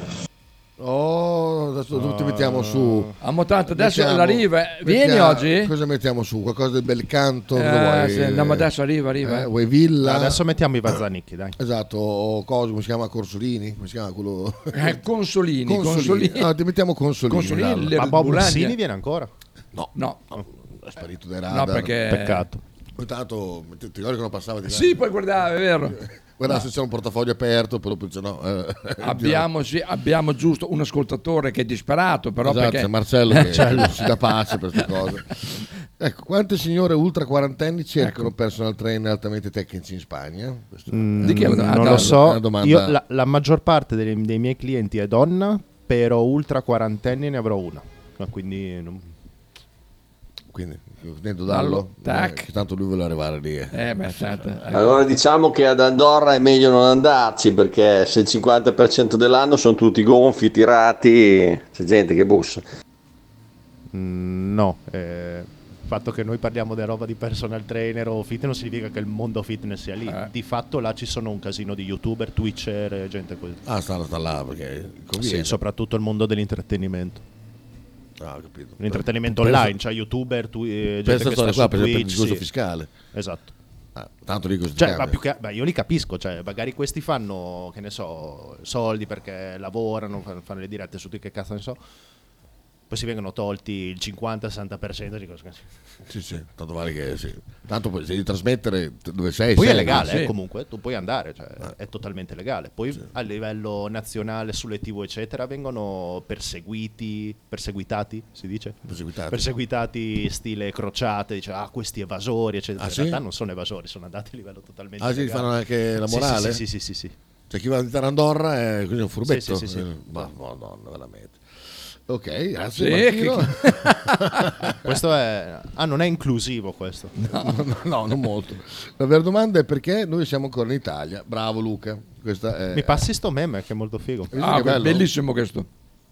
Speaker 14: Oh, adesso tutti mettiamo su.
Speaker 15: Ah. Amo tanto, adesso
Speaker 14: Mettiamo-
Speaker 15: arriva. Vieni
Speaker 14: mettiamo-
Speaker 15: oggi?
Speaker 14: Cosa mettiamo su? Qualcosa del bel canto?
Speaker 15: Eh,
Speaker 14: Cosa vuoi?
Speaker 15: sì, andiamo adesso, arriva, arriva.
Speaker 14: Eh, vuoi Villa?
Speaker 21: Adesso mettiamo i Vazzanicchi, dai.
Speaker 14: Esatto, o cosa, come si chiama Corsolini? Come si chiama quello?
Speaker 15: Eh, Consolini, Consolini.
Speaker 14: No, Ah, ti mettiamo Consolini.
Speaker 15: Consolini,
Speaker 14: dai.
Speaker 15: le- Ma Bob Burlandia. Rossini
Speaker 21: viene ancora?
Speaker 14: No.
Speaker 15: No.
Speaker 14: È sparito dai radar.
Speaker 15: No, perché- Peccato.
Speaker 14: Ogni tanto, ti ti ricordi che non passava di là?
Speaker 15: Sì, poi guardava, è vero.
Speaker 14: [LAUGHS] Guarda,
Speaker 15: No.
Speaker 14: se c'è un portafoglio aperto, poi dopo dice no. eh,
Speaker 15: Abbiamo, sì, abbiamo giusto un ascoltatore che è disperato, però
Speaker 14: Esatto,
Speaker 15: perché Eh,
Speaker 14: Marcello che
Speaker 15: Marcello.
Speaker 21: [LAUGHS]
Speaker 14: non si dà pace per queste cose. Ecco, quante signore ultra quarantenni cercano
Speaker 21: Ecco.
Speaker 14: personal trainer altamente tecnici in Spagna? Questo-
Speaker 21: Mm,
Speaker 14: Di chi è una-
Speaker 15: Ah,
Speaker 21: non
Speaker 14: una
Speaker 21: lo so.
Speaker 14: domanda-
Speaker 21: Io, la, la maggior parte dei, dei miei clienti è donna, però ultra quarantenni ne avrò una. Ma Quindi, non-
Speaker 14: Quindi, Nendo Dallo,
Speaker 21: Tac. certo.
Speaker 14: eh, tanto lui vuole arrivare lì.
Speaker 15: Eh, beh, tanto.
Speaker 6: Allora diciamo che ad Andorra è meglio non andarci perché se il 50% dell'anno sono tutti gonfi, tirati, c'è gente che bussa.
Speaker 21: mm, no. eh, il fatto che noi parliamo di roba di personal trainer o fitness non significa che il mondo fitness sia lì.
Speaker 14: Eh.
Speaker 21: Di fatto là ci sono un casino di youtuber, twitcher, eh, gente così.
Speaker 14: Ah, stanno sta là perché
Speaker 21: Sì,
Speaker 14: conviene.
Speaker 21: soprattutto il mondo dell'intrattenimento.
Speaker 14: Ah, ho capito.
Speaker 21: L'intrattenimento
Speaker 14: Penso-
Speaker 21: online, cioè youtuber, tu, eh, gente
Speaker 14: Pensa
Speaker 21: che
Speaker 14: a
Speaker 21: sta
Speaker 14: stare qua
Speaker 21: su
Speaker 14: per esempio, per il
Speaker 21: Twitch,
Speaker 14: discorso
Speaker 21: sì.
Speaker 14: fiscale.
Speaker 21: Esatto.
Speaker 14: Ah, tanto lì così.
Speaker 21: Cioè, ma più che- beh, io li capisco, cioè, magari questi fanno, che ne so, soldi perché lavorano, fan- fanno le dirette su Twitch, che cazzo ne so. Poi si vengono tolti il 50-60% di cose.
Speaker 14: Sì, sì, tanto vale che sì. Tanto poi se devi trasmettere t- dove sei.
Speaker 21: Poi è
Speaker 14: sei,
Speaker 21: legale,
Speaker 14: certo, sì. Ah.
Speaker 21: eh, comunque, tu puoi andare, cioè, è totalmente legale. Poi a livello nazionale, sulle TV, eccetera, vengono perseguiti, perseguitati, si dice?
Speaker 14: Perseguitati.
Speaker 21: Perseguitati stile crociate, dice, ah, questi evasori, eccetera.
Speaker 14: Ah,
Speaker 21: In
Speaker 14: sì?
Speaker 21: realtà non sono evasori, sono andati a livello totalmente
Speaker 14: Ah, sì,
Speaker 21: legale.
Speaker 14: fanno anche la
Speaker 21: Sì, sì,
Speaker 14: morale?
Speaker 21: sì, sì, sì, sì.
Speaker 14: Cioè, chi va a visitare Andorra è così un
Speaker 21: Sì,
Speaker 14: furbetto.
Speaker 21: sì, sì, sì.
Speaker 14: Eh, Ma madonna, veramente. Ok,
Speaker 21: Sì,
Speaker 14: Eh, grazie. Martino. [LAUGHS]
Speaker 21: questo è. Ah, non è inclusivo questo.
Speaker 14: No, no, no, non molto. La vera domanda è perché noi siamo ancora in Italia. Bravo Luca. Questa è...
Speaker 21: Mi passi sto meme che è molto figo.
Speaker 14: Hai visto che bello?
Speaker 15: questo.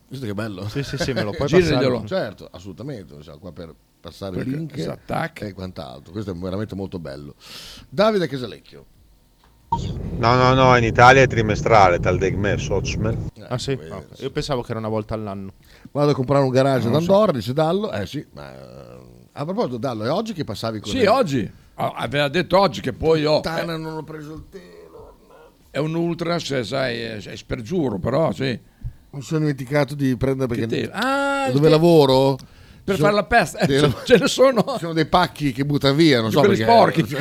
Speaker 14: Visto che bello?
Speaker 21: Sì, sì, sì, me lo puoi
Speaker 14: Giraglielo.
Speaker 21: passare.
Speaker 14: Certo, assolutamente. non so, qua per passare
Speaker 21: Perché
Speaker 14: il link
Speaker 21: si
Speaker 1: esatto.
Speaker 21: attacca.
Speaker 14: e quant'altro. Questo è veramente molto bello. Davide Casalecchio.
Speaker 7: No, no, no, in Italia è trimestrale, tal degme, Socmel.
Speaker 21: Ah,
Speaker 14: Eh,
Speaker 21: sì? Ah, Io pensavo che era una volta all'anno.
Speaker 14: Vado a comprare un garage ad
Speaker 21: Non lo so.
Speaker 14: Andorra, dice Dallo. Eh sì, ma... eh, A proposito, Dallo, è oggi che passavi con
Speaker 15: Sì,
Speaker 14: le-
Speaker 15: oggi. Ah, Aveva detto oggi che poi ho...
Speaker 14: Tana, non ho preso il tè.
Speaker 15: È un ultra, se sai, è è spergiuro, però sì.
Speaker 14: Mi sono dimenticato di prendere perché
Speaker 15: Che te- Ah, il
Speaker 14: dove
Speaker 15: te-
Speaker 14: lavoro
Speaker 15: Per
Speaker 14: Ci
Speaker 15: fare
Speaker 14: sono
Speaker 15: la pesta, eh,
Speaker 14: dei-
Speaker 15: ce- ce ne sono.
Speaker 14: ci [LAUGHS] sono dei pacchi che buttano via, non
Speaker 15: Di
Speaker 14: so
Speaker 15: quelli
Speaker 14: perché.
Speaker 15: sporchi.
Speaker 14: [LAUGHS]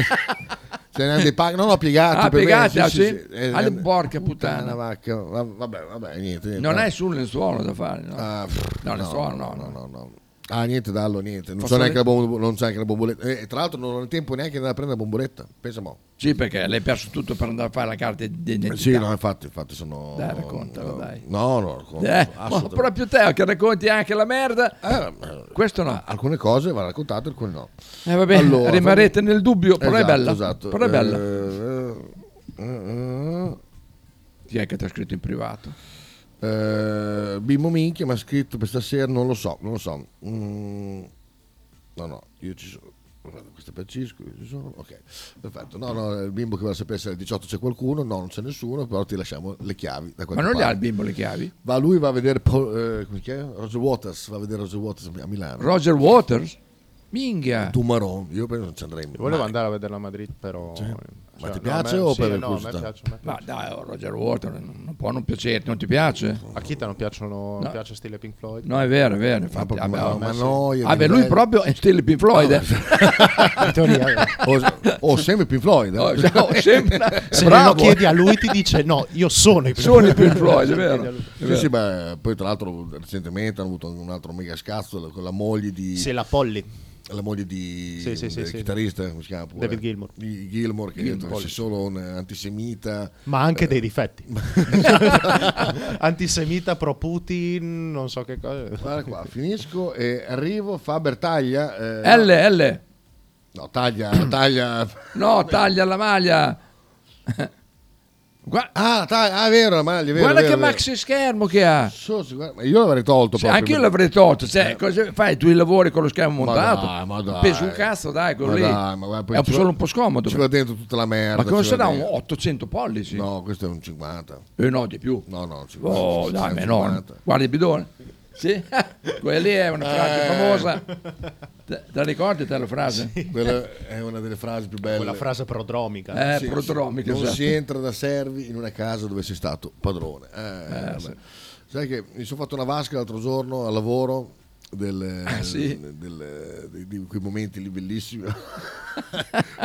Speaker 14: Ce n'hanno dei pacchi, no, no, piegati.
Speaker 15: Ah,
Speaker 14: per
Speaker 15: piegati, ah, sì?
Speaker 14: Eh,
Speaker 15: Alle
Speaker 14: eh,
Speaker 15: porca puttana.
Speaker 14: vacca. Va- Vabbè, vabbè, niente. niente.
Speaker 15: Non
Speaker 14: No.
Speaker 15: hai sul lenzuolo da fare, no?
Speaker 14: Ah, pff,
Speaker 15: no,
Speaker 14: no,
Speaker 15: lenzuolo, no,
Speaker 14: no, no, no. Ah, niente, dallo, niente. Non,
Speaker 15: Posso
Speaker 14: so neanche la
Speaker 15: dire-
Speaker 14: bombo- non c'è neanche la bomboletta. Eh, tra l'altro, non ho il tempo neanche di andare a prendere la bomboletta. Pensa mo.
Speaker 15: Sì, perché l'hai perso tutto per andare a fare la carta di identità.
Speaker 14: Sì, no, infatti, infatti sono.
Speaker 15: Dai, raccontalo, dai.
Speaker 14: No, no, racconto,
Speaker 15: Eh, ma
Speaker 14: assolutamente. Eh,
Speaker 15: proprio te che racconti anche la merda. Questo no.
Speaker 14: Ah, Alcune cose vanno raccontate, alcune no. Esatto,
Speaker 15: Eh, vabbè, rimarrete nel dubbio, però è bella, però è bella.
Speaker 14: Eh,
Speaker 15: Chi è che ti ha scritto in privato?
Speaker 14: Eh, Bimbo Minchia mi ha scritto per stasera, non lo so, non lo so. Mm, no, no, io ci sono. Guarda, Questo è per Cisco, io ci sono. Ok, perfetto. No, eh, no, il bimbo che vuole sapere se alle 18 c'è qualcuno, no, non c'è nessuno, però ti lasciamo le chiavi. Da qualche
Speaker 15: non gli ha
Speaker 14: parte.
Speaker 15: il bimbo le chiavi?
Speaker 14: Va lui, va a vedere Paul- eh, come si chiama? Roger Waters, va a vedere Roger Waters a Milano.
Speaker 15: Roger Waters? Minghia.
Speaker 14: Tu Maron, io penso non ci andrei.
Speaker 21: Volevo andare a vederla a Madrid, però. Cioè,
Speaker 14: Ma ti
Speaker 21: no,
Speaker 14: piace
Speaker 21: a me-
Speaker 14: o
Speaker 21: sì,
Speaker 14: per
Speaker 21: no, a me
Speaker 14: curiosità?
Speaker 21: piace, a me
Speaker 15: Ma
Speaker 21: piace.
Speaker 15: dai, oh, Roger Waters non non può non piacerti, non ti piace?
Speaker 21: A Kita non piacciono,
Speaker 15: No.
Speaker 21: piace stile Pink Floyd?
Speaker 15: No, è vero,
Speaker 21: [LAUGHS]
Speaker 15: è vero. Infatti,
Speaker 21: proprio-
Speaker 15: vabbè,
Speaker 21: ma-
Speaker 15: oh,
Speaker 21: ma
Speaker 15: sì.
Speaker 21: noia,
Speaker 15: Vabbè,
Speaker 21: mi
Speaker 15: lui
Speaker 21: bello.
Speaker 15: proprio è stile Pink Floyd. eh. [LAUGHS]
Speaker 21: In teoria,
Speaker 14: o, o sempre Pink Floyd. eh.
Speaker 15: Oh, [LAUGHS] no, sempre.
Speaker 21: Se
Speaker 14: Bravo,
Speaker 21: lo chiedi
Speaker 14: eh.
Speaker 21: a lui, ti dice no, io sono i Pink
Speaker 14: Sono i Pink
Speaker 15: Floyd, è vero.
Speaker 14: Sì, sì, ma poi tra l'altro recentemente hanno avuto un altro mega scazzo con la moglie di...
Speaker 21: Sì, la Polly.
Speaker 14: La moglie di...
Speaker 21: Sì, sì, sì,
Speaker 14: del
Speaker 21: sì.
Speaker 14: chitarrista, come si chiama pure?
Speaker 21: David Gilmour.
Speaker 14: Di Gilmour, che
Speaker 21: Gilmour.
Speaker 14: è detto che sei solo un antisemita.
Speaker 21: Ma anche
Speaker 14: Eh,
Speaker 21: dei
Speaker 14: [LAUGHS]
Speaker 21: difetti. Antisemita pro Putin, non so che cosa.
Speaker 14: Guarda qua, finisco e arrivo, Faber taglia... eh,
Speaker 15: L, L.
Speaker 14: No, taglia, taglia...
Speaker 15: No, taglia la maglia.
Speaker 14: ah, ta- ah, è vero, la maglia, è vero,
Speaker 15: Guarda
Speaker 14: è
Speaker 15: che
Speaker 14: vero, è vero.
Speaker 15: maxi schermo che ha.
Speaker 14: So, sì, guarda, ma Io l'avrei tolto
Speaker 15: Sì,
Speaker 14: proprio. Eh,
Speaker 15: anche io l'avrei tolto. Cioè, cosa fai? Tu i lavori con lo schermo
Speaker 14: Ma
Speaker 15: montato?
Speaker 14: dai, ma dai.
Speaker 15: Pesi un cazzo, dai, quello
Speaker 14: Ma
Speaker 15: Ecco, lì.
Speaker 14: dai, ma guarda, poi
Speaker 15: è un-
Speaker 14: ci va-
Speaker 15: solo un po' scomodo.
Speaker 14: Ci va dentro tutta la merda.
Speaker 15: ma come
Speaker 14: ci
Speaker 15: sarà
Speaker 14: va
Speaker 15: un
Speaker 14: dentro.
Speaker 15: 800 pollici?
Speaker 14: No, questo è un 50.
Speaker 15: Eh no, di più.
Speaker 14: No, no, 50.
Speaker 15: Oh, dai, ma è enorme.
Speaker 14: 50.
Speaker 15: Guarda il bidone. Sì, quella lì è una frase
Speaker 14: Eh.
Speaker 15: famosa. Te, te la ricordi te la frase?
Speaker 14: Quella è una delle frasi più belle.
Speaker 21: Quella frase prodromica.
Speaker 15: Eh, prodromica,
Speaker 14: Non
Speaker 15: esatto.
Speaker 14: si entra da servi in una casa dove sei stato padrone. Eh, vabbè.
Speaker 15: sì.
Speaker 14: Sai che mi sono fatto una vasca l'altro giorno al lavoro del-
Speaker 15: Ah, sì.
Speaker 14: del- di, di quei momenti lì bellissimi. [LAUGHS]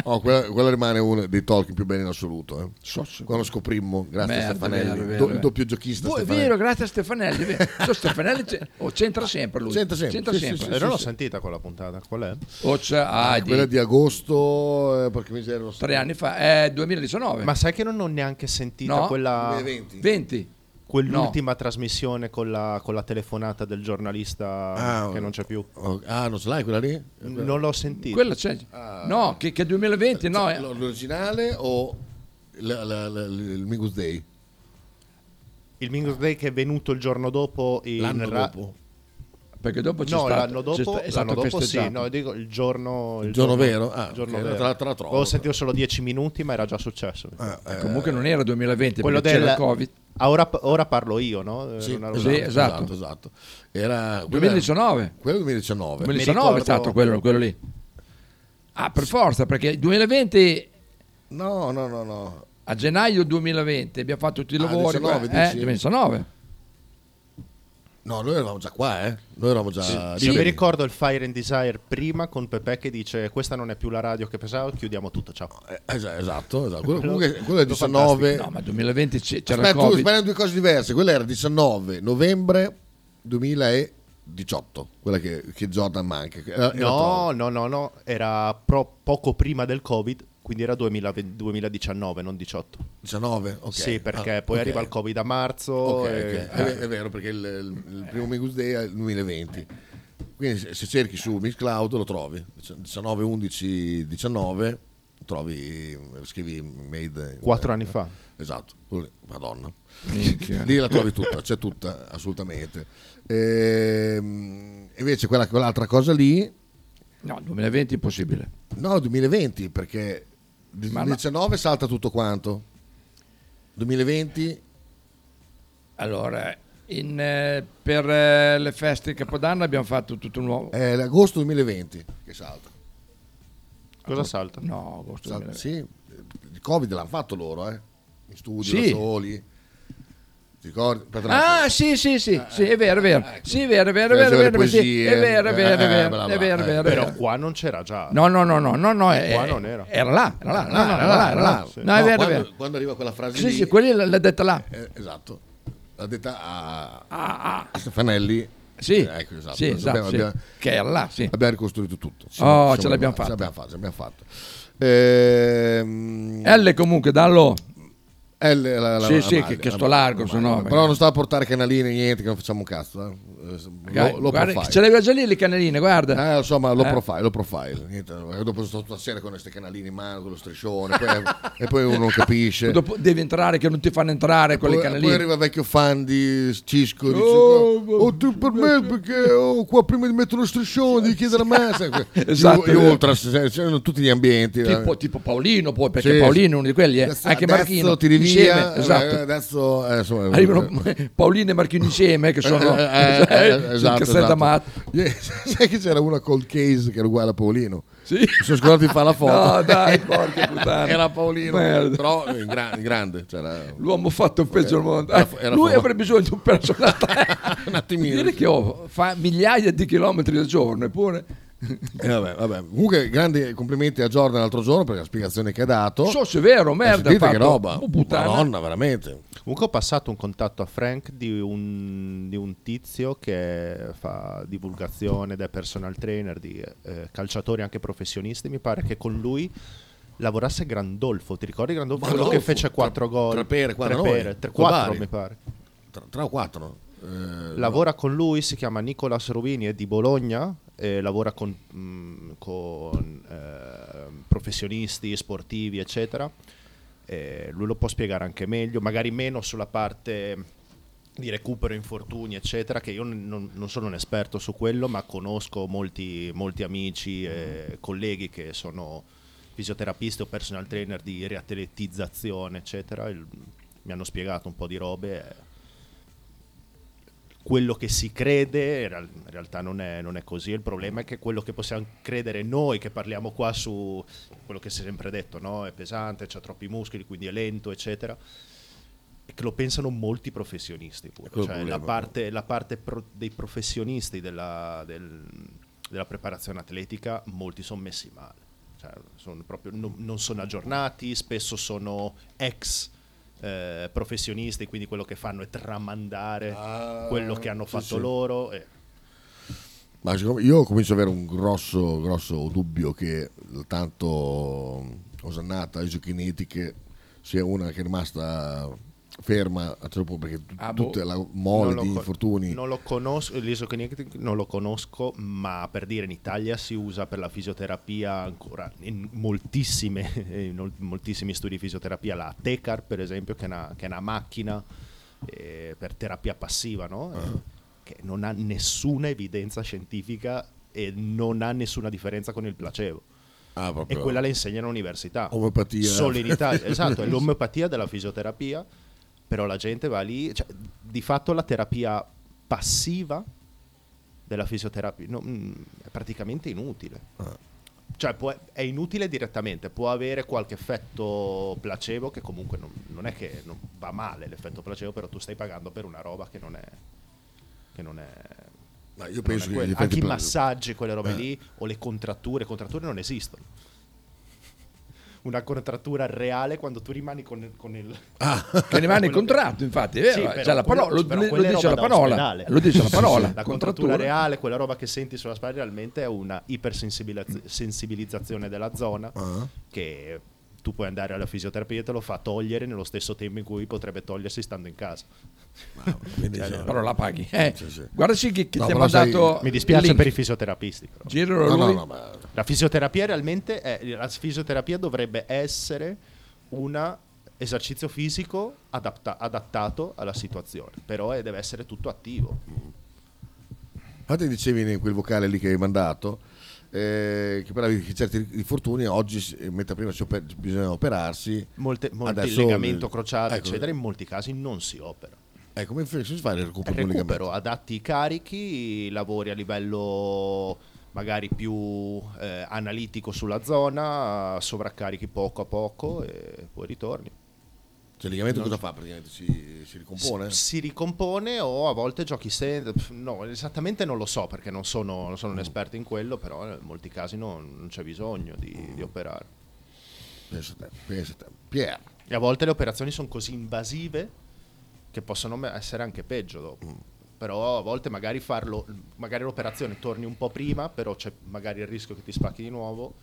Speaker 14: No, quella, quella rimane uno dei talk più belli in assoluto. eh. Quando scoprimmo, grazie
Speaker 15: Merda,
Speaker 14: a Stefanelli,
Speaker 15: vero, vero,
Speaker 14: do-
Speaker 15: vero.
Speaker 14: il doppio giochista.
Speaker 15: Voi- è
Speaker 14: Stefanelli.
Speaker 15: vero, grazie a Stefanelli. è
Speaker 14: [LAUGHS]
Speaker 15: vero. So, Stefanelli c'è- oh, c'entra sempre lui.
Speaker 14: C'entra sempre, sì, sì, sì,
Speaker 21: Eh,
Speaker 14: sì,
Speaker 21: non l'ho
Speaker 14: sì.
Speaker 21: sentita quella puntata, qual è?
Speaker 14: Ah, quella di agosto, eh, perché misero
Speaker 15: Tre anni fa, eh, 2019.
Speaker 21: Ma sai che non ho neanche sentita
Speaker 15: No?
Speaker 21: quella
Speaker 15: 2020. 20.
Speaker 21: Quell'ultima trasmissione con la, con la telefonata del giornalista
Speaker 14: Ah,
Speaker 21: che non c'è più.
Speaker 14: ah, non ce l'hai quella lì?
Speaker 21: Non l'ho sentita.
Speaker 15: Quella cioè, c'è.
Speaker 14: Ah,
Speaker 15: No, che, che 2020, no. eh.
Speaker 14: Cioè, L'originale o la- la- la- il Mingus Day?
Speaker 21: Il Mingus Day che è venuto il giorno dopo. In
Speaker 14: L'anno
Speaker 21: ra-
Speaker 14: dopo?
Speaker 15: Perché dopo c'è
Speaker 21: no,
Speaker 15: stato-
Speaker 21: l'anno dopo, eh,
Speaker 15: c'è sta- è stato
Speaker 21: l'anno dopo sì,
Speaker 15: festeggiato.
Speaker 21: no, dico il giorno,
Speaker 14: Il giorno vero? Ah,
Speaker 21: il giorno
Speaker 14: ok,
Speaker 21: vero.
Speaker 14: te la- te la trovo. Ah, eh,
Speaker 21: Ho sentito solo 10 minuti, ma era già successo.
Speaker 15: Eh, Comunque non era 2020,
Speaker 21: quello
Speaker 15: perché c'era
Speaker 21: del
Speaker 15: il Covid.
Speaker 21: Ah, ora, ora parlo io, no? Eh,
Speaker 14: Sì,
Speaker 21: una roba-
Speaker 14: esatto, esatto, esatto. Era
Speaker 15: 2019.
Speaker 14: Quello 2019.
Speaker 15: 2019 è stato quello, quello lì. Ah, per forza, perché il 2020...
Speaker 14: No, no, no, no.
Speaker 15: A gennaio 2020 abbiamo fatto tutti i
Speaker 14: Ah,
Speaker 15: lavori.
Speaker 14: 19,
Speaker 15: qua- eh,
Speaker 14: dici?
Speaker 15: 2019.
Speaker 14: No, noi eravamo già qua, eh. Noi eravamo già
Speaker 21: Sì, Io mi ricordo il Fire and Desire prima con Pepe che dice questa non è più la radio che pensavo, chiudiamo tutto, ciao.
Speaker 14: Esatto, esatto.
Speaker 21: [LAUGHS]
Speaker 14: Quello, comunque, quello è 19.
Speaker 15: No, ma 2020 c'è- c'era il
Speaker 14: Aspetta, tu
Speaker 15: Covid.
Speaker 14: sbagliano due cose diverse. Quella era 19 novembre 2018, quella che, che Jordan manca. Eh, Era- era
Speaker 21: No, no, no, no, era pro- poco prima del Covid, quindi era 2020 2019, non 18.
Speaker 14: 19, ok.
Speaker 21: Sì, perché
Speaker 14: Ah,
Speaker 21: poi
Speaker 14: ok.
Speaker 21: arriva il Covid a marzo.
Speaker 14: Ok, Eh,
Speaker 21: e- Eh,
Speaker 14: ok. È, è vero perché il, il primo Mingus Day è il 2020. Quindi se- se cerchi su Mixcloud lo trovi. 19, 11, 19 trovi, scrivi made...
Speaker 21: Quattro anni fa.
Speaker 14: Esatto, quello lì. madonna.
Speaker 15: Minchia.
Speaker 14: Lì la trovi tutta, c'è tutta, assolutamente. Ehm, invece quella, quell'altra cosa lì...
Speaker 15: No, 2020 impossibile.
Speaker 14: No, 2020 perché 2019 salta tutto quanto. 2020
Speaker 15: Allora, in, eh, per eh, le feste di Capodanno abbiamo fatto tutto un nuovo...
Speaker 14: è l'agosto 2020 che salta.
Speaker 21: Cosa salta?
Speaker 15: No, agosto
Speaker 14: Sa-
Speaker 15: 2020.
Speaker 14: sì, il Covid l'hanno fatto loro, eh? In studio,
Speaker 15: Sì.
Speaker 14: da soli. Ti ricordi? Petra-
Speaker 15: Ah, sì, sì, sì, sì, è vero, è vero. Sì, è vero, è vero, è vero,
Speaker 14: Deve
Speaker 15: è
Speaker 14: essere
Speaker 15: Eh, vero, sì,
Speaker 14: Ah, poesie.
Speaker 15: è vero, è vero, è vero,
Speaker 14: Eh, bla,
Speaker 15: è
Speaker 14: bla,
Speaker 15: vero, è
Speaker 14: eh,
Speaker 15: vero, è
Speaker 14: però
Speaker 15: vero.
Speaker 21: Qua non c'era già.
Speaker 15: No, no, no, no, no, no,
Speaker 21: Qua
Speaker 15: eh,
Speaker 21: non era.
Speaker 15: Era là, era là, no, no, era là, era là. No,
Speaker 14: No,
Speaker 15: è vero, è
Speaker 14: quando,
Speaker 15: vero.
Speaker 14: quando arriva quella frase
Speaker 15: Sì,
Speaker 14: lì,
Speaker 15: sì, quella l'ha detta là.
Speaker 14: eh, esatto, l'ha detta a, a Stefanelli.
Speaker 15: Ah, Sì,
Speaker 14: Eh, ecco, esatto.
Speaker 15: sì, esatto, sì. Che era là, sì.
Speaker 14: Abbiamo ricostruito tutto. Sì,
Speaker 15: Oh,
Speaker 14: siamo
Speaker 15: ce l'abbiamo
Speaker 14: arrivati,
Speaker 15: fatta.
Speaker 14: Ce l'abbiamo fatta, ce l'abbiamo fatta. Ehm,
Speaker 15: L comunque, dallo.
Speaker 14: L, la- la-
Speaker 15: Sì,
Speaker 14: la
Speaker 15: sì,
Speaker 14: maglia,
Speaker 15: che- che
Speaker 14: la-
Speaker 15: sto largo,
Speaker 14: la
Speaker 15: se
Speaker 14: maglia.
Speaker 15: no, eh.
Speaker 14: Però
Speaker 15: perché-
Speaker 14: non sta a portare canaline, niente, che non facciamo un cazzo. Eh.
Speaker 15: Guarda,
Speaker 14: Lo, lo
Speaker 15: guarda,
Speaker 14: profile.
Speaker 15: ce l'aveva già lì le canneline, guarda.
Speaker 14: Eh, insomma, lo
Speaker 15: Eh.
Speaker 14: profile, lo profile. Niente, perché dopo sto tutta la sera con queste canaline in mano, con lo striscione, poi- eh, e
Speaker 15: [LAUGHS]
Speaker 14: poi uno non capisce.
Speaker 15: Dopo devi entrare che non ti fanno entrare con le
Speaker 14: poi, poi
Speaker 15: canneline.
Speaker 14: arriva il vecchio fan di Cisco dice
Speaker 15: Oh, cioè."
Speaker 14: "Oh, tu per me perché oh, qua prima di mettere lo striscione devi chiedere a me sai, que-
Speaker 15: [LAUGHS] Esatto.
Speaker 14: io, io oltre se- se- in tutti gli ambienti
Speaker 15: Tipo,
Speaker 14: eh.
Speaker 15: tipo Paolino, poi perché
Speaker 14: Sì,
Speaker 15: Paolino
Speaker 14: sì.
Speaker 15: è uno di quelli, eh.
Speaker 14: Adesso-
Speaker 15: anche
Speaker 14: adesso
Speaker 15: Marchino.
Speaker 14: tiri via,
Speaker 15: insieme,
Speaker 14: eh,
Speaker 15: esatto.
Speaker 14: adesso eh, insomma,
Speaker 15: Arrivano [LAUGHS] Paolino e Marchino insieme, che sono
Speaker 14: [LAUGHS]
Speaker 15: cioè, [LAUGHS]
Speaker 14: Eh, eh, eh, esatto,
Speaker 15: sul Castel
Speaker 14: esatto. [LAUGHS]
Speaker 15: d'Amato.
Speaker 14: Ieri- sai che c'era una cold case che era uguale a Paolino
Speaker 15: Sì.
Speaker 14: mi sono scordato di
Speaker 15: [LAUGHS]
Speaker 14: fare la foto
Speaker 15: No, dai, porca puttana.
Speaker 14: [LAUGHS] era Paolino
Speaker 15: Merda.
Speaker 14: però eh, in, gra- in grande cioè, c'era
Speaker 15: L'uomo fatto peggio al mondo.
Speaker 14: Era
Speaker 15: Eh,
Speaker 14: fo- era
Speaker 15: Lui
Speaker 14: fo-
Speaker 15: avrebbe bisogno di un personaggio.
Speaker 14: [LAUGHS] un attimino
Speaker 15: Dire che oh, fa migliaia di chilometri al giorno, eppure.
Speaker 14: [LAUGHS] Eh, vabbè, vabbè. Comunque, grandi complimenti a Jordan l'altro giorno per la spiegazione che ha dato. Eh,
Speaker 15: So se è vero, merda.
Speaker 14: Dite che
Speaker 15: fatto-
Speaker 14: roba.
Speaker 15: Oh, puttana.
Speaker 14: Madonna, veramente.
Speaker 21: Comunque ho passato un contatto a Frank di un, di un tizio che fa divulgazione ed è personal trainer di eh, calciatori anche professionisti. Mi pare che con lui lavorasse Grandolfo. Ti ricordi Grandolfo? Quello che
Speaker 14: Gandolfo,
Speaker 21: fece
Speaker 14: tre-
Speaker 21: 4 gol.
Speaker 14: Tre pere, quattro.
Speaker 21: Tre
Speaker 14: noi.
Speaker 21: pere, tre-
Speaker 14: Col
Speaker 21: quattro,
Speaker 14: Bari.
Speaker 21: mi pare.
Speaker 14: Tra, tra o quattro. Eh,
Speaker 21: Lavora con lui, si chiama Nicolas Rovini, è di Bologna, e lavora con, mm, con, eh, professionisti, sportivi, eccetera. E lui lo può spiegare anche meglio, magari meno sulla parte di recupero infortuni, eccetera, che io non, non sono un esperto su quello, ma conosco molti, molti amici e colleghi che sono fisioterapisti o personal trainer di riatletizzazione, eccetera. Il- mi hanno spiegato un po' di robe. e- quello che si crede in real- in realtà non è, non è così. Il problema è che quello che possiamo credere noi, che parliamo qua su quello che si è sempre detto, no? è pesante, ha troppi muscoli, quindi è lento, eccetera. e che lo pensano molti professionisti pure.
Speaker 14: Quello
Speaker 21: Cioè,
Speaker 14: Ecco il
Speaker 21: la
Speaker 14: problema.
Speaker 21: parte, la parte pro- dei professionisti della, del- della preparazione atletica, molti sono messi male. Cioè, sono proprio- non, non sono aggiornati, spesso sono ex eh, professionisti, quindi quello che fanno è tramandare quello che hanno
Speaker 14: Ah, sì,
Speaker 21: fatto
Speaker 14: sì.
Speaker 21: loro. e-
Speaker 14: Ma siccome io comincio ad avere un grosso, grosso dubbio che la tanto osannata isokinetiche sia una che è rimasta ferma a troppo perché tutta
Speaker 21: Ah, boh.
Speaker 14: la
Speaker 21: Non
Speaker 14: mole
Speaker 21: lo
Speaker 14: di
Speaker 21: con-
Speaker 14: infortuni
Speaker 21: Non lo conosco, l'isokinetic non lo conosco, ma per dire in Italia si usa per la fisioterapia ancora in moltissime, [LAUGHS] in mol- moltissimi studi di fisioterapia, la TECAR per esempio, che è una, che è una macchina eh, per terapia passiva, no? Eh,
Speaker 14: Ah.
Speaker 21: che non ha nessuna evidenza scientifica e non ha nessuna differenza con il placebo.
Speaker 14: Ah,
Speaker 21: e quella la insegnano all'università.
Speaker 14: Omeopatia.
Speaker 21: Solo in
Speaker 14: [LAUGHS]
Speaker 21: Italia, esatto, è l'omeopatia della fisioterapia però la gente va lì, cioè, di fatto la terapia passiva della fisioterapia no, mm, è praticamente inutile.
Speaker 14: Ah.
Speaker 21: Cioè può- è inutile direttamente, può avere qualche effetto placebo che comunque non, non è che non va male l'effetto placebo, però tu stai pagando per una roba che non è... Che non è
Speaker 14: Ma
Speaker 21: non
Speaker 14: io
Speaker 21: è
Speaker 14: penso che
Speaker 21: quella.
Speaker 14: gli effetti
Speaker 21: anche i
Speaker 14: pla-
Speaker 21: massaggi, quelle robe
Speaker 14: Eh.
Speaker 21: lì, o le contratture, contratture non esistono. Una contrattura reale quando tu rimani con, [LAUGHS] con il...
Speaker 15: Ah, che rimane in
Speaker 21: Quello-
Speaker 15: contratto, infatti, è vero, eh,
Speaker 21: Sì,
Speaker 15: c'è
Speaker 21: però
Speaker 15: la
Speaker 21: quello-
Speaker 15: parola, lo,
Speaker 21: però
Speaker 15: lo
Speaker 21: quella è
Speaker 15: dice la
Speaker 21: roba da
Speaker 15: parola,
Speaker 21: ospedale.
Speaker 15: lo dice la parola,
Speaker 21: La contrattura
Speaker 15: contrattura.
Speaker 21: reale, quella roba che senti sulla spalla realmente è una ipersensibilizzazione della zona
Speaker 14: Ah.
Speaker 21: che tu puoi andare alla fisioterapia e te lo fa togliere nello stesso tempo in cui potrebbe togliersi stando in casa.
Speaker 14: quindi
Speaker 21: Cioè,
Speaker 14: sì.
Speaker 21: no.
Speaker 15: Però la paghi. Eh,
Speaker 21: Sì, sì.
Speaker 15: Guarda sì che, che
Speaker 21: No,
Speaker 15: ti ha
Speaker 21: però sai-
Speaker 15: mandato
Speaker 21: Mi dispiace
Speaker 15: link.
Speaker 21: per i fisioterapisti. però.
Speaker 15: Giro No, no, lui. no, ma-
Speaker 21: La fisioterapia realmente è, la fisioterapia dovrebbe essere un esercizio fisico adatta- adattato alla situazione, però eh, deve essere tutto attivo.
Speaker 14: Infatti dicevi in quel vocale lì che hai mandato, eh, che parlavi che certi infortuni oggi, si- eh, mentre prima si oper- bisogna operarsi,
Speaker 21: Molte, molti
Speaker 14: adesso-
Speaker 21: legamento crociato,
Speaker 14: ecco,
Speaker 21: eccetera, in molti casi non si opera.
Speaker 14: Ecco, come f- si fa il recupero di un
Speaker 21: Recupero,
Speaker 14: legamento?
Speaker 21: adatti i carichi, lavori a livello magari più eh, analitico sulla zona, sovraccarichi poco a poco e poi ritorni.
Speaker 14: Cioè, il legamento
Speaker 21: Non
Speaker 14: cosa
Speaker 21: so.
Speaker 14: fa praticamente? Si, si ricompone?
Speaker 21: Si, si ricompone o a volte giochi senza... No, esattamente non lo so perché non sono, non
Speaker 14: Mm.
Speaker 21: sono un esperto in quello, però in molti casi non, non c'è bisogno di, di operare.
Speaker 14: Pensa te, pensa te. Pier.
Speaker 21: E a volte le operazioni sono così invasive che possono me- essere anche peggio dopo. Però a volte magari farlo, magari l'operazione torni un po' prima, però c'è magari il rischio che ti spacchi di nuovo,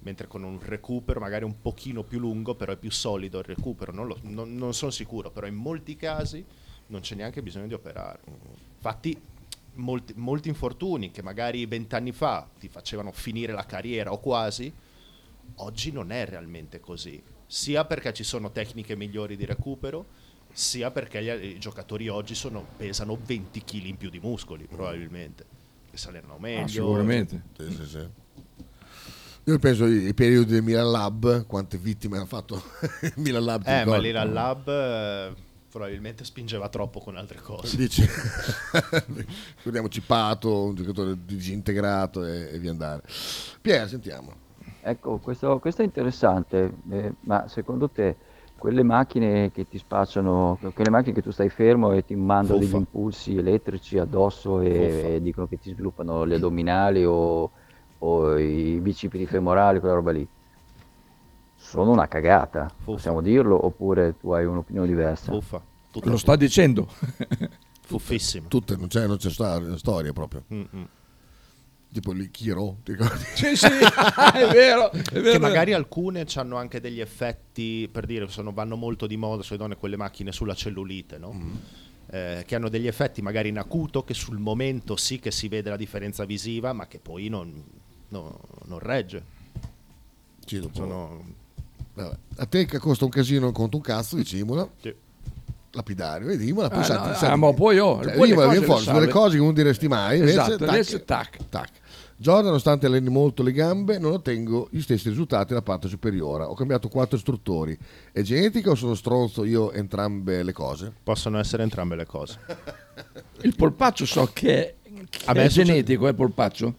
Speaker 21: mentre con un recupero magari un pochino più lungo, però è più solido il recupero, non, lo- non- non sono sicuro, però in molti casi non c'è neanche bisogno di operare. Infatti molti, molti infortuni che magari vent'anni fa ti facevano finire la carriera o quasi, oggi non è realmente così, sia perché ci sono tecniche migliori di recupero, sia perché gli- i giocatori oggi sono- pesano 20 kg in più di muscoli, probabilmente, e salerno meglio.
Speaker 15: Ah, sicuramente.
Speaker 14: Sì, sì, sì. Io penso ai ai periodi del Milan Lab, quante vittime ha fatto [LAUGHS]
Speaker 21: [LAUGHS]
Speaker 14: il Milan Lab. ti
Speaker 21: Eh, ma
Speaker 14: ricordi?
Speaker 21: lì la lab eh, probabilmente spingeva troppo con altre cose. [LAUGHS]
Speaker 14: Dici, [LAUGHS] ricordiamoci Pato, un giocatore disintegrato e, e via andare. Pier, sentiamo.
Speaker 23: Ecco, questo, questo è interessante, eh, ma secondo te quelle macchine che ti spacciano, quelle macchine che tu stai fermo e ti mandano degli
Speaker 21: Fuffa.
Speaker 23: impulsi elettrici addosso e, e dicono che ti sviluppano le addominali o, o i bicipiti femorali, quella roba lì, sono una cagata, possiamo dirlo, oppure tu hai un'opinione diversa?
Speaker 15: Lo sta dicendo.
Speaker 21: Fuffissimo.
Speaker 14: Tutte, non c'è, non c'è sta- eh, storia proprio.
Speaker 21: Mm-mm.
Speaker 14: Tipo lì Chiro, ti
Speaker 15: [LAUGHS]
Speaker 14: ricordi?
Speaker 21: Ah, Che magari alcune hanno anche degli effetti, per dire, sono- vanno molto di moda sulle donne quelle macchine sulla cellulite, no? Eh, che hanno degli effetti magari in acuto, che sul momento sì che si vede la differenza visiva, ma che poi non, no- non regge. Sono-
Speaker 14: Vabbè. A te che costa un casino non conta un cazzo, dici Imola. Lapidario, vedi Imola, poi
Speaker 15: Ah,
Speaker 14: salti-
Speaker 15: no,
Speaker 14: salti-
Speaker 15: ah, ma poi, oh,
Speaker 14: Cioè,
Speaker 15: poi le
Speaker 14: Imola
Speaker 15: cose
Speaker 14: viene
Speaker 15: le
Speaker 14: fuori su
Speaker 15: salve.
Speaker 14: delle cose che non diresti mai, Ah, invece,
Speaker 15: Esatto,
Speaker 14: tac,
Speaker 15: adesso tac.
Speaker 14: tac. Jordan, nonostante alleni molto le gambe, non ottengo gli stessi risultati nella parte superiore. Ho cambiato quattro istruttori. È genetica o sono stronzo io entrambe le cose?
Speaker 21: Possono essere entrambe le cose.
Speaker 15: [LAUGHS] Il polpaccio so che, che
Speaker 21: A me
Speaker 15: è
Speaker 21: è successo-
Speaker 15: genetico, è il polpaccio.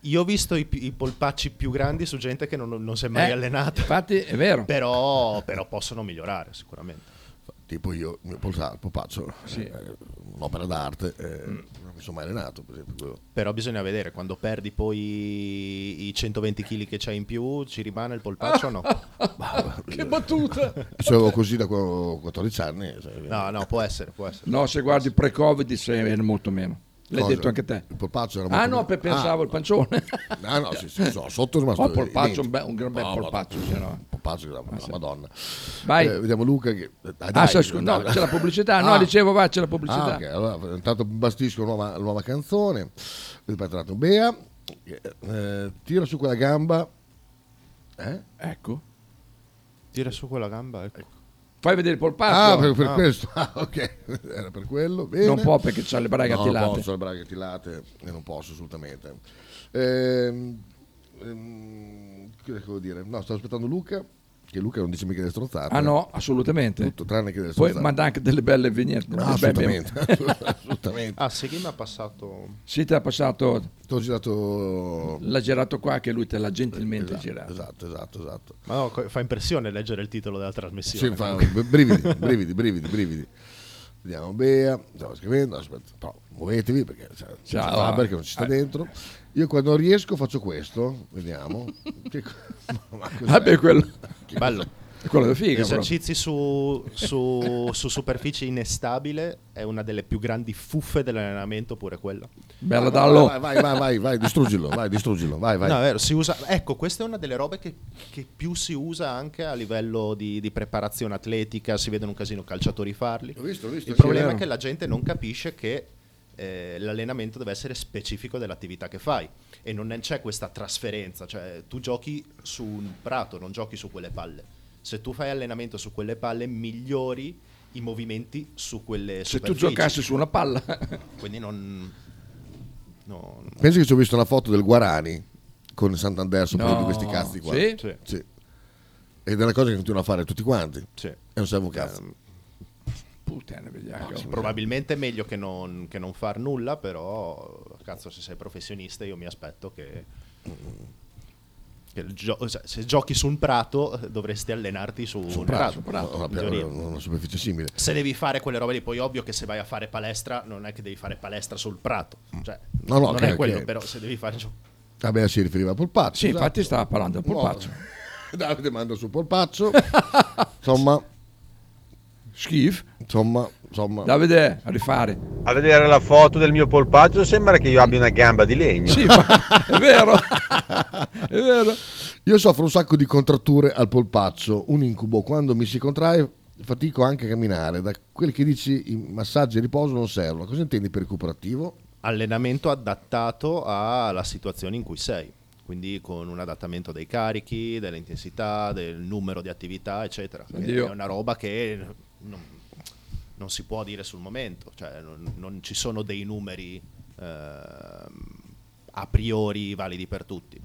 Speaker 21: Io ho visto i, pi- i polpacci più grandi su gente che non, non si è mai
Speaker 15: Eh,
Speaker 21: allenata.
Speaker 15: Infatti è vero.
Speaker 21: Però, però possono migliorare sicuramente.
Speaker 14: Tipo io, il mio polsa- polpaccio, eh, un'opera d'arte, eh, non mi sono mai allenato, per esempio. quello.
Speaker 21: Però bisogna vedere, quando perdi poi i 120 kg che c'hai in più, ci rimane il polpaccio o
Speaker 15: [LAUGHS]
Speaker 21: no?
Speaker 15: che battuta!
Speaker 14: Ce l'avevo così da quando ho 14 anni. eh, sai.
Speaker 21: No, no, può essere, può essere.
Speaker 15: No, se guardi pre-Covid sei molto meno. L'hai
Speaker 14: Cosa?
Speaker 15: detto anche te.
Speaker 14: Il polpaccio era
Speaker 15: Ah
Speaker 14: molto
Speaker 15: no,
Speaker 14: meno.
Speaker 15: pe- pensavo
Speaker 14: Ah.
Speaker 15: il pancione.
Speaker 14: Ah, no, sì, sì, so, sotto è rimasto.
Speaker 15: Oh, polpaccio,
Speaker 14: dentro.
Speaker 15: un, bel- un gran bel
Speaker 14: Oh,
Speaker 15: polpaccio. se
Speaker 14: madonna.
Speaker 15: no.
Speaker 14: Polpaccio, la, la madonna.
Speaker 15: Ah, Vai.
Speaker 14: Eh, vediamo Luca che... eh, dai,
Speaker 15: Ah,
Speaker 14: dai,
Speaker 15: scusa, no,
Speaker 14: dai.
Speaker 15: c'è la pubblicità. No,
Speaker 14: Ah.
Speaker 15: dicevo, va, c'è la pubblicità.
Speaker 14: Ah, ok, allora, intanto bastisco nuova, nuova canzone. Ripetrato Bea, eh, tira su quella gamba. Eh?
Speaker 15: Ecco.
Speaker 21: Tira su quella gamba, ecco.
Speaker 15: Fai vedere il polpaccio.
Speaker 14: Ah, per, per questo. [LAUGHS] Ah, ok, era per quello. bene.
Speaker 15: Non può perché c'ha le braghe
Speaker 14: No,
Speaker 15: attilate.
Speaker 14: Non posso, le braghe attilate, e non posso assolutamente. Ehm, ehm, che devo dire? No, stavo aspettando Luca, che Luca non dice mica delle strozzate.
Speaker 15: Ah no, assolutamente.
Speaker 14: Tutto tranne che delle
Speaker 15: Poi
Speaker 14: strozzate.
Speaker 15: manda anche delle belle vignette.
Speaker 14: Ah,
Speaker 15: Delle belle- [LAUGHS]
Speaker 14: assolutamente. assolutamente.
Speaker 21: Ah, sì, chi mi ha passato...
Speaker 15: Sì, ti ha passato...
Speaker 14: Ti ho girato...
Speaker 15: L'ha girato qua che lui te l'ha gentilmente
Speaker 21: Esatto,
Speaker 15: girato.
Speaker 14: Esatto, esatto, esatto.
Speaker 21: Ma no, co- fa impressione leggere il titolo della trasmissione.
Speaker 14: Sì, fa- brividi, brividi, brividi, brividi. Vediamo Bea, stavo scrivendo, aspetta, però muovetevi perché c'è, c'è
Speaker 15: Ciao.
Speaker 14: Faber che non ci sta
Speaker 15: Eh.
Speaker 14: dentro. Io quando riesco faccio questo, vediamo.
Speaker 15: [LAUGHS]
Speaker 14: che, co- ma cos'è?
Speaker 15: Vabbè, quello...
Speaker 14: Che
Speaker 21: Bello.
Speaker 14: cos'è?
Speaker 21: Esercizi su, su, su superficie inestabile è una delle più grandi fuffe dell'allenamento, pure quella.
Speaker 14: Vai, Vai, vai, vai, vai, vai, distruggilo, vai, distruggilo, vai, vai.
Speaker 21: No, è vero, si usa, ecco, questa è una delle robe che, che più si usa anche a livello di, di preparazione atletica, si vedono un casino calciatori farli.
Speaker 14: Ho visto, ho visto,
Speaker 21: Il
Speaker 14: sì, è
Speaker 21: problema è,
Speaker 14: vero.
Speaker 21: che la gente non capisce che eh, l'allenamento deve essere specifico dell'attività che fai e non è- c'è questa trasferenza, cioè tu giochi su un prato, non giochi su quelle palle. Se tu fai allenamento su quelle palle migliori i movimenti su quelle
Speaker 15: Se tu
Speaker 21: superfici.
Speaker 15: giocassi su una palla.
Speaker 21: Quindi non... no,
Speaker 14: Pensi che ci ho visto una foto del Guarani con il Santander sopra
Speaker 15: No.
Speaker 14: di questi cazzi qua.
Speaker 15: Sì?
Speaker 21: Sì.
Speaker 14: Ed è una cosa che continuano a fare tutti quanti.
Speaker 21: Sì.
Speaker 14: E non serve un cazzo. eh,
Speaker 15: Puttana, vediamo.
Speaker 14: Cioè.
Speaker 21: Sì, probabilmente è meglio che non, che non far nulla, però cazzo, se sei professionista io mi aspetto che, che il gio- cioè, se- se giochi su un prato eh, dovresti allenarti su, un prato,
Speaker 14: Prato,
Speaker 21: in
Speaker 14: prato, una-
Speaker 21: teoria.
Speaker 14: una- una superficie simile.
Speaker 21: Se devi fare quelle robe lì, poi ovvio che se vai a fare palestra non è che devi fare palestra sul prato, cioè,
Speaker 14: Mm. No, no,
Speaker 21: non
Speaker 14: ok,
Speaker 21: è quello,
Speaker 14: ok.
Speaker 21: però se devi fare gio-
Speaker 14: Vabbè, Ah, si riferiva al polpaccio.
Speaker 15: Sì, infatti stava parlando del
Speaker 14: No.
Speaker 15: polpaccio.
Speaker 14: [LAUGHS] Davide manda sul polpaccio. [LAUGHS] insomma,
Speaker 15: schif.
Speaker 14: Insomma, insomma.
Speaker 15: Davide, a rifare.
Speaker 7: A vedere la foto del mio polpaccio sembra che io abbia una gamba di legno. [LAUGHS]
Speaker 15: Sì, ma è vero. È vero.
Speaker 14: Io soffro un sacco di contratture al polpaccio, un incubo. Quando mi si contrae, fatico anche a camminare. Da quel che dici, i massaggi e riposo non servono. Cosa intendi per recuperativo?
Speaker 21: allenamento adattato alla situazione in cui sei. Quindi con un adattamento dei carichi, delle intensità, del numero di attività, eccetera. Quindi
Speaker 15: Oddio.
Speaker 21: È una roba che non, non si può dire sul momento, cioè non, non ci sono dei numeri ehm, a priori validi per tutti.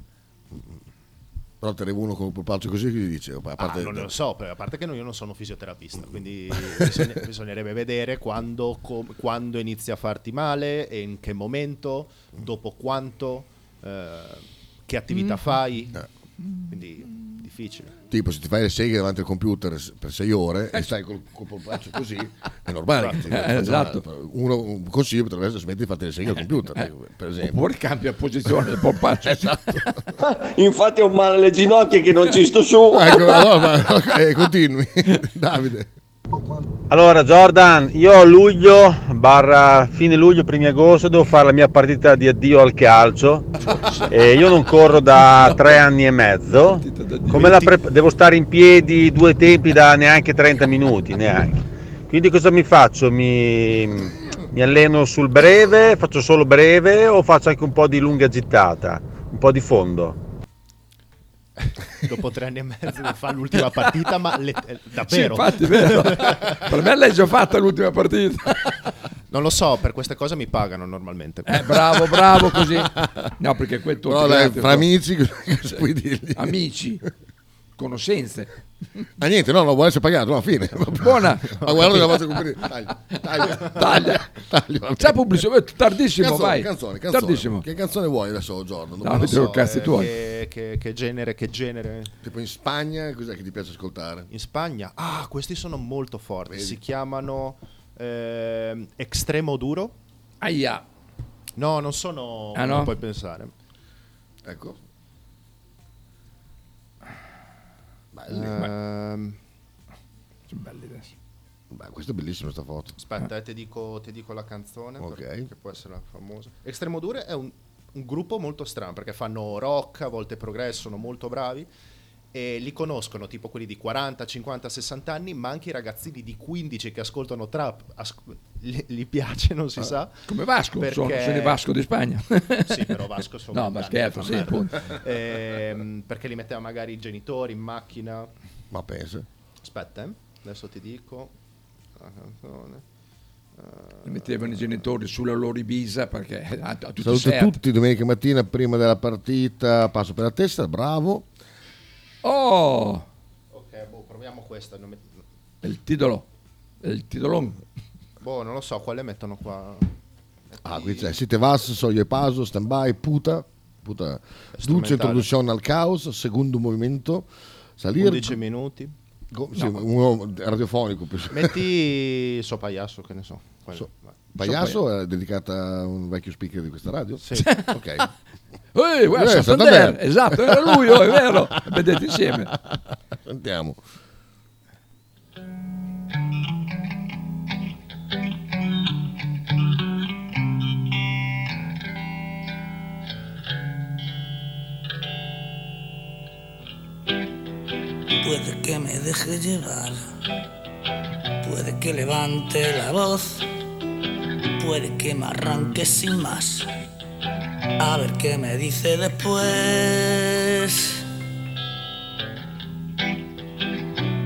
Speaker 14: Però te ne uno con un polpaccio così che gli dice? A parte-
Speaker 21: Ah, non lo so, per- a parte che no, io non sono fisioterapista,
Speaker 14: [LAUGHS]
Speaker 21: quindi bisogna- bisognerebbe vedere quando, com- quando inizia a farti male, e in che momento, dopo quanto, eh, che attività
Speaker 14: Mm.
Speaker 21: fai. Quindi difficile.
Speaker 14: Tipo, se ti fai le seghe davanti al computer s- per sei ore e stai col, col polpaccio così, è normale. che ti-
Speaker 15: Eh, esatto. Eh.
Speaker 14: Uno, un consiglio potrebbe essere smetti di farti le seghe al computer, dico, per esempio. Esatto.
Speaker 15: Oppure cambia posizione del
Speaker 14: [LAUGHS]
Speaker 15: polpaccio.
Speaker 6: [LAUGHS] Infatti ho un male alle ginocchia che non ci sto su.
Speaker 14: [LAUGHS] Ecco, allora,
Speaker 6: [LAUGHS]
Speaker 14: ma- ok, continui, [LAUGHS] Davide.
Speaker 7: Allora Jordan, io a luglio, barra fine luglio, primi agosto devo fare la mia partita di addio al calcio e io non corro da tre anni e mezzo, come la pre- devo stare in piedi due tempi da neanche 30 minuti, neanche. Quindi cosa mi faccio? Mi, mi alleno sul breve, faccio solo breve o faccio anche un po' di lunga gittata, un po' di fondo?
Speaker 21: [LAUGHS] Dopo tre anni e mezzo di fare l'ultima partita, ma le- eh,
Speaker 15: Sì,
Speaker 21: davvero.
Speaker 15: infatti,
Speaker 21: [LAUGHS]
Speaker 15: è vero. per me l'hai già fatta l'ultima partita.
Speaker 21: Non lo so, per queste cose mi pagano normalmente.
Speaker 15: Eh, bravo,
Speaker 21: [LAUGHS]
Speaker 15: bravo, così. No, perché quel tuo
Speaker 14: Però, dai,
Speaker 15: cliente-
Speaker 14: fra amici, cosa puoi dirgli?
Speaker 15: Amici. conoscenze.
Speaker 14: Ah, niente, no, non vuole essere pagato, no, fine.
Speaker 15: Eh, Buona.
Speaker 14: [LAUGHS] Ma guardate la vostra compagnia. Taglia, taglia,
Speaker 15: [LAUGHS] Taglia. C'è pubblicità, tardissimo,
Speaker 14: canzone,
Speaker 15: vai.
Speaker 14: Canzone, canzone.
Speaker 15: Tardissimo.
Speaker 14: Che canzone vuoi adesso, Giorno?
Speaker 15: No, vedo cazzi tuoi.
Speaker 21: eh, Che, che- che genere, che genere?
Speaker 14: Tipo in Spagna, cos'è che ti piace ascoltare?
Speaker 21: In Spagna? Ah, questi sono molto forti. Si chiamano ehm, Extremo Duro.
Speaker 15: Aia.
Speaker 21: No, non sono...
Speaker 15: Ah, no?
Speaker 21: Non puoi pensare.
Speaker 14: Ecco.
Speaker 21: Ehm,
Speaker 15: Sono belli adesso.
Speaker 14: Beh, questo è bellissimo, sta foto.
Speaker 21: Aspetta, eh, ti, dico, ti dico la canzone
Speaker 14: Ok.
Speaker 21: per- Certo, che può essere la famosa. Extremo Dure è un, un gruppo molto strano perché fanno rock, a volte progresso, sono molto bravi e li conoscono tipo quelli di 40, 50, 60 anni, ma anche i ragazzini di 15 che ascoltano trap as- li, li piace, non si
Speaker 15: Ah,
Speaker 21: sa.
Speaker 15: come Vasco, sono- sono i Vasco di Spagna.
Speaker 21: sì, però Vasco sono
Speaker 15: [LAUGHS] No, ma
Speaker 21: vent'anni
Speaker 15: scherzo,
Speaker 21: che fa
Speaker 15: sì,
Speaker 21: merda. [LAUGHS]
Speaker 15: appunto.
Speaker 21: Ehm, perché li metteva magari i genitori in macchina.
Speaker 14: Ma pensa.
Speaker 21: Aspetta, eh, adesso ti dico Ah, la canzone. ah.
Speaker 15: Li Mettevano i genitori sulla loro Ibiza perché eh, a tutti
Speaker 14: Saluto
Speaker 15: serve.
Speaker 14: tutti domenica mattina prima della partita. Passo per la testa, bravo.
Speaker 15: Oh,
Speaker 21: Ok, boh, proviamo questa. non mi-
Speaker 15: il titolo. Il titolone.
Speaker 21: Boh, non lo so, quale mettono qua?
Speaker 14: Ah, qui c'è Siete Vas, Soglio e Paso, Stand By, Puta. Puta. Dulce introduzione al caos, secondo movimento. Salire.
Speaker 21: 11 minuti.
Speaker 14: Go- sì, uno radiofonico. penso. [LAUGHS]
Speaker 21: Metti so pagliasso, che ne so. quello.
Speaker 14: So-
Speaker 21: Vai.
Speaker 14: Pagliasso è dedicata a un vecchio speaker di questa radio?
Speaker 21: Sì. [LAUGHS]
Speaker 14: ok.
Speaker 15: Ehi, guarda,
Speaker 14: Eh,
Speaker 15: Santander,
Speaker 14: Santander.
Speaker 15: esatto, era lui, oh, è vero. Vedete insieme.
Speaker 14: Sentiamo.
Speaker 9: Puede que me deje llevar, puede que levante la voz, puede que me arranque sin más. A ver qué me dice después.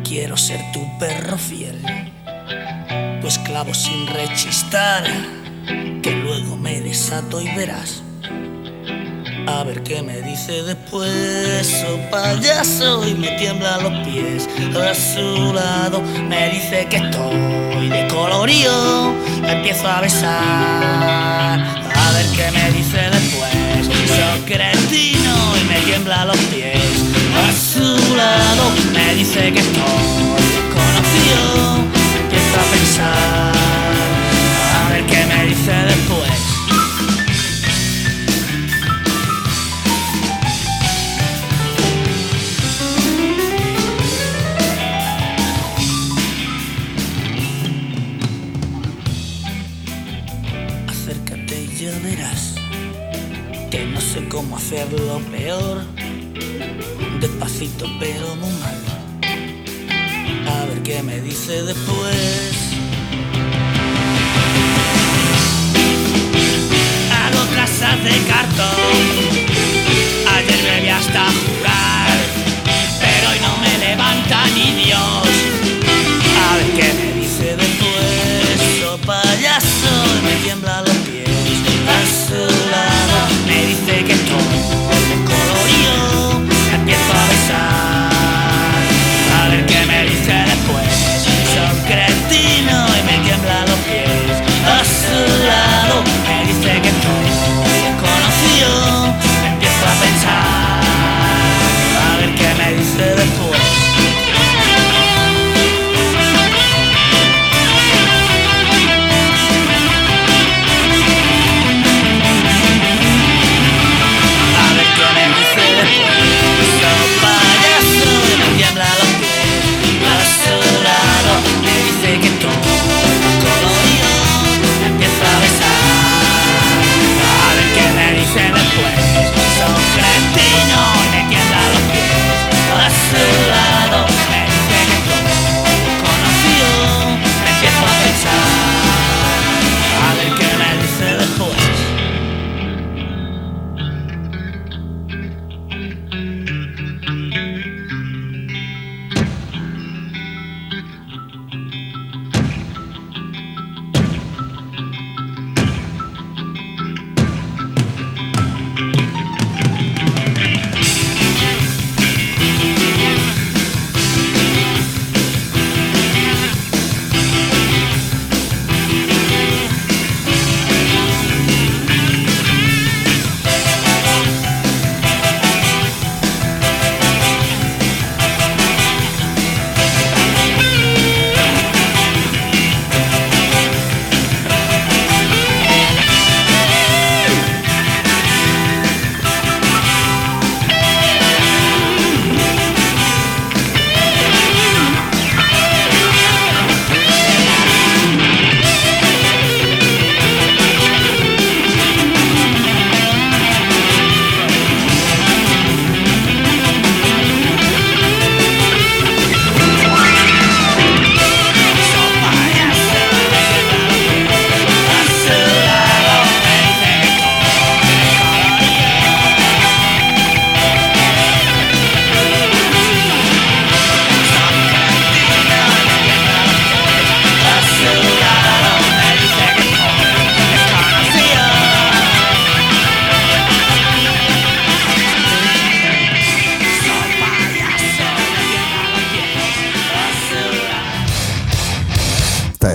Speaker 9: Quiero ser tu perro fiel, tu esclavo sin rechistar, que luego me desato y verás. A ver qué me dice después, oh payaso, y me tiembla los pies. A su lado me dice que estoy de colorío, me empiezo a besar. A ver qué me dice después, soy cretino y me tiembla los pies. A su lado me dice que estoy desconocido, me empiezo a pensar. A ver qué me dice después. Acércate y ya verás que no sé cómo hacerlo peor. Despacito pero muy mal. A ver qué me dice después. Hago trazas de cartón. Ayer bebí hasta jugar, pero hoy no me levanta ni Dios. A ver qué me dice después, oh payaso, y me tiembla los pies. A su lado me dice que estoy colorido, me empiezo a besar. A ver qué me dice después, soy cretino y me tiembla los pies. A su lado me dice que estoy desconocido, me empiezo a pensar.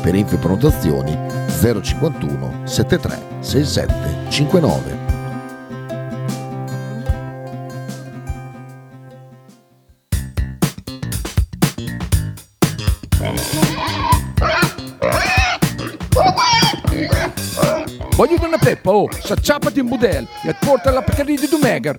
Speaker 14: Per info e prenotazioni 051 73 67 59.
Speaker 15: Voglio una peppa, oh, s'acciappati in budel e porta la Pcaridi di Dumegar.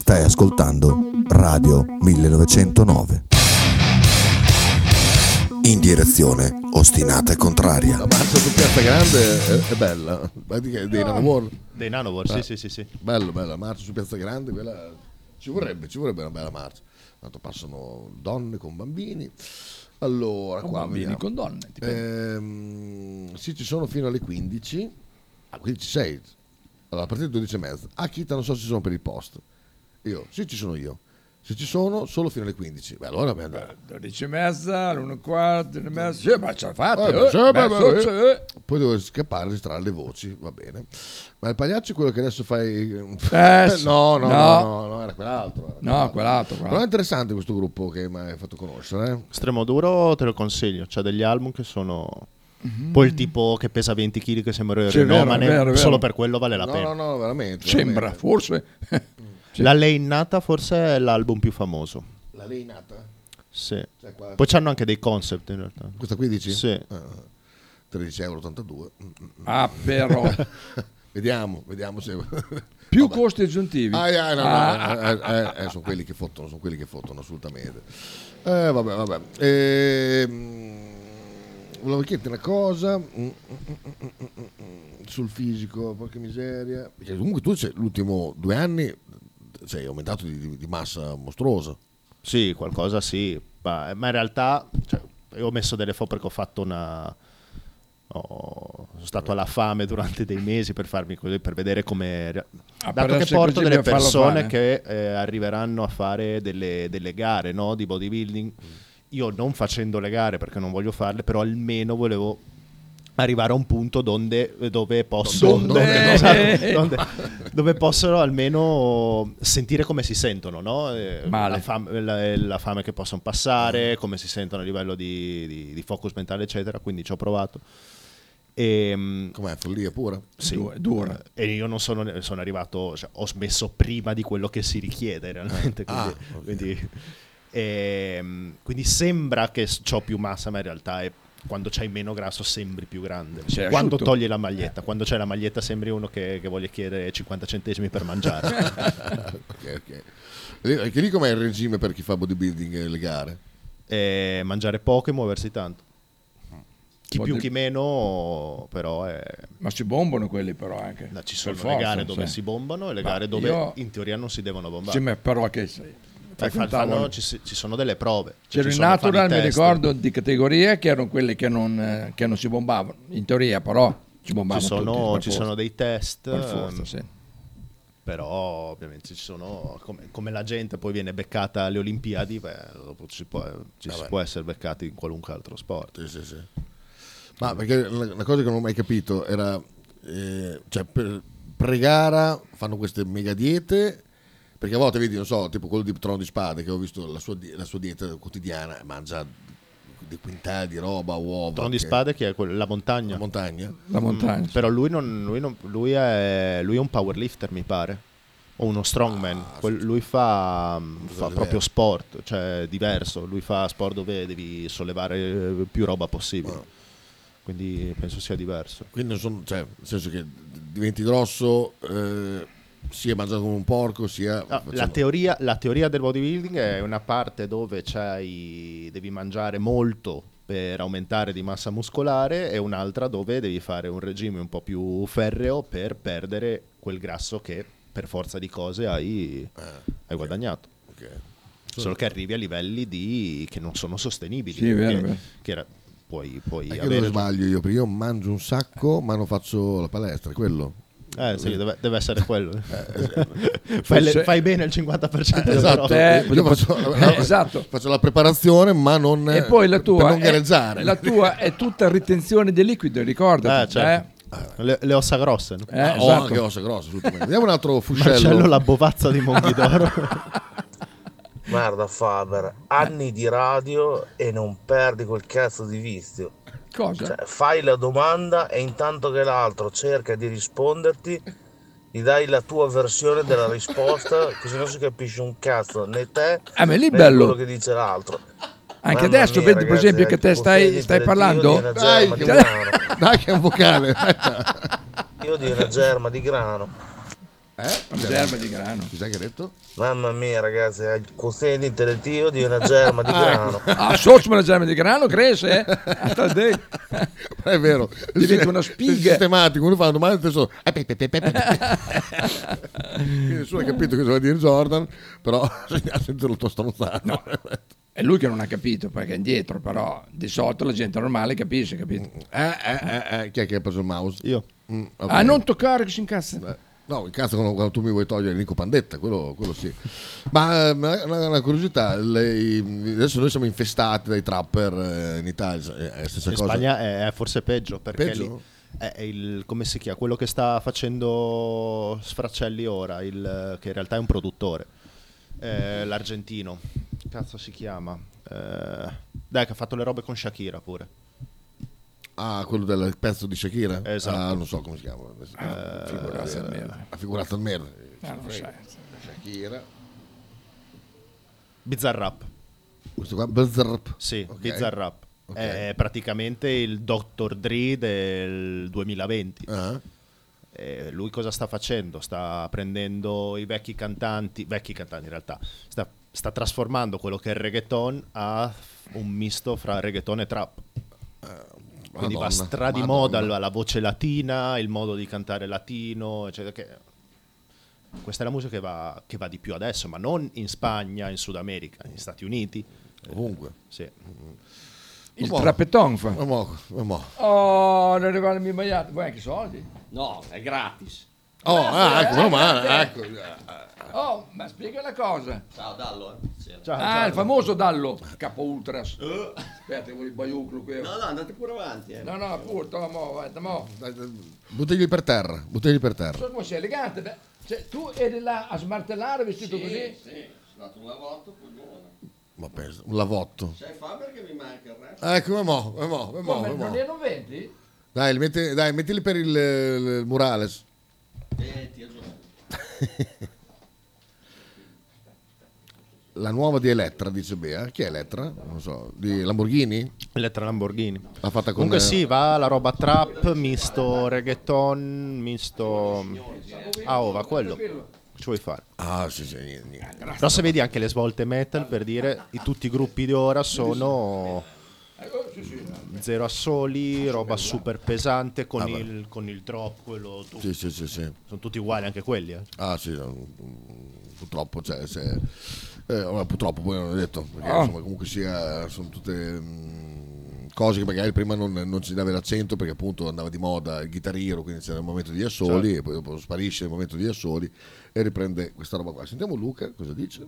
Speaker 1: Stai ascoltando Radio 1909. In direzione ostinata e contraria.
Speaker 14: Mazza su Piazza Grande è, è bella, Ma di che- dei
Speaker 21: No.
Speaker 14: Nanomor.
Speaker 21: Dei Nanowar, sì, sì, sì, sì.
Speaker 14: Bello, bella, marcia su Piazza Grande, quella ci vorrebbe, ci vorrebbe una bella marcia. Tanto passano donne con bambini. Allora,
Speaker 15: Con
Speaker 14: qua
Speaker 15: bambini,
Speaker 14: vediamo.
Speaker 15: con donne, dipende.
Speaker 14: Ehm, sì, ci sono fino alle 15. Ah, 15 6. Allora, a partire alle 12 e mezza. A Chita non so se ci sono per il post. Io, sì, ci sono io. Se ci sono, solo fino alle 15. Beh, allora beh, andare.
Speaker 15: 12 e mezza, l'1 e quarto, l'una e mezza. Sì, ma ce la fate.
Speaker 14: Eh,
Speaker 15: eh,
Speaker 14: beh, sì, beh,
Speaker 15: beh,
Speaker 14: beh,
Speaker 15: sì,
Speaker 14: eh. Poi devo scappare e registrare le voci, va bene. Ma il pagliaccio è quello che adesso fai.
Speaker 15: Eh, sì.
Speaker 14: [LAUGHS] no, no, no,
Speaker 15: No.
Speaker 14: no, no, era quell'altro.
Speaker 15: No, quell'altro, quell'altro.
Speaker 14: Però è interessante questo gruppo che mi hai fatto conoscere. eh.
Speaker 21: Stremoduro te lo consiglio, c'ha degli album che sono...
Speaker 15: Mhm.
Speaker 21: Poi il tipo che pesa 20 kg che sembra
Speaker 14: Sì, è vero,
Speaker 21: Renomane,
Speaker 14: è vero, è vero.
Speaker 21: solo per quello vale la
Speaker 14: No,
Speaker 21: pena.
Speaker 14: no, no, veramente, Mm.
Speaker 15: Sembra, veramente. forse. [LAUGHS]
Speaker 21: La Lei Innata forse è l'album più famoso.
Speaker 14: La lei nata?
Speaker 21: Sì.
Speaker 14: Cioè, qua-
Speaker 21: Poi c'hanno anche dei concept in realtà.
Speaker 14: Questa qui dici?
Speaker 21: Sì.
Speaker 14: 13,82 euro.
Speaker 15: Ah, però.
Speaker 14: Mm, [LAUGHS] vediamo, vediamo se.
Speaker 15: Più costi aggiuntivi.
Speaker 14: Ah, ah, no, no,
Speaker 15: Ah,
Speaker 14: eh, eh, eh, eh, sono quelli che fottono, sono quelli che fottono assolutamente.
Speaker 15: ah.
Speaker 14: Eh, vabbè, vabbè. Ehm, volevo chiederti una cosa mm, mm, mm, mm, mm, mm, sul fisico, porca miseria. Perché Cioè, comunque tu sei- l'ultimo due anni sei aumentato di, di- di massa mostruosa.
Speaker 21: Sì, qualcosa sì, ma, ma in realtà cioè, io ho messo delle foto perché ho fatto una... ho- sono stato alla fame durante dei mesi per farmi così, per vedere come... dato
Speaker 15: Ah, per
Speaker 21: che
Speaker 15: essere
Speaker 21: porto
Speaker 15: così
Speaker 21: delle
Speaker 15: dobbiamo farlo
Speaker 21: persone
Speaker 15: fare.
Speaker 21: che eh, arriveranno a fare delle, delle gare no, di bodybuilding,
Speaker 14: Mm.
Speaker 21: io non facendo le gare perché non voglio farle, però almeno volevo arrivare a un punto donde- dove posso [LAUGHS] Esatto,
Speaker 14: Donde?
Speaker 21: donde-
Speaker 14: Donde? [LAUGHS]
Speaker 21: donde- dove possono almeno sentire come si sentono, no? Eh, La, fame, la- eh, la fame che possono passare, come si sentono a livello di, di- di focus mentale, eccetera. Quindi ci ho provato. E,
Speaker 14: Com'è? Follia pura?
Speaker 21: Sì.
Speaker 14: Du- è dura.
Speaker 21: E io non sono, ne- sono arrivato, cioè, ho smesso prima di quello che si richiede realmente. Quindi,
Speaker 14: Ah,
Speaker 21: quindi- ehm, quindi sembra che ho più massa, ma in realtà è Quando c'hai meno grasso sembri più grande.
Speaker 15: Sei
Speaker 21: quando
Speaker 15: asciutto.
Speaker 21: togli la maglietta, quando c'hai la maglietta sembri uno che, che voglia chiedere 50 centesimi per
Speaker 15: [LAUGHS]
Speaker 21: mangiare.
Speaker 14: ok, ok. Lì- Anche lì com'è il regime per chi fa bodybuilding e le gare?
Speaker 21: E mangiare poco e muoversi tanto. Chi
Speaker 14: Poi
Speaker 21: più,
Speaker 14: di-
Speaker 21: chi meno, però è...
Speaker 15: Ma ci bombano quelli però anche.
Speaker 21: Ci sono
Speaker 15: Per
Speaker 21: le
Speaker 15: forza,
Speaker 21: gare dove
Speaker 15: sì.
Speaker 21: si bombano e le
Speaker 15: Ma
Speaker 21: gare dove
Speaker 15: io-
Speaker 21: in teoria non si devono bombare.
Speaker 15: Sì, ma però che sei.
Speaker 21: Fai- fanno-
Speaker 15: Frequentavo-
Speaker 21: ci, si- ci sono delle prove. Cioè,
Speaker 15: C'era
Speaker 21: ci
Speaker 15: il
Speaker 21: sono- fanno i
Speaker 15: natural, mi
Speaker 21: test.
Speaker 15: ricordo, di categoria che erano quelle che non, eh, che non si bombavano, in teoria però si bombavano
Speaker 21: Ci sono,
Speaker 15: tutti, per
Speaker 21: ci
Speaker 15: forza.
Speaker 21: sono dei test.
Speaker 15: Per forza,
Speaker 21: ehm,
Speaker 15: sì.
Speaker 21: Però ovviamente ci sono, come, come la gente poi viene beccata alle Olimpiadi, beh, dopo ci, può, eh,
Speaker 15: Ah,
Speaker 21: ci si
Speaker 14: Vabbè.
Speaker 21: può essere beccati in qualunque altro sport.
Speaker 14: Sì, sì, sì. Ma perché la, la cosa che non ho mai capito era, eh, cioè, per, pre-gara fanno queste mega diete, perché a volte vedi, non so, tipo quello di Trono di Spade, che ho visto la sua, di- la sua dieta quotidiana, mangia dei quintali di roba, uova.
Speaker 21: Trono di
Speaker 14: che-
Speaker 21: Spade che è quel- la montagna. La
Speaker 14: montagna?
Speaker 15: La montagna, sì.
Speaker 21: però lui, non- lui non- lui è, lui è un powerlifter, mi pare. O uno strongman.
Speaker 14: Ah,
Speaker 21: Quel- lui fa, mm, fa
Speaker 14: diverso.
Speaker 21: proprio sport, cioè diverso. Lui fa sport dove devi sollevare eh, più roba possibile.
Speaker 14: Ah.
Speaker 21: Quindi penso sia diverso.
Speaker 14: Quindi non sono, cioè, nel senso che diventi grosso, eh, sia mangiato come un porco, sia...
Speaker 21: No,
Speaker 14: facendo-
Speaker 21: la, teoria, la teoria del bodybuilding è una parte dove c'hai, devi mangiare molto per aumentare di massa muscolare e un'altra dove devi fare un regime un po' più ferreo per perdere quel grasso che per forza di cose hai,
Speaker 14: Eh,
Speaker 21: hai guadagnato. Solo che arrivi a livelli di- che non sono sostenibili.
Speaker 14: Sì, è vero,
Speaker 21: che-
Speaker 14: è vero.
Speaker 21: che era- puoi, puoi
Speaker 14: Anche dove
Speaker 21: avere...
Speaker 14: sbaglio io, perché io mangio un sacco, ma non faccio la palestra, è quello.
Speaker 21: Eh, sì, deve, deve essere quello.
Speaker 14: Eh, esatto.
Speaker 21: [LAUGHS] fai, le-
Speaker 14: Forse-
Speaker 21: fai bene il 50% delle
Speaker 14: esatto,
Speaker 15: Eh,
Speaker 21: prove.
Speaker 14: io faccio,
Speaker 15: [LAUGHS]
Speaker 14: la- faccio la preparazione, ma non,
Speaker 15: esatto. E poi la
Speaker 14: per
Speaker 15: tua,
Speaker 14: non
Speaker 15: è,
Speaker 14: gareggiare.
Speaker 15: la tua è tutta ritenzione di liquido, ricorda?
Speaker 21: Eh, certo. Le, le ossa grosse. no?
Speaker 15: Eh, esatto.
Speaker 14: Oh, che ossa grossa, assolutamente. Vediamo
Speaker 21: [LAUGHS]
Speaker 14: un altro fuscello.
Speaker 21: Marcello la bovazza di
Speaker 14: [LAUGHS]
Speaker 21: Monghidoro.
Speaker 31: Guarda Faber, anni di radio e non perdi quel cazzo di vizio.
Speaker 15: Cosa?
Speaker 31: Cioè, fai la domanda e intanto che l'altro cerca di risponderti, gli dai la tua versione della risposta, così non si capisce un cazzo né te
Speaker 15: Ah, ma lì è
Speaker 31: né
Speaker 15: bello.
Speaker 31: quello che dice l'altro.
Speaker 15: Anche
Speaker 31: Mamma
Speaker 15: adesso
Speaker 31: mia,
Speaker 15: vedi per
Speaker 31: ragazzi,
Speaker 15: esempio
Speaker 31: è
Speaker 15: che te
Speaker 31: tipo
Speaker 15: stai,
Speaker 31: figli
Speaker 15: stai
Speaker 31: del
Speaker 15: parlando.
Speaker 31: Dio di una germa di grano.
Speaker 14: [LAUGHS] Dai che è un vocale.
Speaker 31: Io di una germa di grano.
Speaker 15: Eh? Una germa di grano.
Speaker 14: Cos'è che hai detto?
Speaker 31: Mamma mia ragazzi, hai il quoziente intellettivo di una germa di grano.
Speaker 15: Ah, socio una germa di grano [LAUGHS] cresce, eh? Ah, t'ho detto.
Speaker 14: [LAUGHS] è vero.
Speaker 15: Diventa una spiga.
Speaker 14: Sistematico, uno fa una domanda e te so... eh, pe, pe, pe, pe, pe. Quindi nessuno ha capito che doveva dire Jordan, però a sentirlo sto stronzato.
Speaker 15: È lui che non ha capito perché è indietro, però di solito la gente normale capisce, capito?
Speaker 14: Eh, eh, eh, eh, chi è che ha preso il mouse?
Speaker 21: Io.
Speaker 15: Ah, non toccare che si incazza.
Speaker 14: Mm, No, il cazzo quando, quando tu mi vuoi togliere Nico Pandetta, quello, quello sì. Ma eh, una, una- una curiosità, lei- adesso noi siamo infestati dai trapper eh, in Italia, eh, è la stessa
Speaker 21: in
Speaker 14: cosa.
Speaker 21: Spagna è, è forse peggio perché
Speaker 14: Peggio?
Speaker 21: lì è è il, come si chiama? Quello che sta facendo Sfraccelli ora, il- che in realtà è un produttore, eh, l'argentino. Cazzo si chiama? Eh, dai, che ha fatto le robe con Shakira pure.
Speaker 14: Ah, quello del pezzo di Shakira?
Speaker 21: Esatto.
Speaker 14: Ah, non so come si chiama. Ah, Eh, figurata al merda. Figurata al merda.
Speaker 15: Ah, non sai.
Speaker 14: Shakira.
Speaker 21: Bizarrap.
Speaker 14: Questo qua, Bizzarp.
Speaker 21: Sì,
Speaker 14: Ok.
Speaker 21: Bizarrap.
Speaker 14: Ok.
Speaker 21: È praticamente il Dr. Dre del 2020.
Speaker 14: Ah.
Speaker 21: E Eh, lui cosa sta facendo? Sta prendendo i vecchi cantanti, vecchi cantanti in realtà, sta, sta trasformando quello che è il reggaeton a un misto fra reggaeton e trap. Quindi va
Speaker 14: Eh, Madonna,
Speaker 21: stra di
Speaker 14: Madonna.
Speaker 21: moda la, la voce latina, il modo di cantare latino, eccetera. che- questa è la musica che va, che va di più adesso, ma non in Spagna, in Sud America, negli Stati Uniti.
Speaker 14: Ovunque.
Speaker 21: Sì.
Speaker 15: Il trappeton fa. Oh, non arriva il mio maiato. Vuoi anche soldi?
Speaker 32: No, è gratis.
Speaker 14: Oh, ah, ecco, meno male,
Speaker 15: ecco. Oh, ma spiega una cosa.
Speaker 32: Ciao Dallo, eh. Buonasera.
Speaker 15: ah, il famoso Dallo, capo ultras. Aspetta, che vuole il baiuclo qui.
Speaker 32: Eh? No, no, andate pure avanti. Eh.
Speaker 15: No, no, pure, to, mo, guarda, mo.
Speaker 14: Buttigli per terra, buttigli per terra.
Speaker 15: So come sei elegante, beh. Cioè, tu eri là a smartellare vestito così?
Speaker 32: Sì, sono andato una volta, poi buona.
Speaker 14: Ma pensa, un lavotto.
Speaker 32: C'hai fame perché mi manca il resto?
Speaker 14: Ecco, ma mo, ma mo, ma mo,
Speaker 15: Come,
Speaker 14: ma
Speaker 15: non
Speaker 14: mo.
Speaker 15: erano 20?
Speaker 14: Dai, li metti- dai, mettili per il, il murales.
Speaker 32: Eh, ti aggiorno.
Speaker 14: la nuova di Elettra, dice Bea. Chi è Elettra? Non so, di Lamborghini?
Speaker 21: Elettra Lamborghini.
Speaker 14: L'ha fatta con eh,
Speaker 21: Comunque sì, va la roba trap, misto reggaeton, misto... Ah, oh, va quello. Ci vuoi fare?
Speaker 14: Ah, sì, sì, niente, niente.
Speaker 21: Però se vedi anche le svolte metal, per dire, i- tutti i gruppi di ora sono zero assoli, roba super pesante con,
Speaker 14: Ah, beh.
Speaker 21: il, con il drop, quello... tu-
Speaker 14: Sì, sì, sì, sì.
Speaker 21: Sono tutti uguali anche quelli. eh.
Speaker 14: Ah, sì, no, purtroppo, cioè, se- eh, vabbè, purtroppo poi non ho detto, perché
Speaker 21: Ah.
Speaker 14: insomma, comunque sia, sono tutte mm, cose che magari prima non, non si dava l'accento perché appunto andava di moda il chitarrino, quindi c'era il momento di assoli
Speaker 1: Certo.
Speaker 14: e poi dopo sparisce il momento di assoli e riprende questa roba qua. Sentiamo Luca cosa dice.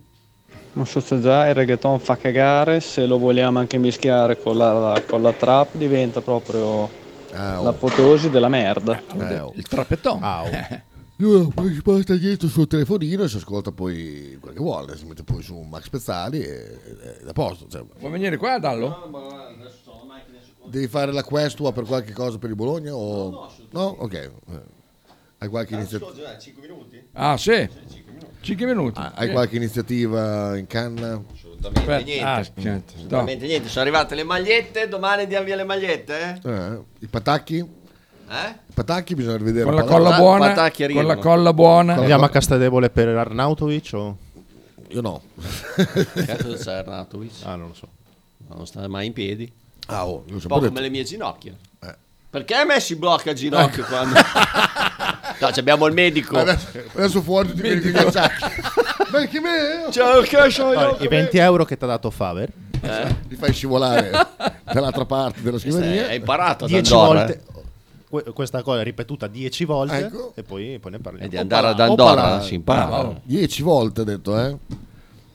Speaker 20: Non so se già il reggaeton fa cagare, se lo vogliamo anche mischiare con la, con la trap diventa proprio l'apoteosi della merda.
Speaker 14: Il
Speaker 15: trappetton.
Speaker 14: Lui poi si porta dietro il suo telefonino e si ascolta poi quel che vuole, si mette poi su un Max Pezzali e, e- ed è a posto. cioè.
Speaker 15: Vuoi venire qua, Dallo?
Speaker 14: Devi fare la quest tua per qualche cosa per il Bologna? O... No, ok. Eh. Hai qualche iniziativa?
Speaker 32: Ah, Scusa, 5 minuti?
Speaker 15: Ah, sì. 5 minuti.
Speaker 14: Ah, Hai qualche iniziativa in canna?
Speaker 32: Assolutamente niente.
Speaker 15: Ah, certo.
Speaker 32: Assolutamente niente. Sono arrivate le magliette, domani diamo via le magliette.
Speaker 14: Eh, I patacchi?
Speaker 32: Eh?
Speaker 14: I patacchi bisogna rivedere.
Speaker 15: Con la
Speaker 14: Patacchi-
Speaker 15: colla buona,
Speaker 14: patacchi arrivano.
Speaker 15: con la colla buona.
Speaker 14: Con la
Speaker 21: Andiamo a
Speaker 14: co-
Speaker 21: Castadevole per Arnautovic o...
Speaker 14: Io no.
Speaker 32: Cazzo c'è Arnautovic?
Speaker 21: Ah, non lo so.
Speaker 32: Non sta mai in piedi.
Speaker 14: Ah, oh, io
Speaker 32: Un
Speaker 14: sempre
Speaker 32: po'
Speaker 14: ho
Speaker 32: come
Speaker 14: detto.
Speaker 32: le mie ginocchia.
Speaker 14: Eh.
Speaker 32: Perché a me si blocca il ginocchio quando... no, ci abbiamo il medico.
Speaker 14: Adesso, adesso fuori ti metti i patacchi. Ma che me?
Speaker 32: Ciao, che sono
Speaker 21: Poi, I 20 euro che ti ha dato Faber.
Speaker 14: [LAUGHS] Ti fai scivolare dall'altra parte della scrivania.
Speaker 32: Eh? Hai imparato ad eh.
Speaker 21: 10
Speaker 32: Andorra.
Speaker 21: volte. que- Questa cosa è ripetuta 10
Speaker 14: Ah,
Speaker 21: volte
Speaker 32: Ecco.
Speaker 21: e poi, poi ne parliamo.
Speaker 32: E di andare ad Andorra, Ah, si impara. Bravo.
Speaker 14: 10 Ah, oh. volte ha detto, eh.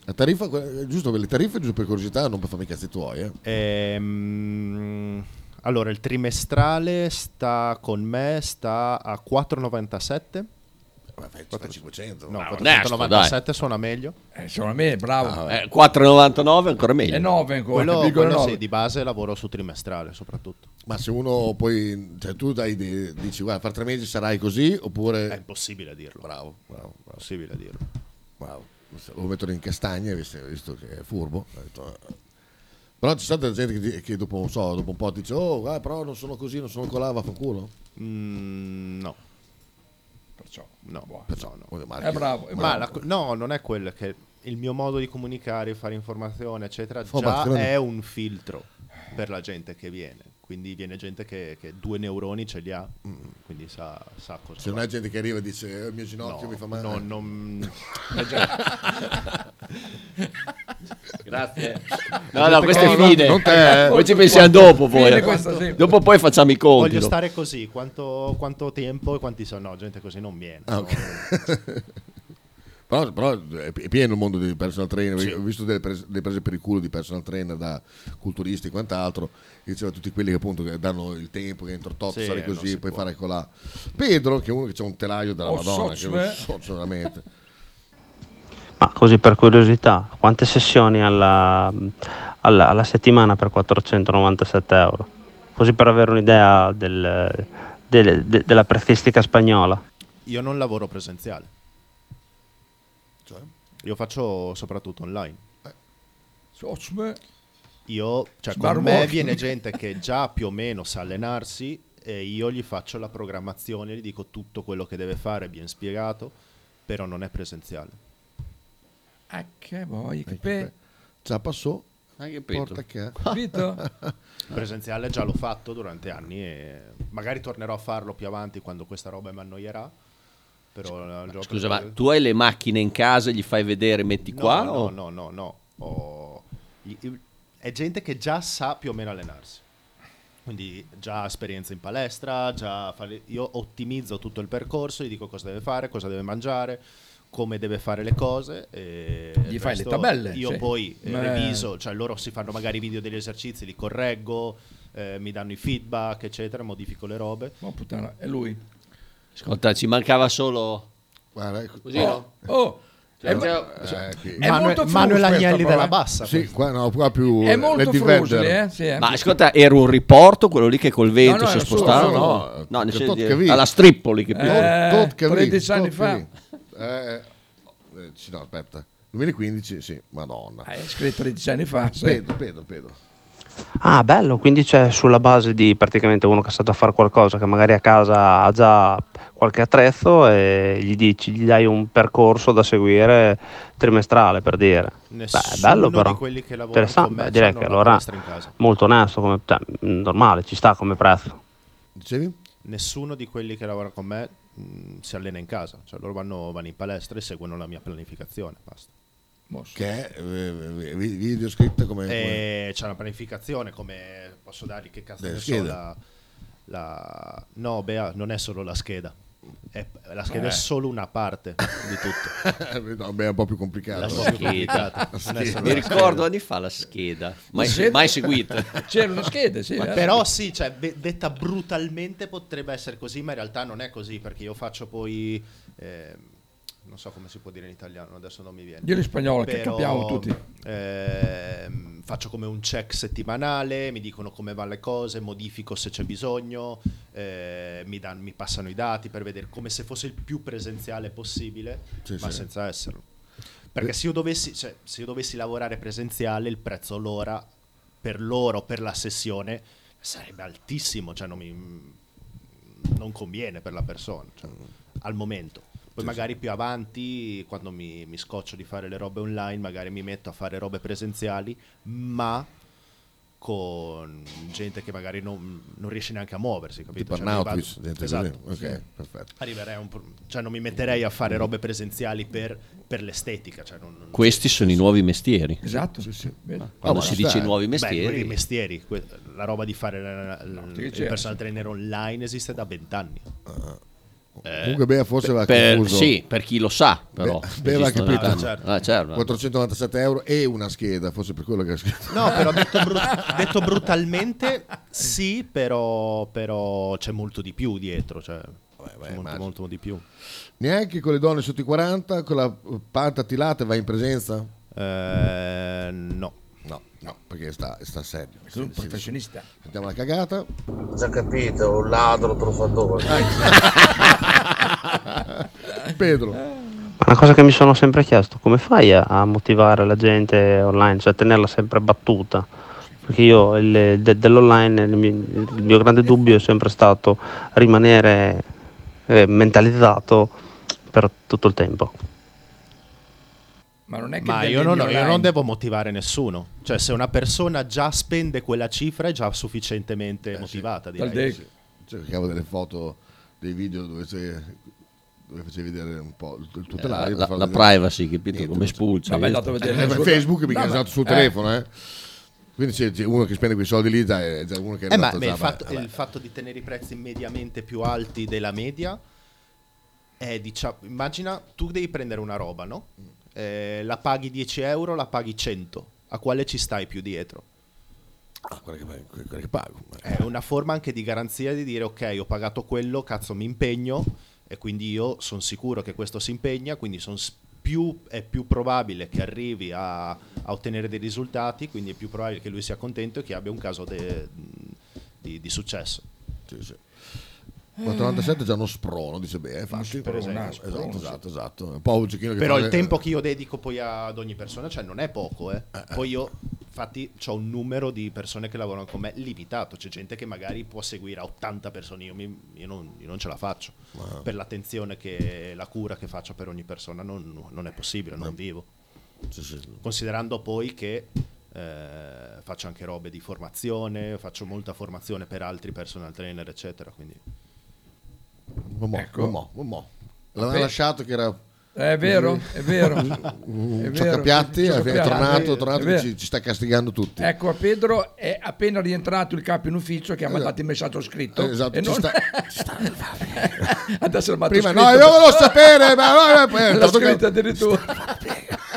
Speaker 14: La tariffa, que- giusto per le tariffe, giusto per curiosità, non per farmi i cazzi tuoi, eh.
Speaker 21: Ehm, allora, il trimestrale sta con me, sta a 4,97.
Speaker 14: Fai 500.
Speaker 32: Ah,
Speaker 21: No,
Speaker 14: Ma
Speaker 21: 497 suona meglio.
Speaker 15: Eh, suona meglio, bravo.
Speaker 32: Eh, 4,99 ancora meglio.
Speaker 15: E 9 ancora.
Speaker 21: Quello,
Speaker 15: 1,9.
Speaker 21: quello sì, di base lavoro su trimestrale soprattutto.
Speaker 14: Ma se uno poi, cioè tu dai, de- dici guarda, fra tre mesi sarai così oppure...
Speaker 21: È impossibile dirlo.
Speaker 14: Bravo, bravo, bravo.
Speaker 21: Possibile dirlo.
Speaker 14: Bravo. Lo mettono in castagne, visto, visto che è furbo. Ho detto, eh. Però c'è stata gente che, di- che dopo, non so, dopo un po' dice, oh, guarda, però non sono così, non sono colà, vaffanculo.
Speaker 21: Mm, no.
Speaker 15: Perciò.
Speaker 21: No,
Speaker 14: Perciò, no.
Speaker 15: È bravo, è
Speaker 21: Ma
Speaker 15: bravo.
Speaker 21: la co- no, non è quello che il mio modo di comunicare, fare informazione, eccetera, già
Speaker 14: Informazione.
Speaker 21: è un filtro per la gente che viene. Quindi viene gente che, che due neuroni ce li ha, mm, quindi sa, sa cosa.
Speaker 14: Se non è gente che arriva e dice, "Eh, il mio ginocchio
Speaker 21: No,
Speaker 14: mi fa male.
Speaker 21: no,
Speaker 15: [LAUGHS]
Speaker 21: non-
Speaker 14: Eh,
Speaker 21: [LAUGHS]
Speaker 32: [LAUGHS] Grazie. No,
Speaker 14: No,
Speaker 32: Eh. no,
Speaker 14: no,
Speaker 32: queste
Speaker 14: no,
Speaker 32: fide.
Speaker 14: non te, eh.
Speaker 32: Poi ci pensiamo dopo poi.
Speaker 14: Fine questa, sì.
Speaker 32: Dopo poi facciamo i conti.
Speaker 21: Voglio stare così, quanto, quanto tempo e quanti sono? No, gente così non viene.
Speaker 14: Ah,
Speaker 21: no.
Speaker 14: ok. [LAUGHS] però, però è pieno il mondo dei personal trainer. Ho visto delle pres- delle prese, per il culo di personal trainer da culturisti e quant'altro. che Diceva tutti quelli che appunto che danno il tempo, che entro tot
Speaker 1: Sì,
Speaker 14: sarei
Speaker 1: non
Speaker 14: così,
Speaker 1: si
Speaker 14: poi
Speaker 1: può.
Speaker 14: fare colà. Pedro, che è uno che ha un telaio della
Speaker 1: Oh,
Speaker 14: Madonna,
Speaker 1: socio,
Speaker 14: che
Speaker 1: eh.
Speaker 14: lo socio veramente.
Speaker 33: Ma Ah, così per curiosità, quante sessioni alla, alla- alla settimana per 497 euro? Così per avere un'idea del- del- de- della prestistica spagnola.
Speaker 21: Io non lavoro presenziale.
Speaker 32: Cioè?
Speaker 21: Io faccio soprattutto online. Io, cioè, con
Speaker 15: Smart
Speaker 21: me
Speaker 32: [LAUGHS]
Speaker 15: working.
Speaker 21: viene gente che già più o meno sa allenarsi e io gli faccio la programmazione, gli dico tutto quello che deve fare, ben spiegato, però non è presenziale.
Speaker 15: Ah,
Speaker 14: Eh.
Speaker 15: che boia, che pe...
Speaker 14: Già passò.
Speaker 32: Anche
Speaker 14: Porta che...
Speaker 32: [LAUGHS]
Speaker 15: Capito?
Speaker 21: Presenziale già l'ho fatto durante anni e magari tornerò a farlo più avanti quando questa roba mi annoierà. Però eh,
Speaker 32: Scusa, ma tu hai le macchine in casa, gli fai vedere, metti
Speaker 21: No,
Speaker 32: qua?
Speaker 21: no,
Speaker 32: o-
Speaker 21: no, no, no. Ho- gli- È gente che già sa più o meno allenarsi. Quindi già ha esperienza in palestra, già fa le- io ottimizzo tutto il percorso, gli dico cosa deve fare, cosa deve mangiare, come deve fare le cose. E
Speaker 15: Gli
Speaker 21: il
Speaker 15: fai le
Speaker 21: resto
Speaker 15: tabelle,
Speaker 21: Io
Speaker 15: sì.
Speaker 21: poi eh,
Speaker 15: Ma-
Speaker 21: reviso, cioè loro si fanno magari i video degli esercizi, li correggo, eh, mi danno i feedback, eccetera, modifico le robe.
Speaker 15: Ma puttana, è lui.
Speaker 32: Ascolta, ci mancava solo...
Speaker 14: Guarda, ecco,
Speaker 32: Così no?
Speaker 15: Oh,
Speaker 32: Cioè,
Speaker 15: è-
Speaker 32: cioè,
Speaker 14: Eh, qui.
Speaker 32: è Manuel- molto fruscio
Speaker 21: Manuel Agnelli questa, però, della eh. Bassa,
Speaker 14: Sì,
Speaker 21: questa.
Speaker 14: qua no, qua più...
Speaker 15: È molto
Speaker 14: le
Speaker 15: frusole,
Speaker 14: Defender.
Speaker 15: eh, sì, eh.
Speaker 32: Ma ascolta, era un riporto quello lì che col vento
Speaker 15: No, no,
Speaker 32: si è
Speaker 15: era solo-
Speaker 32: spostato?
Speaker 15: solo- Eh.
Speaker 32: no, no, nel
Speaker 14: Eh, Che
Speaker 32: senso
Speaker 14: tot
Speaker 32: di-
Speaker 14: che vi.
Speaker 32: alla Strippoli che
Speaker 14: Tot- tot che vi,
Speaker 15: 13 anni
Speaker 14: tot
Speaker 15: fa.
Speaker 14: che vi. Eh, eh, eh, sì, no, aspetta. 2015, sì, madonna. È
Speaker 15: scritto 13 anni fa. sì.
Speaker 14: Pedro, Pedro, Pedro.
Speaker 33: Ah, bello, quindi c'è sulla base di praticamente uno che è stato a fare qualcosa, che magari a casa ha già qualche attrezzo e gli dici, gli dai un percorso da seguire trimestrale per dire.
Speaker 21: Nessuno
Speaker 33: Beh, è bello
Speaker 21: di
Speaker 33: però.
Speaker 21: quelli che lavorano
Speaker 33: Interessante,
Speaker 21: con me
Speaker 33: beh, direi
Speaker 21: hanno
Speaker 33: che
Speaker 21: la
Speaker 33: allora
Speaker 21: palestra in casa.
Speaker 33: molto onesto, come, cioè, mh, normale, ci sta come prezzo.
Speaker 21: Nessuno di quelli che lavorano con me mh, si allena in casa, cioè loro vanno, vanno in palestra e seguono la mia pianificazione. Basta.
Speaker 14: Che è eh, vi- video scritta
Speaker 32: Eh,
Speaker 14: come... come-
Speaker 21: E c'è una pianificazione, come posso dargli che cazzo
Speaker 14: Della
Speaker 21: ne so,
Speaker 14: scheda.
Speaker 21: la, la- No, Bea, non è solo la scheda. È- la scheda
Speaker 14: Eh.
Speaker 21: è solo una parte di tutto.
Speaker 14: [LAUGHS] No, beh, è un po' più complicato.
Speaker 21: La
Speaker 14: eh.
Speaker 21: scheda.
Speaker 14: La
Speaker 21: Non è solo
Speaker 32: Mi
Speaker 21: la
Speaker 32: ricordo
Speaker 21: scheda.
Speaker 32: anni fa la scheda,
Speaker 21: La
Speaker 32: mai,
Speaker 21: scheda?
Speaker 32: mai seguita.
Speaker 15: [LAUGHS] C'era una scheda, sì,
Speaker 21: Ma
Speaker 15: eh.
Speaker 21: però sì, cioè, ve- detta brutalmente potrebbe essere così, ma in realtà non è così, perché io faccio poi... ehm, non so come si può dire in italiano, adesso non mi viene.
Speaker 15: Dillo in spagnolo, che capiamo tutti.
Speaker 21: ehm, faccio come un check settimanale, mi dicono come vanno le cose, modifico se c'è bisogno, eh, mi, dan- mi passano i dati per vedere come se fosse il più presenziale possibile,
Speaker 14: Sì,
Speaker 21: ma
Speaker 14: sì.
Speaker 21: senza esserlo. Perché
Speaker 14: Eh.
Speaker 21: se io, dovessi, cioè, se io dovessi lavorare presenziale, il prezzo l'ora per loro, per la sessione, sarebbe altissimo, cioè non, mi, non conviene per la persona, cioè, al momento. Poi
Speaker 14: Mm. Sì,
Speaker 21: magari più avanti, quando mi, mi scoccio di fare le robe online, magari mi metto a fare robe presenziali, ma con gente che magari non, non riesce neanche a muoversi, capito? Cioè,
Speaker 14: Tipo
Speaker 21: mi vado-
Speaker 14: Arnautovic, gente
Speaker 21: esatto,
Speaker 14: così. Ok,
Speaker 21: sì.
Speaker 14: perfetto. Mm.
Speaker 21: Arriverei a un pro- cioè non mi metterei a fare robe presenziali per, per l'estetica, cioè non- non-
Speaker 32: Questi sono i nuovi mestieri.
Speaker 15: Esatto, sì, sì.
Speaker 32: Quando si dice i nuovi
Speaker 21: Beh,
Speaker 32: mestieri,
Speaker 21: quelli mestieri, que- la roba di fare la- la-
Speaker 15: sì,
Speaker 21: il
Speaker 15: certo.
Speaker 21: personal trainer online esiste da vent'anni.
Speaker 14: Ah,
Speaker 21: Eh,
Speaker 14: Comunque Bea forse va
Speaker 32: per-
Speaker 14: confuso.
Speaker 32: sì, per chi lo sa, però.
Speaker 14: Beh, Bea va
Speaker 32: Esistono
Speaker 14: capito.
Speaker 32: tanti. Ah, certo. Ah, certo.
Speaker 14: 497 euro e una scheda, forse per quello che ha scritto.
Speaker 21: No, però detto, brut- detto brutalmente, sì, però, però c'è molto di più dietro, cioè, c'è molto, molto di più.
Speaker 14: Neanche con le donne sotto i 40, con la eh, panta tilata va in presenza?
Speaker 32: Eh,
Speaker 21: Eh, no.
Speaker 14: No, no, perché sta, sta serio.
Speaker 15: Sono un professionista.
Speaker 14: Sentiamo la cagata.
Speaker 31: Già capito, un ladro truffatore.
Speaker 14: [LAUGHS] Pedro.
Speaker 33: Ma una cosa che mi sono sempre chiesto, come fai a, a motivare la gente online, cioè a tenerla sempre battuta? Perché io il- de- dell'online il mio, il mio grande dubbio è sempre stato rimanere eh, mentalizzato per tutto il tempo.
Speaker 15: Ma non è che
Speaker 21: Ma
Speaker 15: gli
Speaker 21: io non,
Speaker 15: allievi
Speaker 21: io non
Speaker 15: online-
Speaker 21: devo motivare nessuno. Cioè, se una persona già spende quella cifra è già sufficientemente
Speaker 14: Eh,
Speaker 21: motivata. Direi.
Speaker 14: Cercavo delle foto, dei video dove, sei- dove facevi vedere un po' il il
Speaker 32: Eh,
Speaker 14: tutelario. per
Speaker 32: la,
Speaker 14: far
Speaker 32: la
Speaker 14: vedere-
Speaker 32: privacy, capito?
Speaker 14: Niente,
Speaker 32: come
Speaker 14: non c'è.
Speaker 32: spulcia.
Speaker 14: Eh, eh, beh, Facebook mica è usato sul telefono, eh. Quindi c'è, c'è uno che spende quei soldi lì, già è già uno che è
Speaker 21: Eh, ma
Speaker 14: arrivato
Speaker 21: ma
Speaker 14: già,
Speaker 21: il, fatto,
Speaker 14: vabbè, vabbè.
Speaker 21: il fatto di tenere i prezzi mediamente più alti della media è diciamo, immagina tu devi prendere una roba, no?
Speaker 14: Mm.
Speaker 21: Eh, la paghi 10 euro, la paghi 100. A quale ci stai più dietro?
Speaker 14: Ah, quella che, quella che pago.
Speaker 21: È una forma anche di garanzia di dire ok, ho pagato quello, cazzo mi impegno e quindi io sono sicuro che questo si impegna, quindi son s- più- è più probabile che arrivi a, a ottenere dei risultati, quindi è più probabile che lui sia contento e che abbia un caso de- di, di successo.
Speaker 14: 497 è già uno sprono, dice beh, infatti.
Speaker 21: sprono,
Speaker 14: esatto,
Speaker 21: eh, sprono,
Speaker 14: esatto,
Speaker 21: sì.
Speaker 14: esatto, esatto. Un po' un giochino che
Speaker 21: Però
Speaker 14: fa-
Speaker 21: il tempo che io dedico poi ad ogni persona, cioè non è poco, eh. Poi io, infatti, ho un numero di persone che lavorano con me limitato. C'è gente che magari può seguire a 80 persone, io, mi- io non, io non ce la faccio.
Speaker 14: Ah.
Speaker 21: Per l'attenzione che la cura che faccio per ogni persona non, non è possibile, non vivo. Considerando poi che eh, faccio anche robe di formazione, faccio molta formazione per altri personal trainer, eccetera. Quindi...
Speaker 14: Un mo',
Speaker 21: Ecco.
Speaker 14: un mo', un mo'. L'aveva
Speaker 21: Vabbè.
Speaker 14: lasciato che era...
Speaker 21: Eh,
Speaker 15: È vero, è vero. È
Speaker 14: [LAUGHS] Un
Speaker 15: vero.
Speaker 14: cioccapiatti, è,
Speaker 15: Cioccapiatti,
Speaker 14: tornato, è
Speaker 15: è
Speaker 14: tornato che
Speaker 15: vero.
Speaker 14: ci, ci sta castigando tutti.
Speaker 15: Ecco, a Pedro è appena rientrato il capo in ufficio che ha
Speaker 14: Esatto.
Speaker 15: mandato il messaggio scritto.
Speaker 14: Eh, esatto,
Speaker 15: e
Speaker 14: ci
Speaker 15: non... [LAUGHS]
Speaker 14: sta- [LAUGHS]
Speaker 15: Adesso il
Speaker 14: Prima, no, io volevo sapere,
Speaker 15: [LAUGHS]
Speaker 14: ma- ma- ma- poi è
Speaker 15: L'ha
Speaker 14: tornato-
Speaker 15: scritto
Speaker 14: [LAUGHS]
Speaker 15: addirittura. [LAUGHS]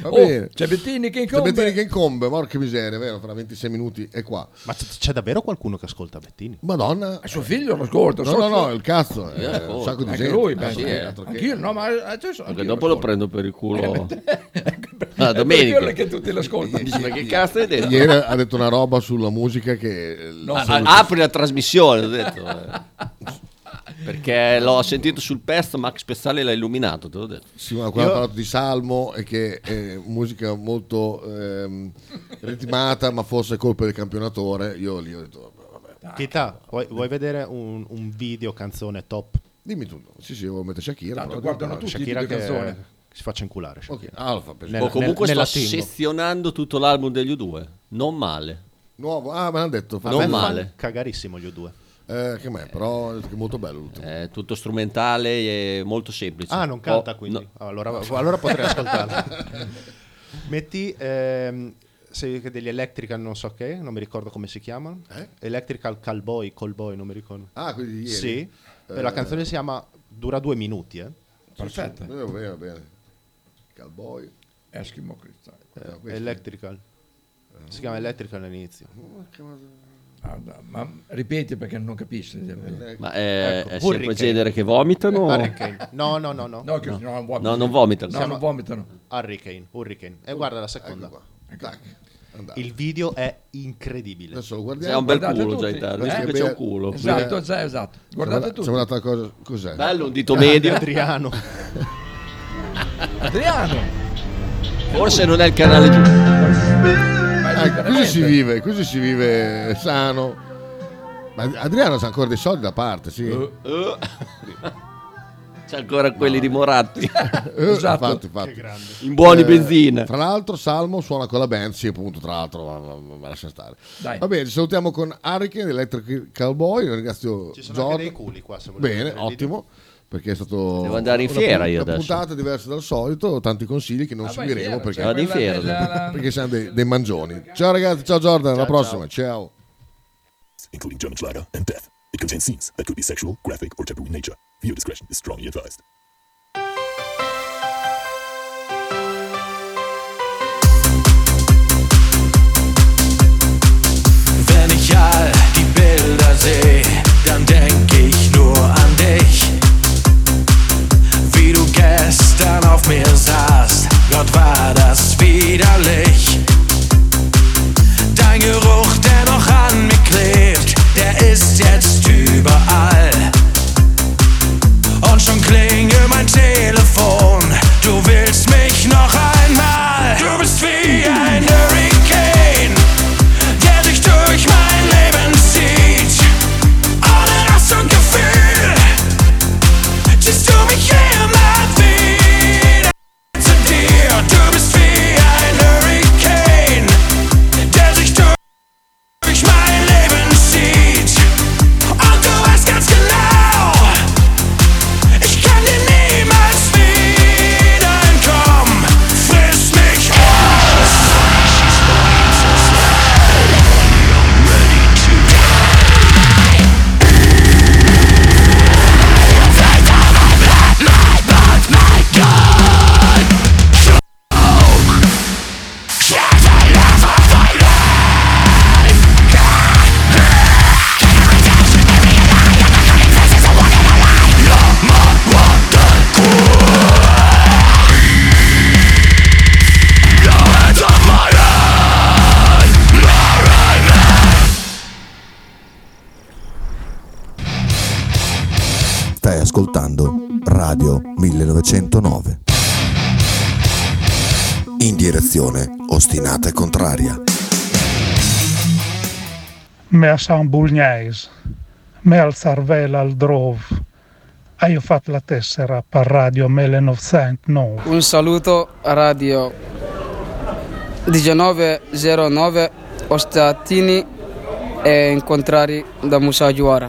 Speaker 14: Va
Speaker 15: Oh,
Speaker 14: bene.
Speaker 15: c'è Bettini che
Speaker 14: C'è
Speaker 15: incombe.
Speaker 14: Bettini che incombe, porca miseria, vero? Fra 26 minuti è qua.
Speaker 21: Ma c- c'è davvero qualcuno che ascolta Bettini?
Speaker 14: Madonna.
Speaker 15: Eh, suo figlio lo ascolta,
Speaker 14: No,
Speaker 15: suo-
Speaker 14: no, no, il cazzo. eh,
Speaker 15: Io
Speaker 14: un
Speaker 15: ascolto.
Speaker 14: sacco di
Speaker 15: oh, Anche
Speaker 14: gente.
Speaker 15: lui,
Speaker 14: Eh,
Speaker 15: beh,
Speaker 14: sì,
Speaker 15: sì,
Speaker 14: altro che-
Speaker 15: Anch'io no, ma eh, adesso
Speaker 32: Perché
Speaker 15: anch'io
Speaker 32: dopo lo prendo per il
Speaker 14: Eh,
Speaker 32: culo la
Speaker 15: ascolto.
Speaker 32: domenica.
Speaker 15: È per quello che tutti l'ascoltano.
Speaker 32: Ma che cazzo hai detto?
Speaker 14: Ieri ha detto una
Speaker 32: Ah,
Speaker 14: roba sulla musica che...
Speaker 21: [LAUGHS]
Speaker 32: A- a- apri la trasmissione, ho detto. eh. Perché l'ho sentito sul pezzo, Max Pezzale l'ha illuminato, te l'ho detto.
Speaker 14: Sì, ma qua ha parlato di Salmo e che è musica molto ehm, ritmata, ma forse è colpa del campionatore. Io lì ho detto,
Speaker 21: Chita, vuoi, vuoi vedere un, un video canzone top?
Speaker 14: Dimmi tu. sì, sì, volevo mettere Shakira.
Speaker 21: Tanto
Speaker 14: però-
Speaker 21: guardano tutti il
Speaker 14: Shakira
Speaker 21: video
Speaker 14: che-
Speaker 21: canzone. Si faccia inculare. Shakira.
Speaker 14: Ah, lo fa per-
Speaker 21: Nel-
Speaker 32: o comunque
Speaker 21: nel- nella
Speaker 32: sto
Speaker 21: single.
Speaker 32: sezionando tutto l'album degli U2. Non male.
Speaker 14: Nuovo, ah, me l'hanno detto. fa-
Speaker 32: non
Speaker 14: bello.
Speaker 32: male.
Speaker 21: Cagarissimo gli U2.
Speaker 14: Eh, che me, però è molto bello l'ultimo.
Speaker 32: È tutto strumentale e molto semplice. Oh,
Speaker 21: Ah, non canta quindi. Allora, allora potrei ascoltarlo. [LAUGHS] Metti ehm, se- che degli Electrical, non so che, non mi ricordo come si chiamano. Electrical Cowboy, Callboy, non mi ricordo.
Speaker 14: Eh? Ah, quelli di ieri?
Speaker 21: Sì,
Speaker 14: Eh. certo.
Speaker 21: la canzone si chiama Dura due minuti. Eh.
Speaker 14: Perfetto. Va bene, va bene. Cowboy. Eskimo Cristal.
Speaker 21: Eh, Electrical. Si chiama Electrical all'inizio. Ah,
Speaker 15: Ma ripeti perché non capisci.
Speaker 32: [LAUGHS] Ma eh, è,
Speaker 15: Ecco,
Speaker 32: è sempre
Speaker 15: Hurricane.
Speaker 32: genere che vomitano?
Speaker 21: Hurricane. No, no, no, no.
Speaker 15: No, che- no,
Speaker 32: no, non vomitano.
Speaker 15: No, non vomitano.
Speaker 21: Hurricane, Hurricane. E guarda la seconda.
Speaker 14: Andate.
Speaker 21: Il video è incredibile.
Speaker 14: Adesso lo guardiamo. Guardate
Speaker 21: Che
Speaker 14: tutti.
Speaker 15: Eh, Esatto, già, esatto. Guardate
Speaker 14: Siamo andati a cosa, cos'è?
Speaker 32: Eh. Bello, un dito
Speaker 15: [LAUGHS]
Speaker 32: medio.
Speaker 21: Adriano.
Speaker 15: Adriano.
Speaker 32: Forse non è il canale giusto.
Speaker 14: Eh, così si vive, così si vive sano. Ma Adriano sa ancora dei soldi da parte, sì.
Speaker 32: Eh. C'è ancora quelli di Moratti. Esatto.
Speaker 14: Eh, infatti, infatti.
Speaker 32: In buoni
Speaker 14: Eh,
Speaker 32: benzina.
Speaker 14: Tra l'altro, Salmo suona con la band. Sì, appunto. Tra l'altro, ma, ma- ma- ma lascia stare.
Speaker 21: Dai.
Speaker 14: Va bene, ci salutiamo con Hurricane, Electric Cowboy. Io Ringrazio
Speaker 21: Ci sono
Speaker 14: Jordan.
Speaker 21: anche dei culi qua, se volete
Speaker 14: Bene,
Speaker 21: vedere il
Speaker 14: ottimo. Perché è stato
Speaker 32: Devo andare in
Speaker 14: una
Speaker 32: fiera
Speaker 14: pun-
Speaker 32: io
Speaker 14: una
Speaker 32: adesso.
Speaker 14: puntata diversa dal solito, tanti consigli che non
Speaker 32: Ah, vai in
Speaker 14: seguiremo
Speaker 32: fiera,
Speaker 14: perché,
Speaker 32: cioè, Vado in quella fiera, della- dai.
Speaker 14: perché siamo dei, dei mangioni. Ciao ragazzi, ciao Jordan, alla prossima, ciao.
Speaker 22: including German Schlager and death. It contains scenes that could be sexual, graphic, or taboo in nature. Viewer discretion is strongly advised.
Speaker 16: Wenn ich all die Bilder sehe, dann denk ich nur an dich. Wie du gestern auf mir saßt, Gott war das widerlich. Dein Geruch, der noch an mir klebt, der ist jetzt überall. Und schon klingelt mein Telefon, du willst mich noch einmal. Du bist wie ein Hurricane der dich durch mein Leben zieht. Ohne Rast und Gefühl ziehst du mich immer wieder zu dir. Du bist wie ein Hurricane, der sich durch mein Leben zieht. Und du weißt ganz genau, ich kann dir niemals wieder entkommen. Friss mich aus.
Speaker 1: Stai ascoltando Radio 1909. In direzione ostinata e contraria.
Speaker 3: Me a San Bulgnais, me al Sarvela al Drov. Hai fatto la tessera per Radio 1909.
Speaker 17: Un saluto a Radio 1909 Ostatini e incontrari da Musa Giuara.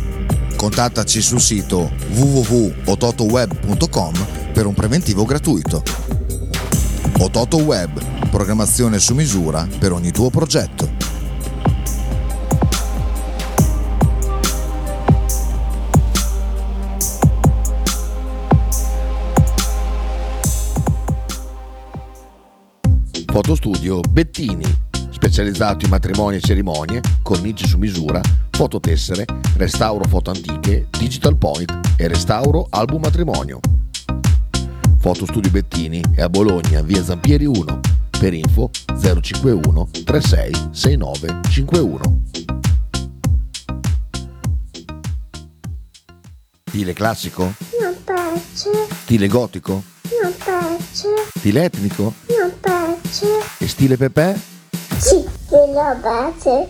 Speaker 1: Contattaci sul sito www.ototoweb.com per un preventivo gratuito. Ototo Web, programmazione su misura per ogni tuo progetto. Fotostudio Bettini, specializzato in matrimoni e cerimonie, cornici su misura, fototessere, restauro foto antiche, digital point e restauro album matrimonio. Fotostudio Bettini è a Bologna, via Zampieri 1, per info 051 36 69 51. Stile classico?
Speaker 24: Non piace,
Speaker 1: Stile gotico?
Speaker 24: non piace,
Speaker 1: Stile etnico?
Speaker 24: non piace.
Speaker 1: E stile Pepe?
Speaker 24: Sì, quello base.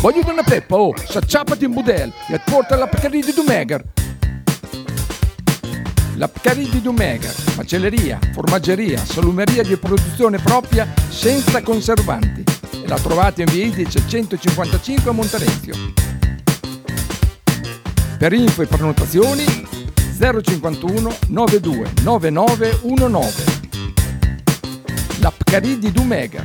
Speaker 15: Voglio una peppa, oh, s'acciappati in budel e porta la Pcaridi di Dumegar. La Pcaridi di Dumegar, macelleria, formaggeria, salumeria di produzione propria senza conservanti. E la trovate in via Idice 155 a Monterezio. Per info e prenotazioni 051 92 9919. La Pcaridi di Dumegar.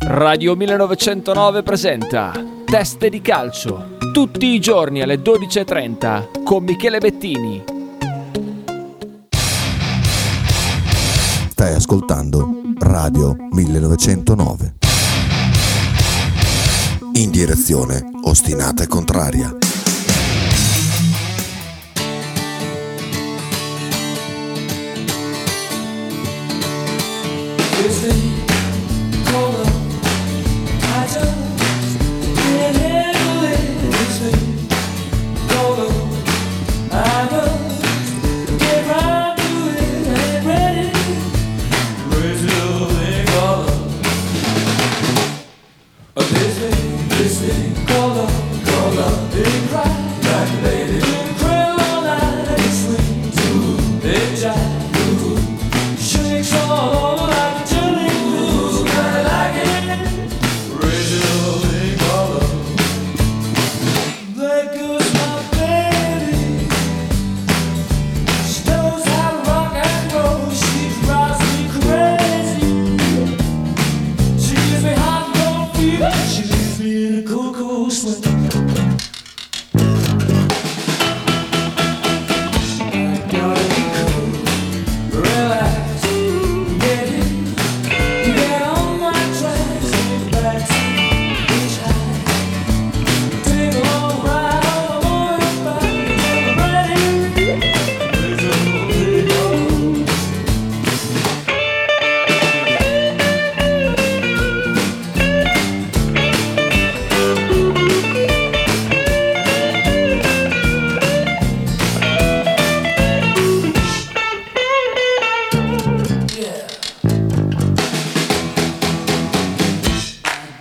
Speaker 26: Radio 1909 presenta Teste di calcio, tutti i giorni alle 12.30 con Michele Bettini.
Speaker 34: Stai ascoltando Radio 1909.
Speaker 1: In direzione ostinata e contraria.
Speaker 7: Oh,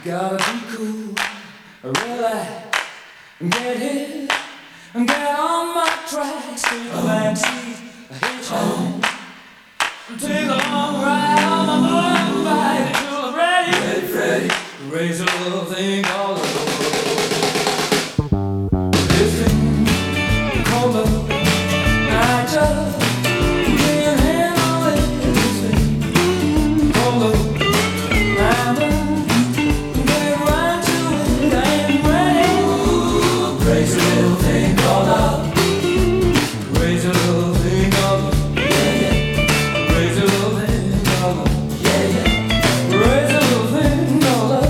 Speaker 7: Gotta be cool, relax, get hit, and get on my tracks. Take a back seat, hitch home. Take a long ride on my motorbike till I'm ready. Ready, ready. Raise a little thing all over. I just can't handle it. This thing, colder. I'm Raise it up,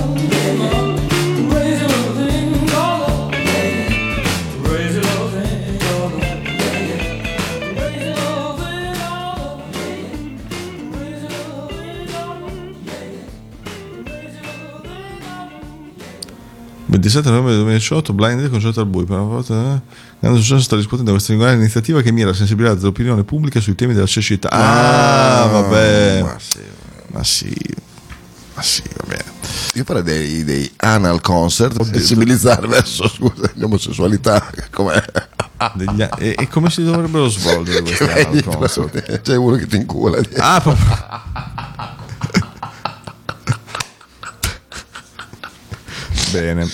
Speaker 2: 27 novembre 2018 Blinded concerto al buio per una volta eh, grande successo sta riscuotendo questa singolare iniziativa che mira a sensibilizzare l'opinione pubblica sui temi della cecità ah,
Speaker 14: Ah,
Speaker 2: vabbè
Speaker 14: ma
Speaker 2: ma sì ma sì va bene
Speaker 14: Io farei dei, dei anal concert, sensibilizzare verso scusa, l'omosessualità. [LAUGHS] Com'è?
Speaker 2: Degli a- e, e come si dovrebbero
Speaker 14: [LAUGHS]
Speaker 2: svolgere questi
Speaker 14: Che meglio,
Speaker 2: anal concert?
Speaker 14: C'è uno che ti incula.
Speaker 2: Ah, proprio. Bene.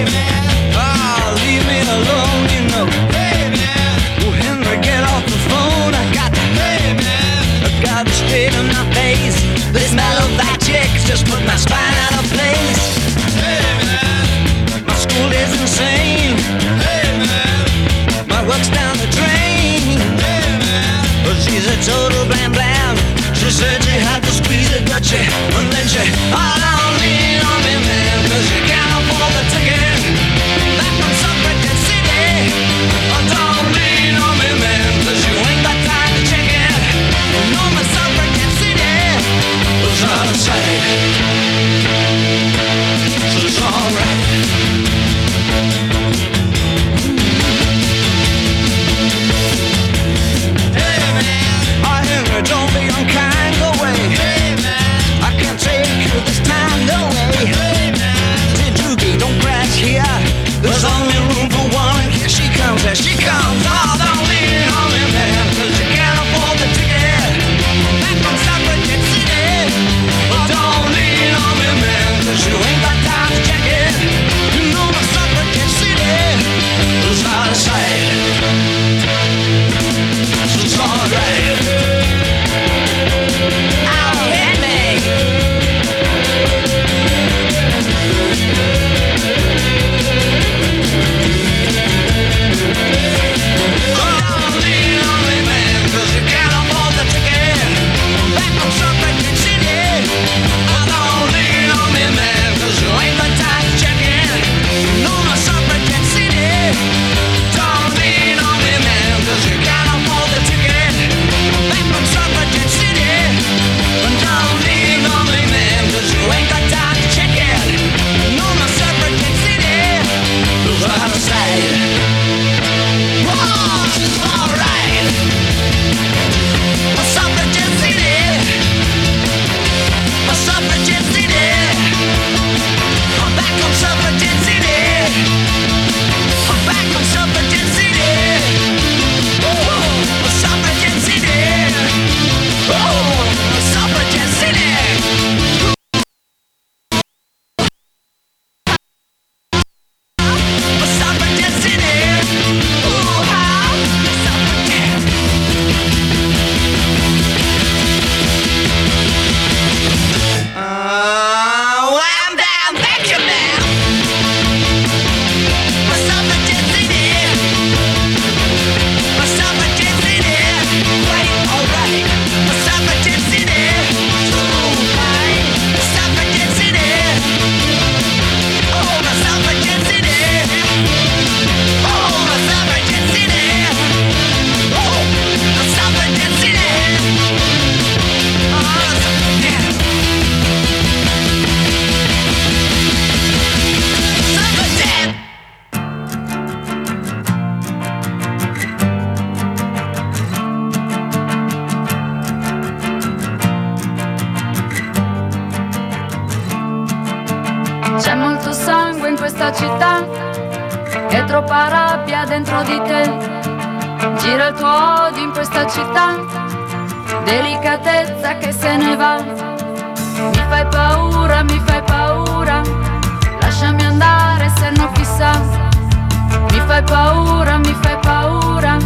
Speaker 16: Oh, leave me alone, you know. Hey, man. Well, Henry, get off the phone. I got the hey, man. I got the spit on my face. This smell of that chick's just put my spine out of place. Hey, man. My school is insane. Hey, man. My work's down the drain. Hey, man. But she's a total blam blam. She said she had to squeeze it, but she, and then she, oh, don't lean on me, man, 'cause you can't afford the ticket. Back from some wicked city. Oh, don't lean on me, man, 'cause you ain't got time to check it. No, my some wicked city was out of sight. So it's alright. Oh, Henry, don't be unkind, go away. I can't take you this time, no way. Did you get- don't crash here. There's only room for one. Here she comes, here she comes. Oh, don't lean on me, man, 'cause you can't afford the ticket. Back from Suffragette City. Oh, don't lean on me, man, 'cause you ain't got time to check it. You know my Suffragette City is out of sight. So it's alright. Oh, hit me. Alright! Oh, Oh, Oh, I'm down, thank you, ma'am. My suffragettes in My suffragettes in Right, alright. My suffragettes in Oh, my suffragettes in Oh, my suffragettes in Oh, my suffragettes in Oh, my suffragettes in Oh, yeah.
Speaker 8: C'è molto sangue in questa città e troppa rabbia dentro di te. Gira il tuo odio in questa città, delicatezza che se ne va. Mi fai paura, mi fai paura, lasciami andare se no chissà. Mi fai paura, mi fai paura,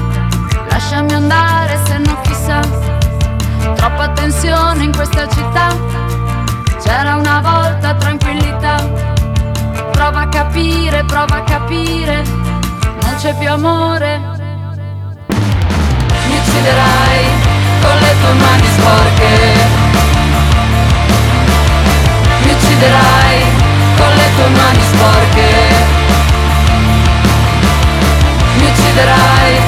Speaker 8: lasciami andare se no chissà. Troppa tensione in questa città. C'era una volta tranquillità. Prova a capire, prova a capire. Non c'è più amore. Mi ucciderai con le tue mani sporche. Mi ucciderai con le tue mani sporche. Mi ucciderai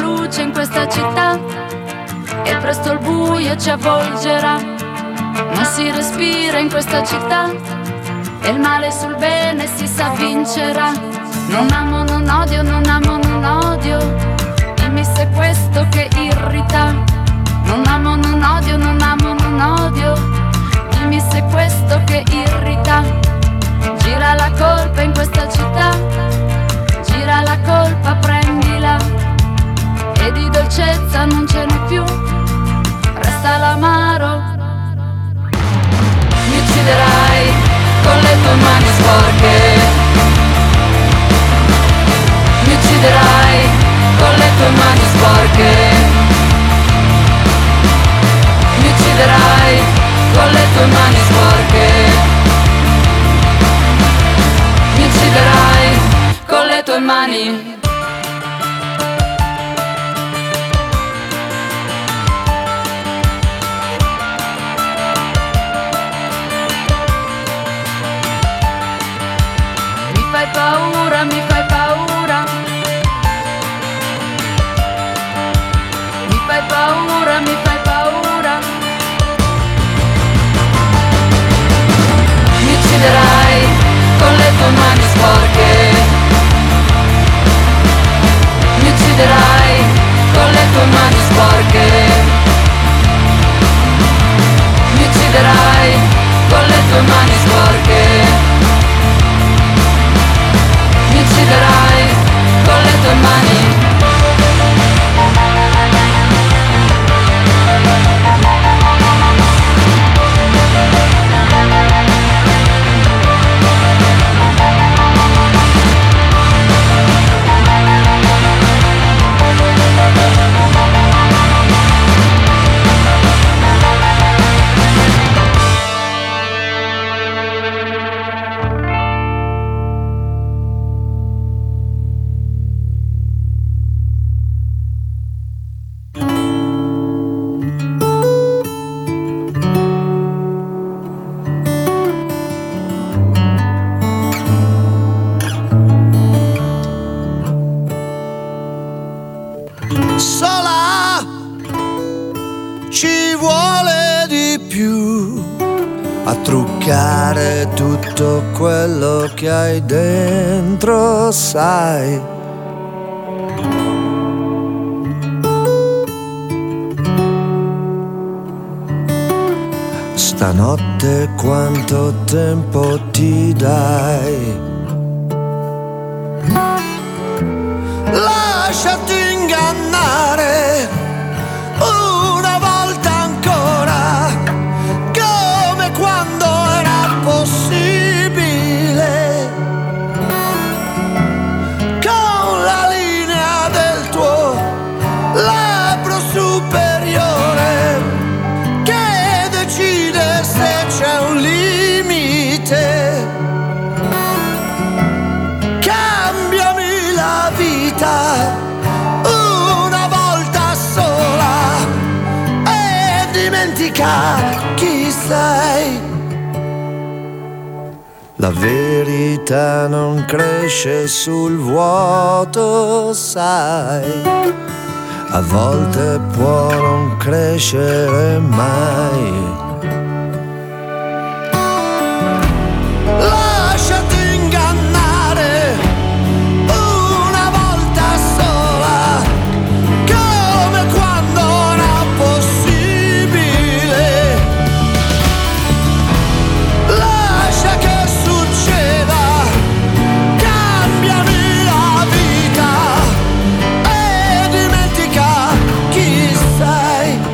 Speaker 8: luce in questa città e presto il buio ci avvolgerà. Non si respira in questa città e il male sul bene si sa vincerà. Non amo, non odio, non amo, non odio. Dimmi se è questo che irrita. Non amo, non odio, non amo, non odio. Dimmi se è questo che irrita. Gira la colpa in questa città. Gira la colpa, prendila E di dolcezza non ce n'è più Resta l'amaro Mi ucciderai con le tue mani sporche Mi ucciderai con le tue mani sporche Mi ucciderai con le tue mani sporche Mi ucciderai con le tue mani. Mi fai paura, mi fai paura. Mi fai paura, mi fai paura. Mi ucciderai con le tue mani sporche. Mi ucciderai con le tue mani sporche. Mi ucciderai con le tue mani sporche. Mi ucciderai con le tue mani.
Speaker 7: sola ci vuole di più
Speaker 35: a truccare tutto quello che hai dentro, sai. Stanotte quanto tempo ti dai?
Speaker 7: lasciati ingannare una volta ancora come quando era possibile con la linea del tuo labbro superiore che decide se c'è un limite Cambiami la vita una volta sola e dimentica chi sei.
Speaker 35: La verità non cresce sul vuoto, sai. A volte può non crescere mai.
Speaker 7: Lasciati ingannare una volta sola, come quando era possibile. Lascia che succeda, cambiami la vita e dimentica chi sei.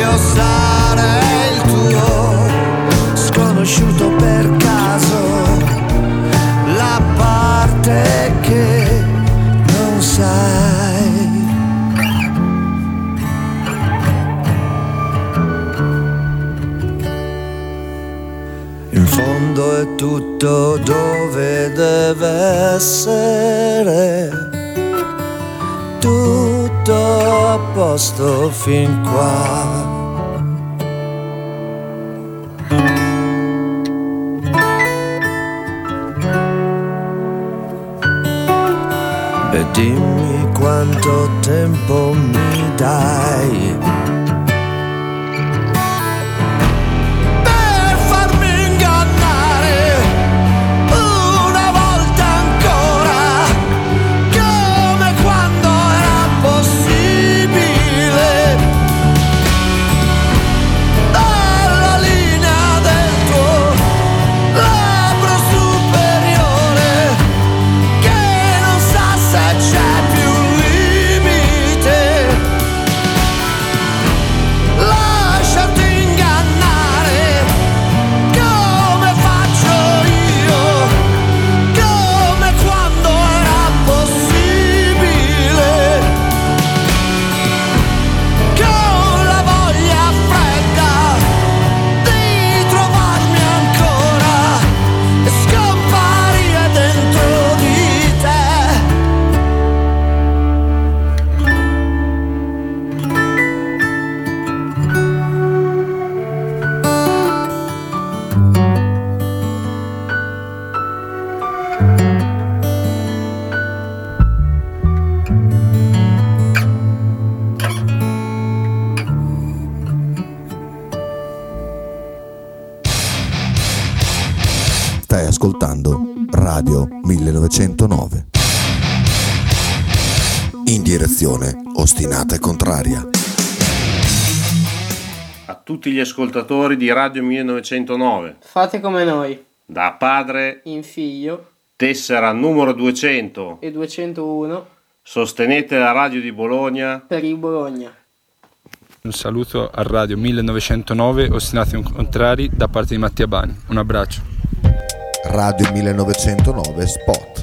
Speaker 35: Io sarei il tuo sconosciuto per caso, la parte che non sai. In fondo è tutto dove deve essere.
Speaker 36: a posto fin qua. E dimmi quanto tempo mi dai.
Speaker 7: Per farmi ingannare una volta ancora, come quando era possibile, dalla linea del tuo labbro superiore, che non sa se c'è più un limite. Lasciati ingannare come faccio io, come quando era possibile, con la voglia fredda di trovarmi ancora e scomparire dentro di te.
Speaker 37: Stai ascoltando Radio 1909.
Speaker 36: In direzione ostinata e contraria.
Speaker 6: A tutti gli ascoltatori di Radio 1909,
Speaker 38: Fate come noi,
Speaker 6: da padre
Speaker 38: in figlio
Speaker 6: tessera numero 200,
Speaker 38: e 201
Speaker 6: sostenete la radio di Bologna.
Speaker 38: per il Bologna.
Speaker 18: Un saluto a Radio 1909, ostinati e contrari, da parte di Mattia Bani. Un abbraccio.
Speaker 37: Radio 1909 Spot.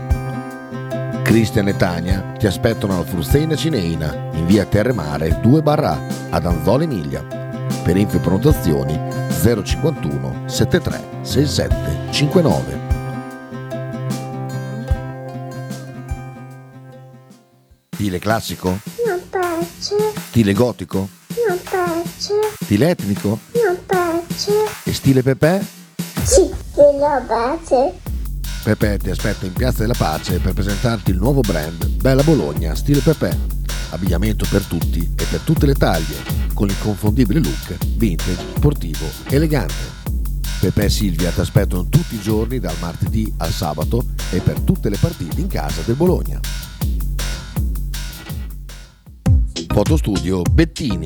Speaker 1: Cristian e Tania ti aspettano alla Fruzeina Cineina in via Terremare 2 barra ad Anzola Emilia. Per info e prenotazioni 051 73 67 59. Stile classico?
Speaker 24: Non piace,
Speaker 1: Stile gotico?
Speaker 24: non piace,
Speaker 1: Stile etnico?
Speaker 24: non piace.
Speaker 1: E stile Pepe?
Speaker 24: Sì, quella base.
Speaker 1: Pepe ti aspetta in Piazza della Pace per presentarti il nuovo brand Bella Bologna Stile Pepe. Abbigliamento per tutti e per tutte le taglie, con l'inconfondibile look vintage, sportivo, elegante. Pepe e Silvia ti aspettano tutti i giorni dal martedì al sabato e per tutte le partite in casa del Bologna. Fotostudio Bettini,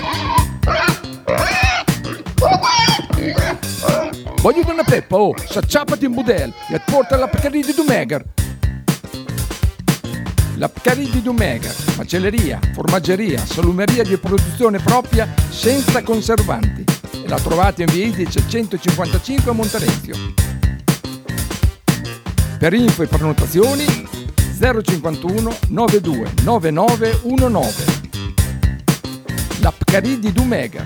Speaker 15: Voglio una peppa, oh, s'acciappati in budel e porta la Pcaridi di Dumegar. La Pcaridi di Dumegar, macelleria, formaggeria, salumeria di produzione propria senza conservanti. E la trovate in via Idice 155 a Monterezio. Per info e prenotazioni 051 92 9919. La Pcaridi di Dumegar.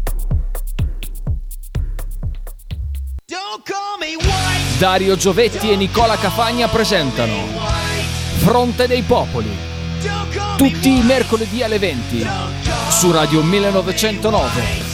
Speaker 26: Dario Giovetti e Nicola Cafagna presentano Fronte dei Popoli. Tutti i mercoledì alle 20 su Radio 1909.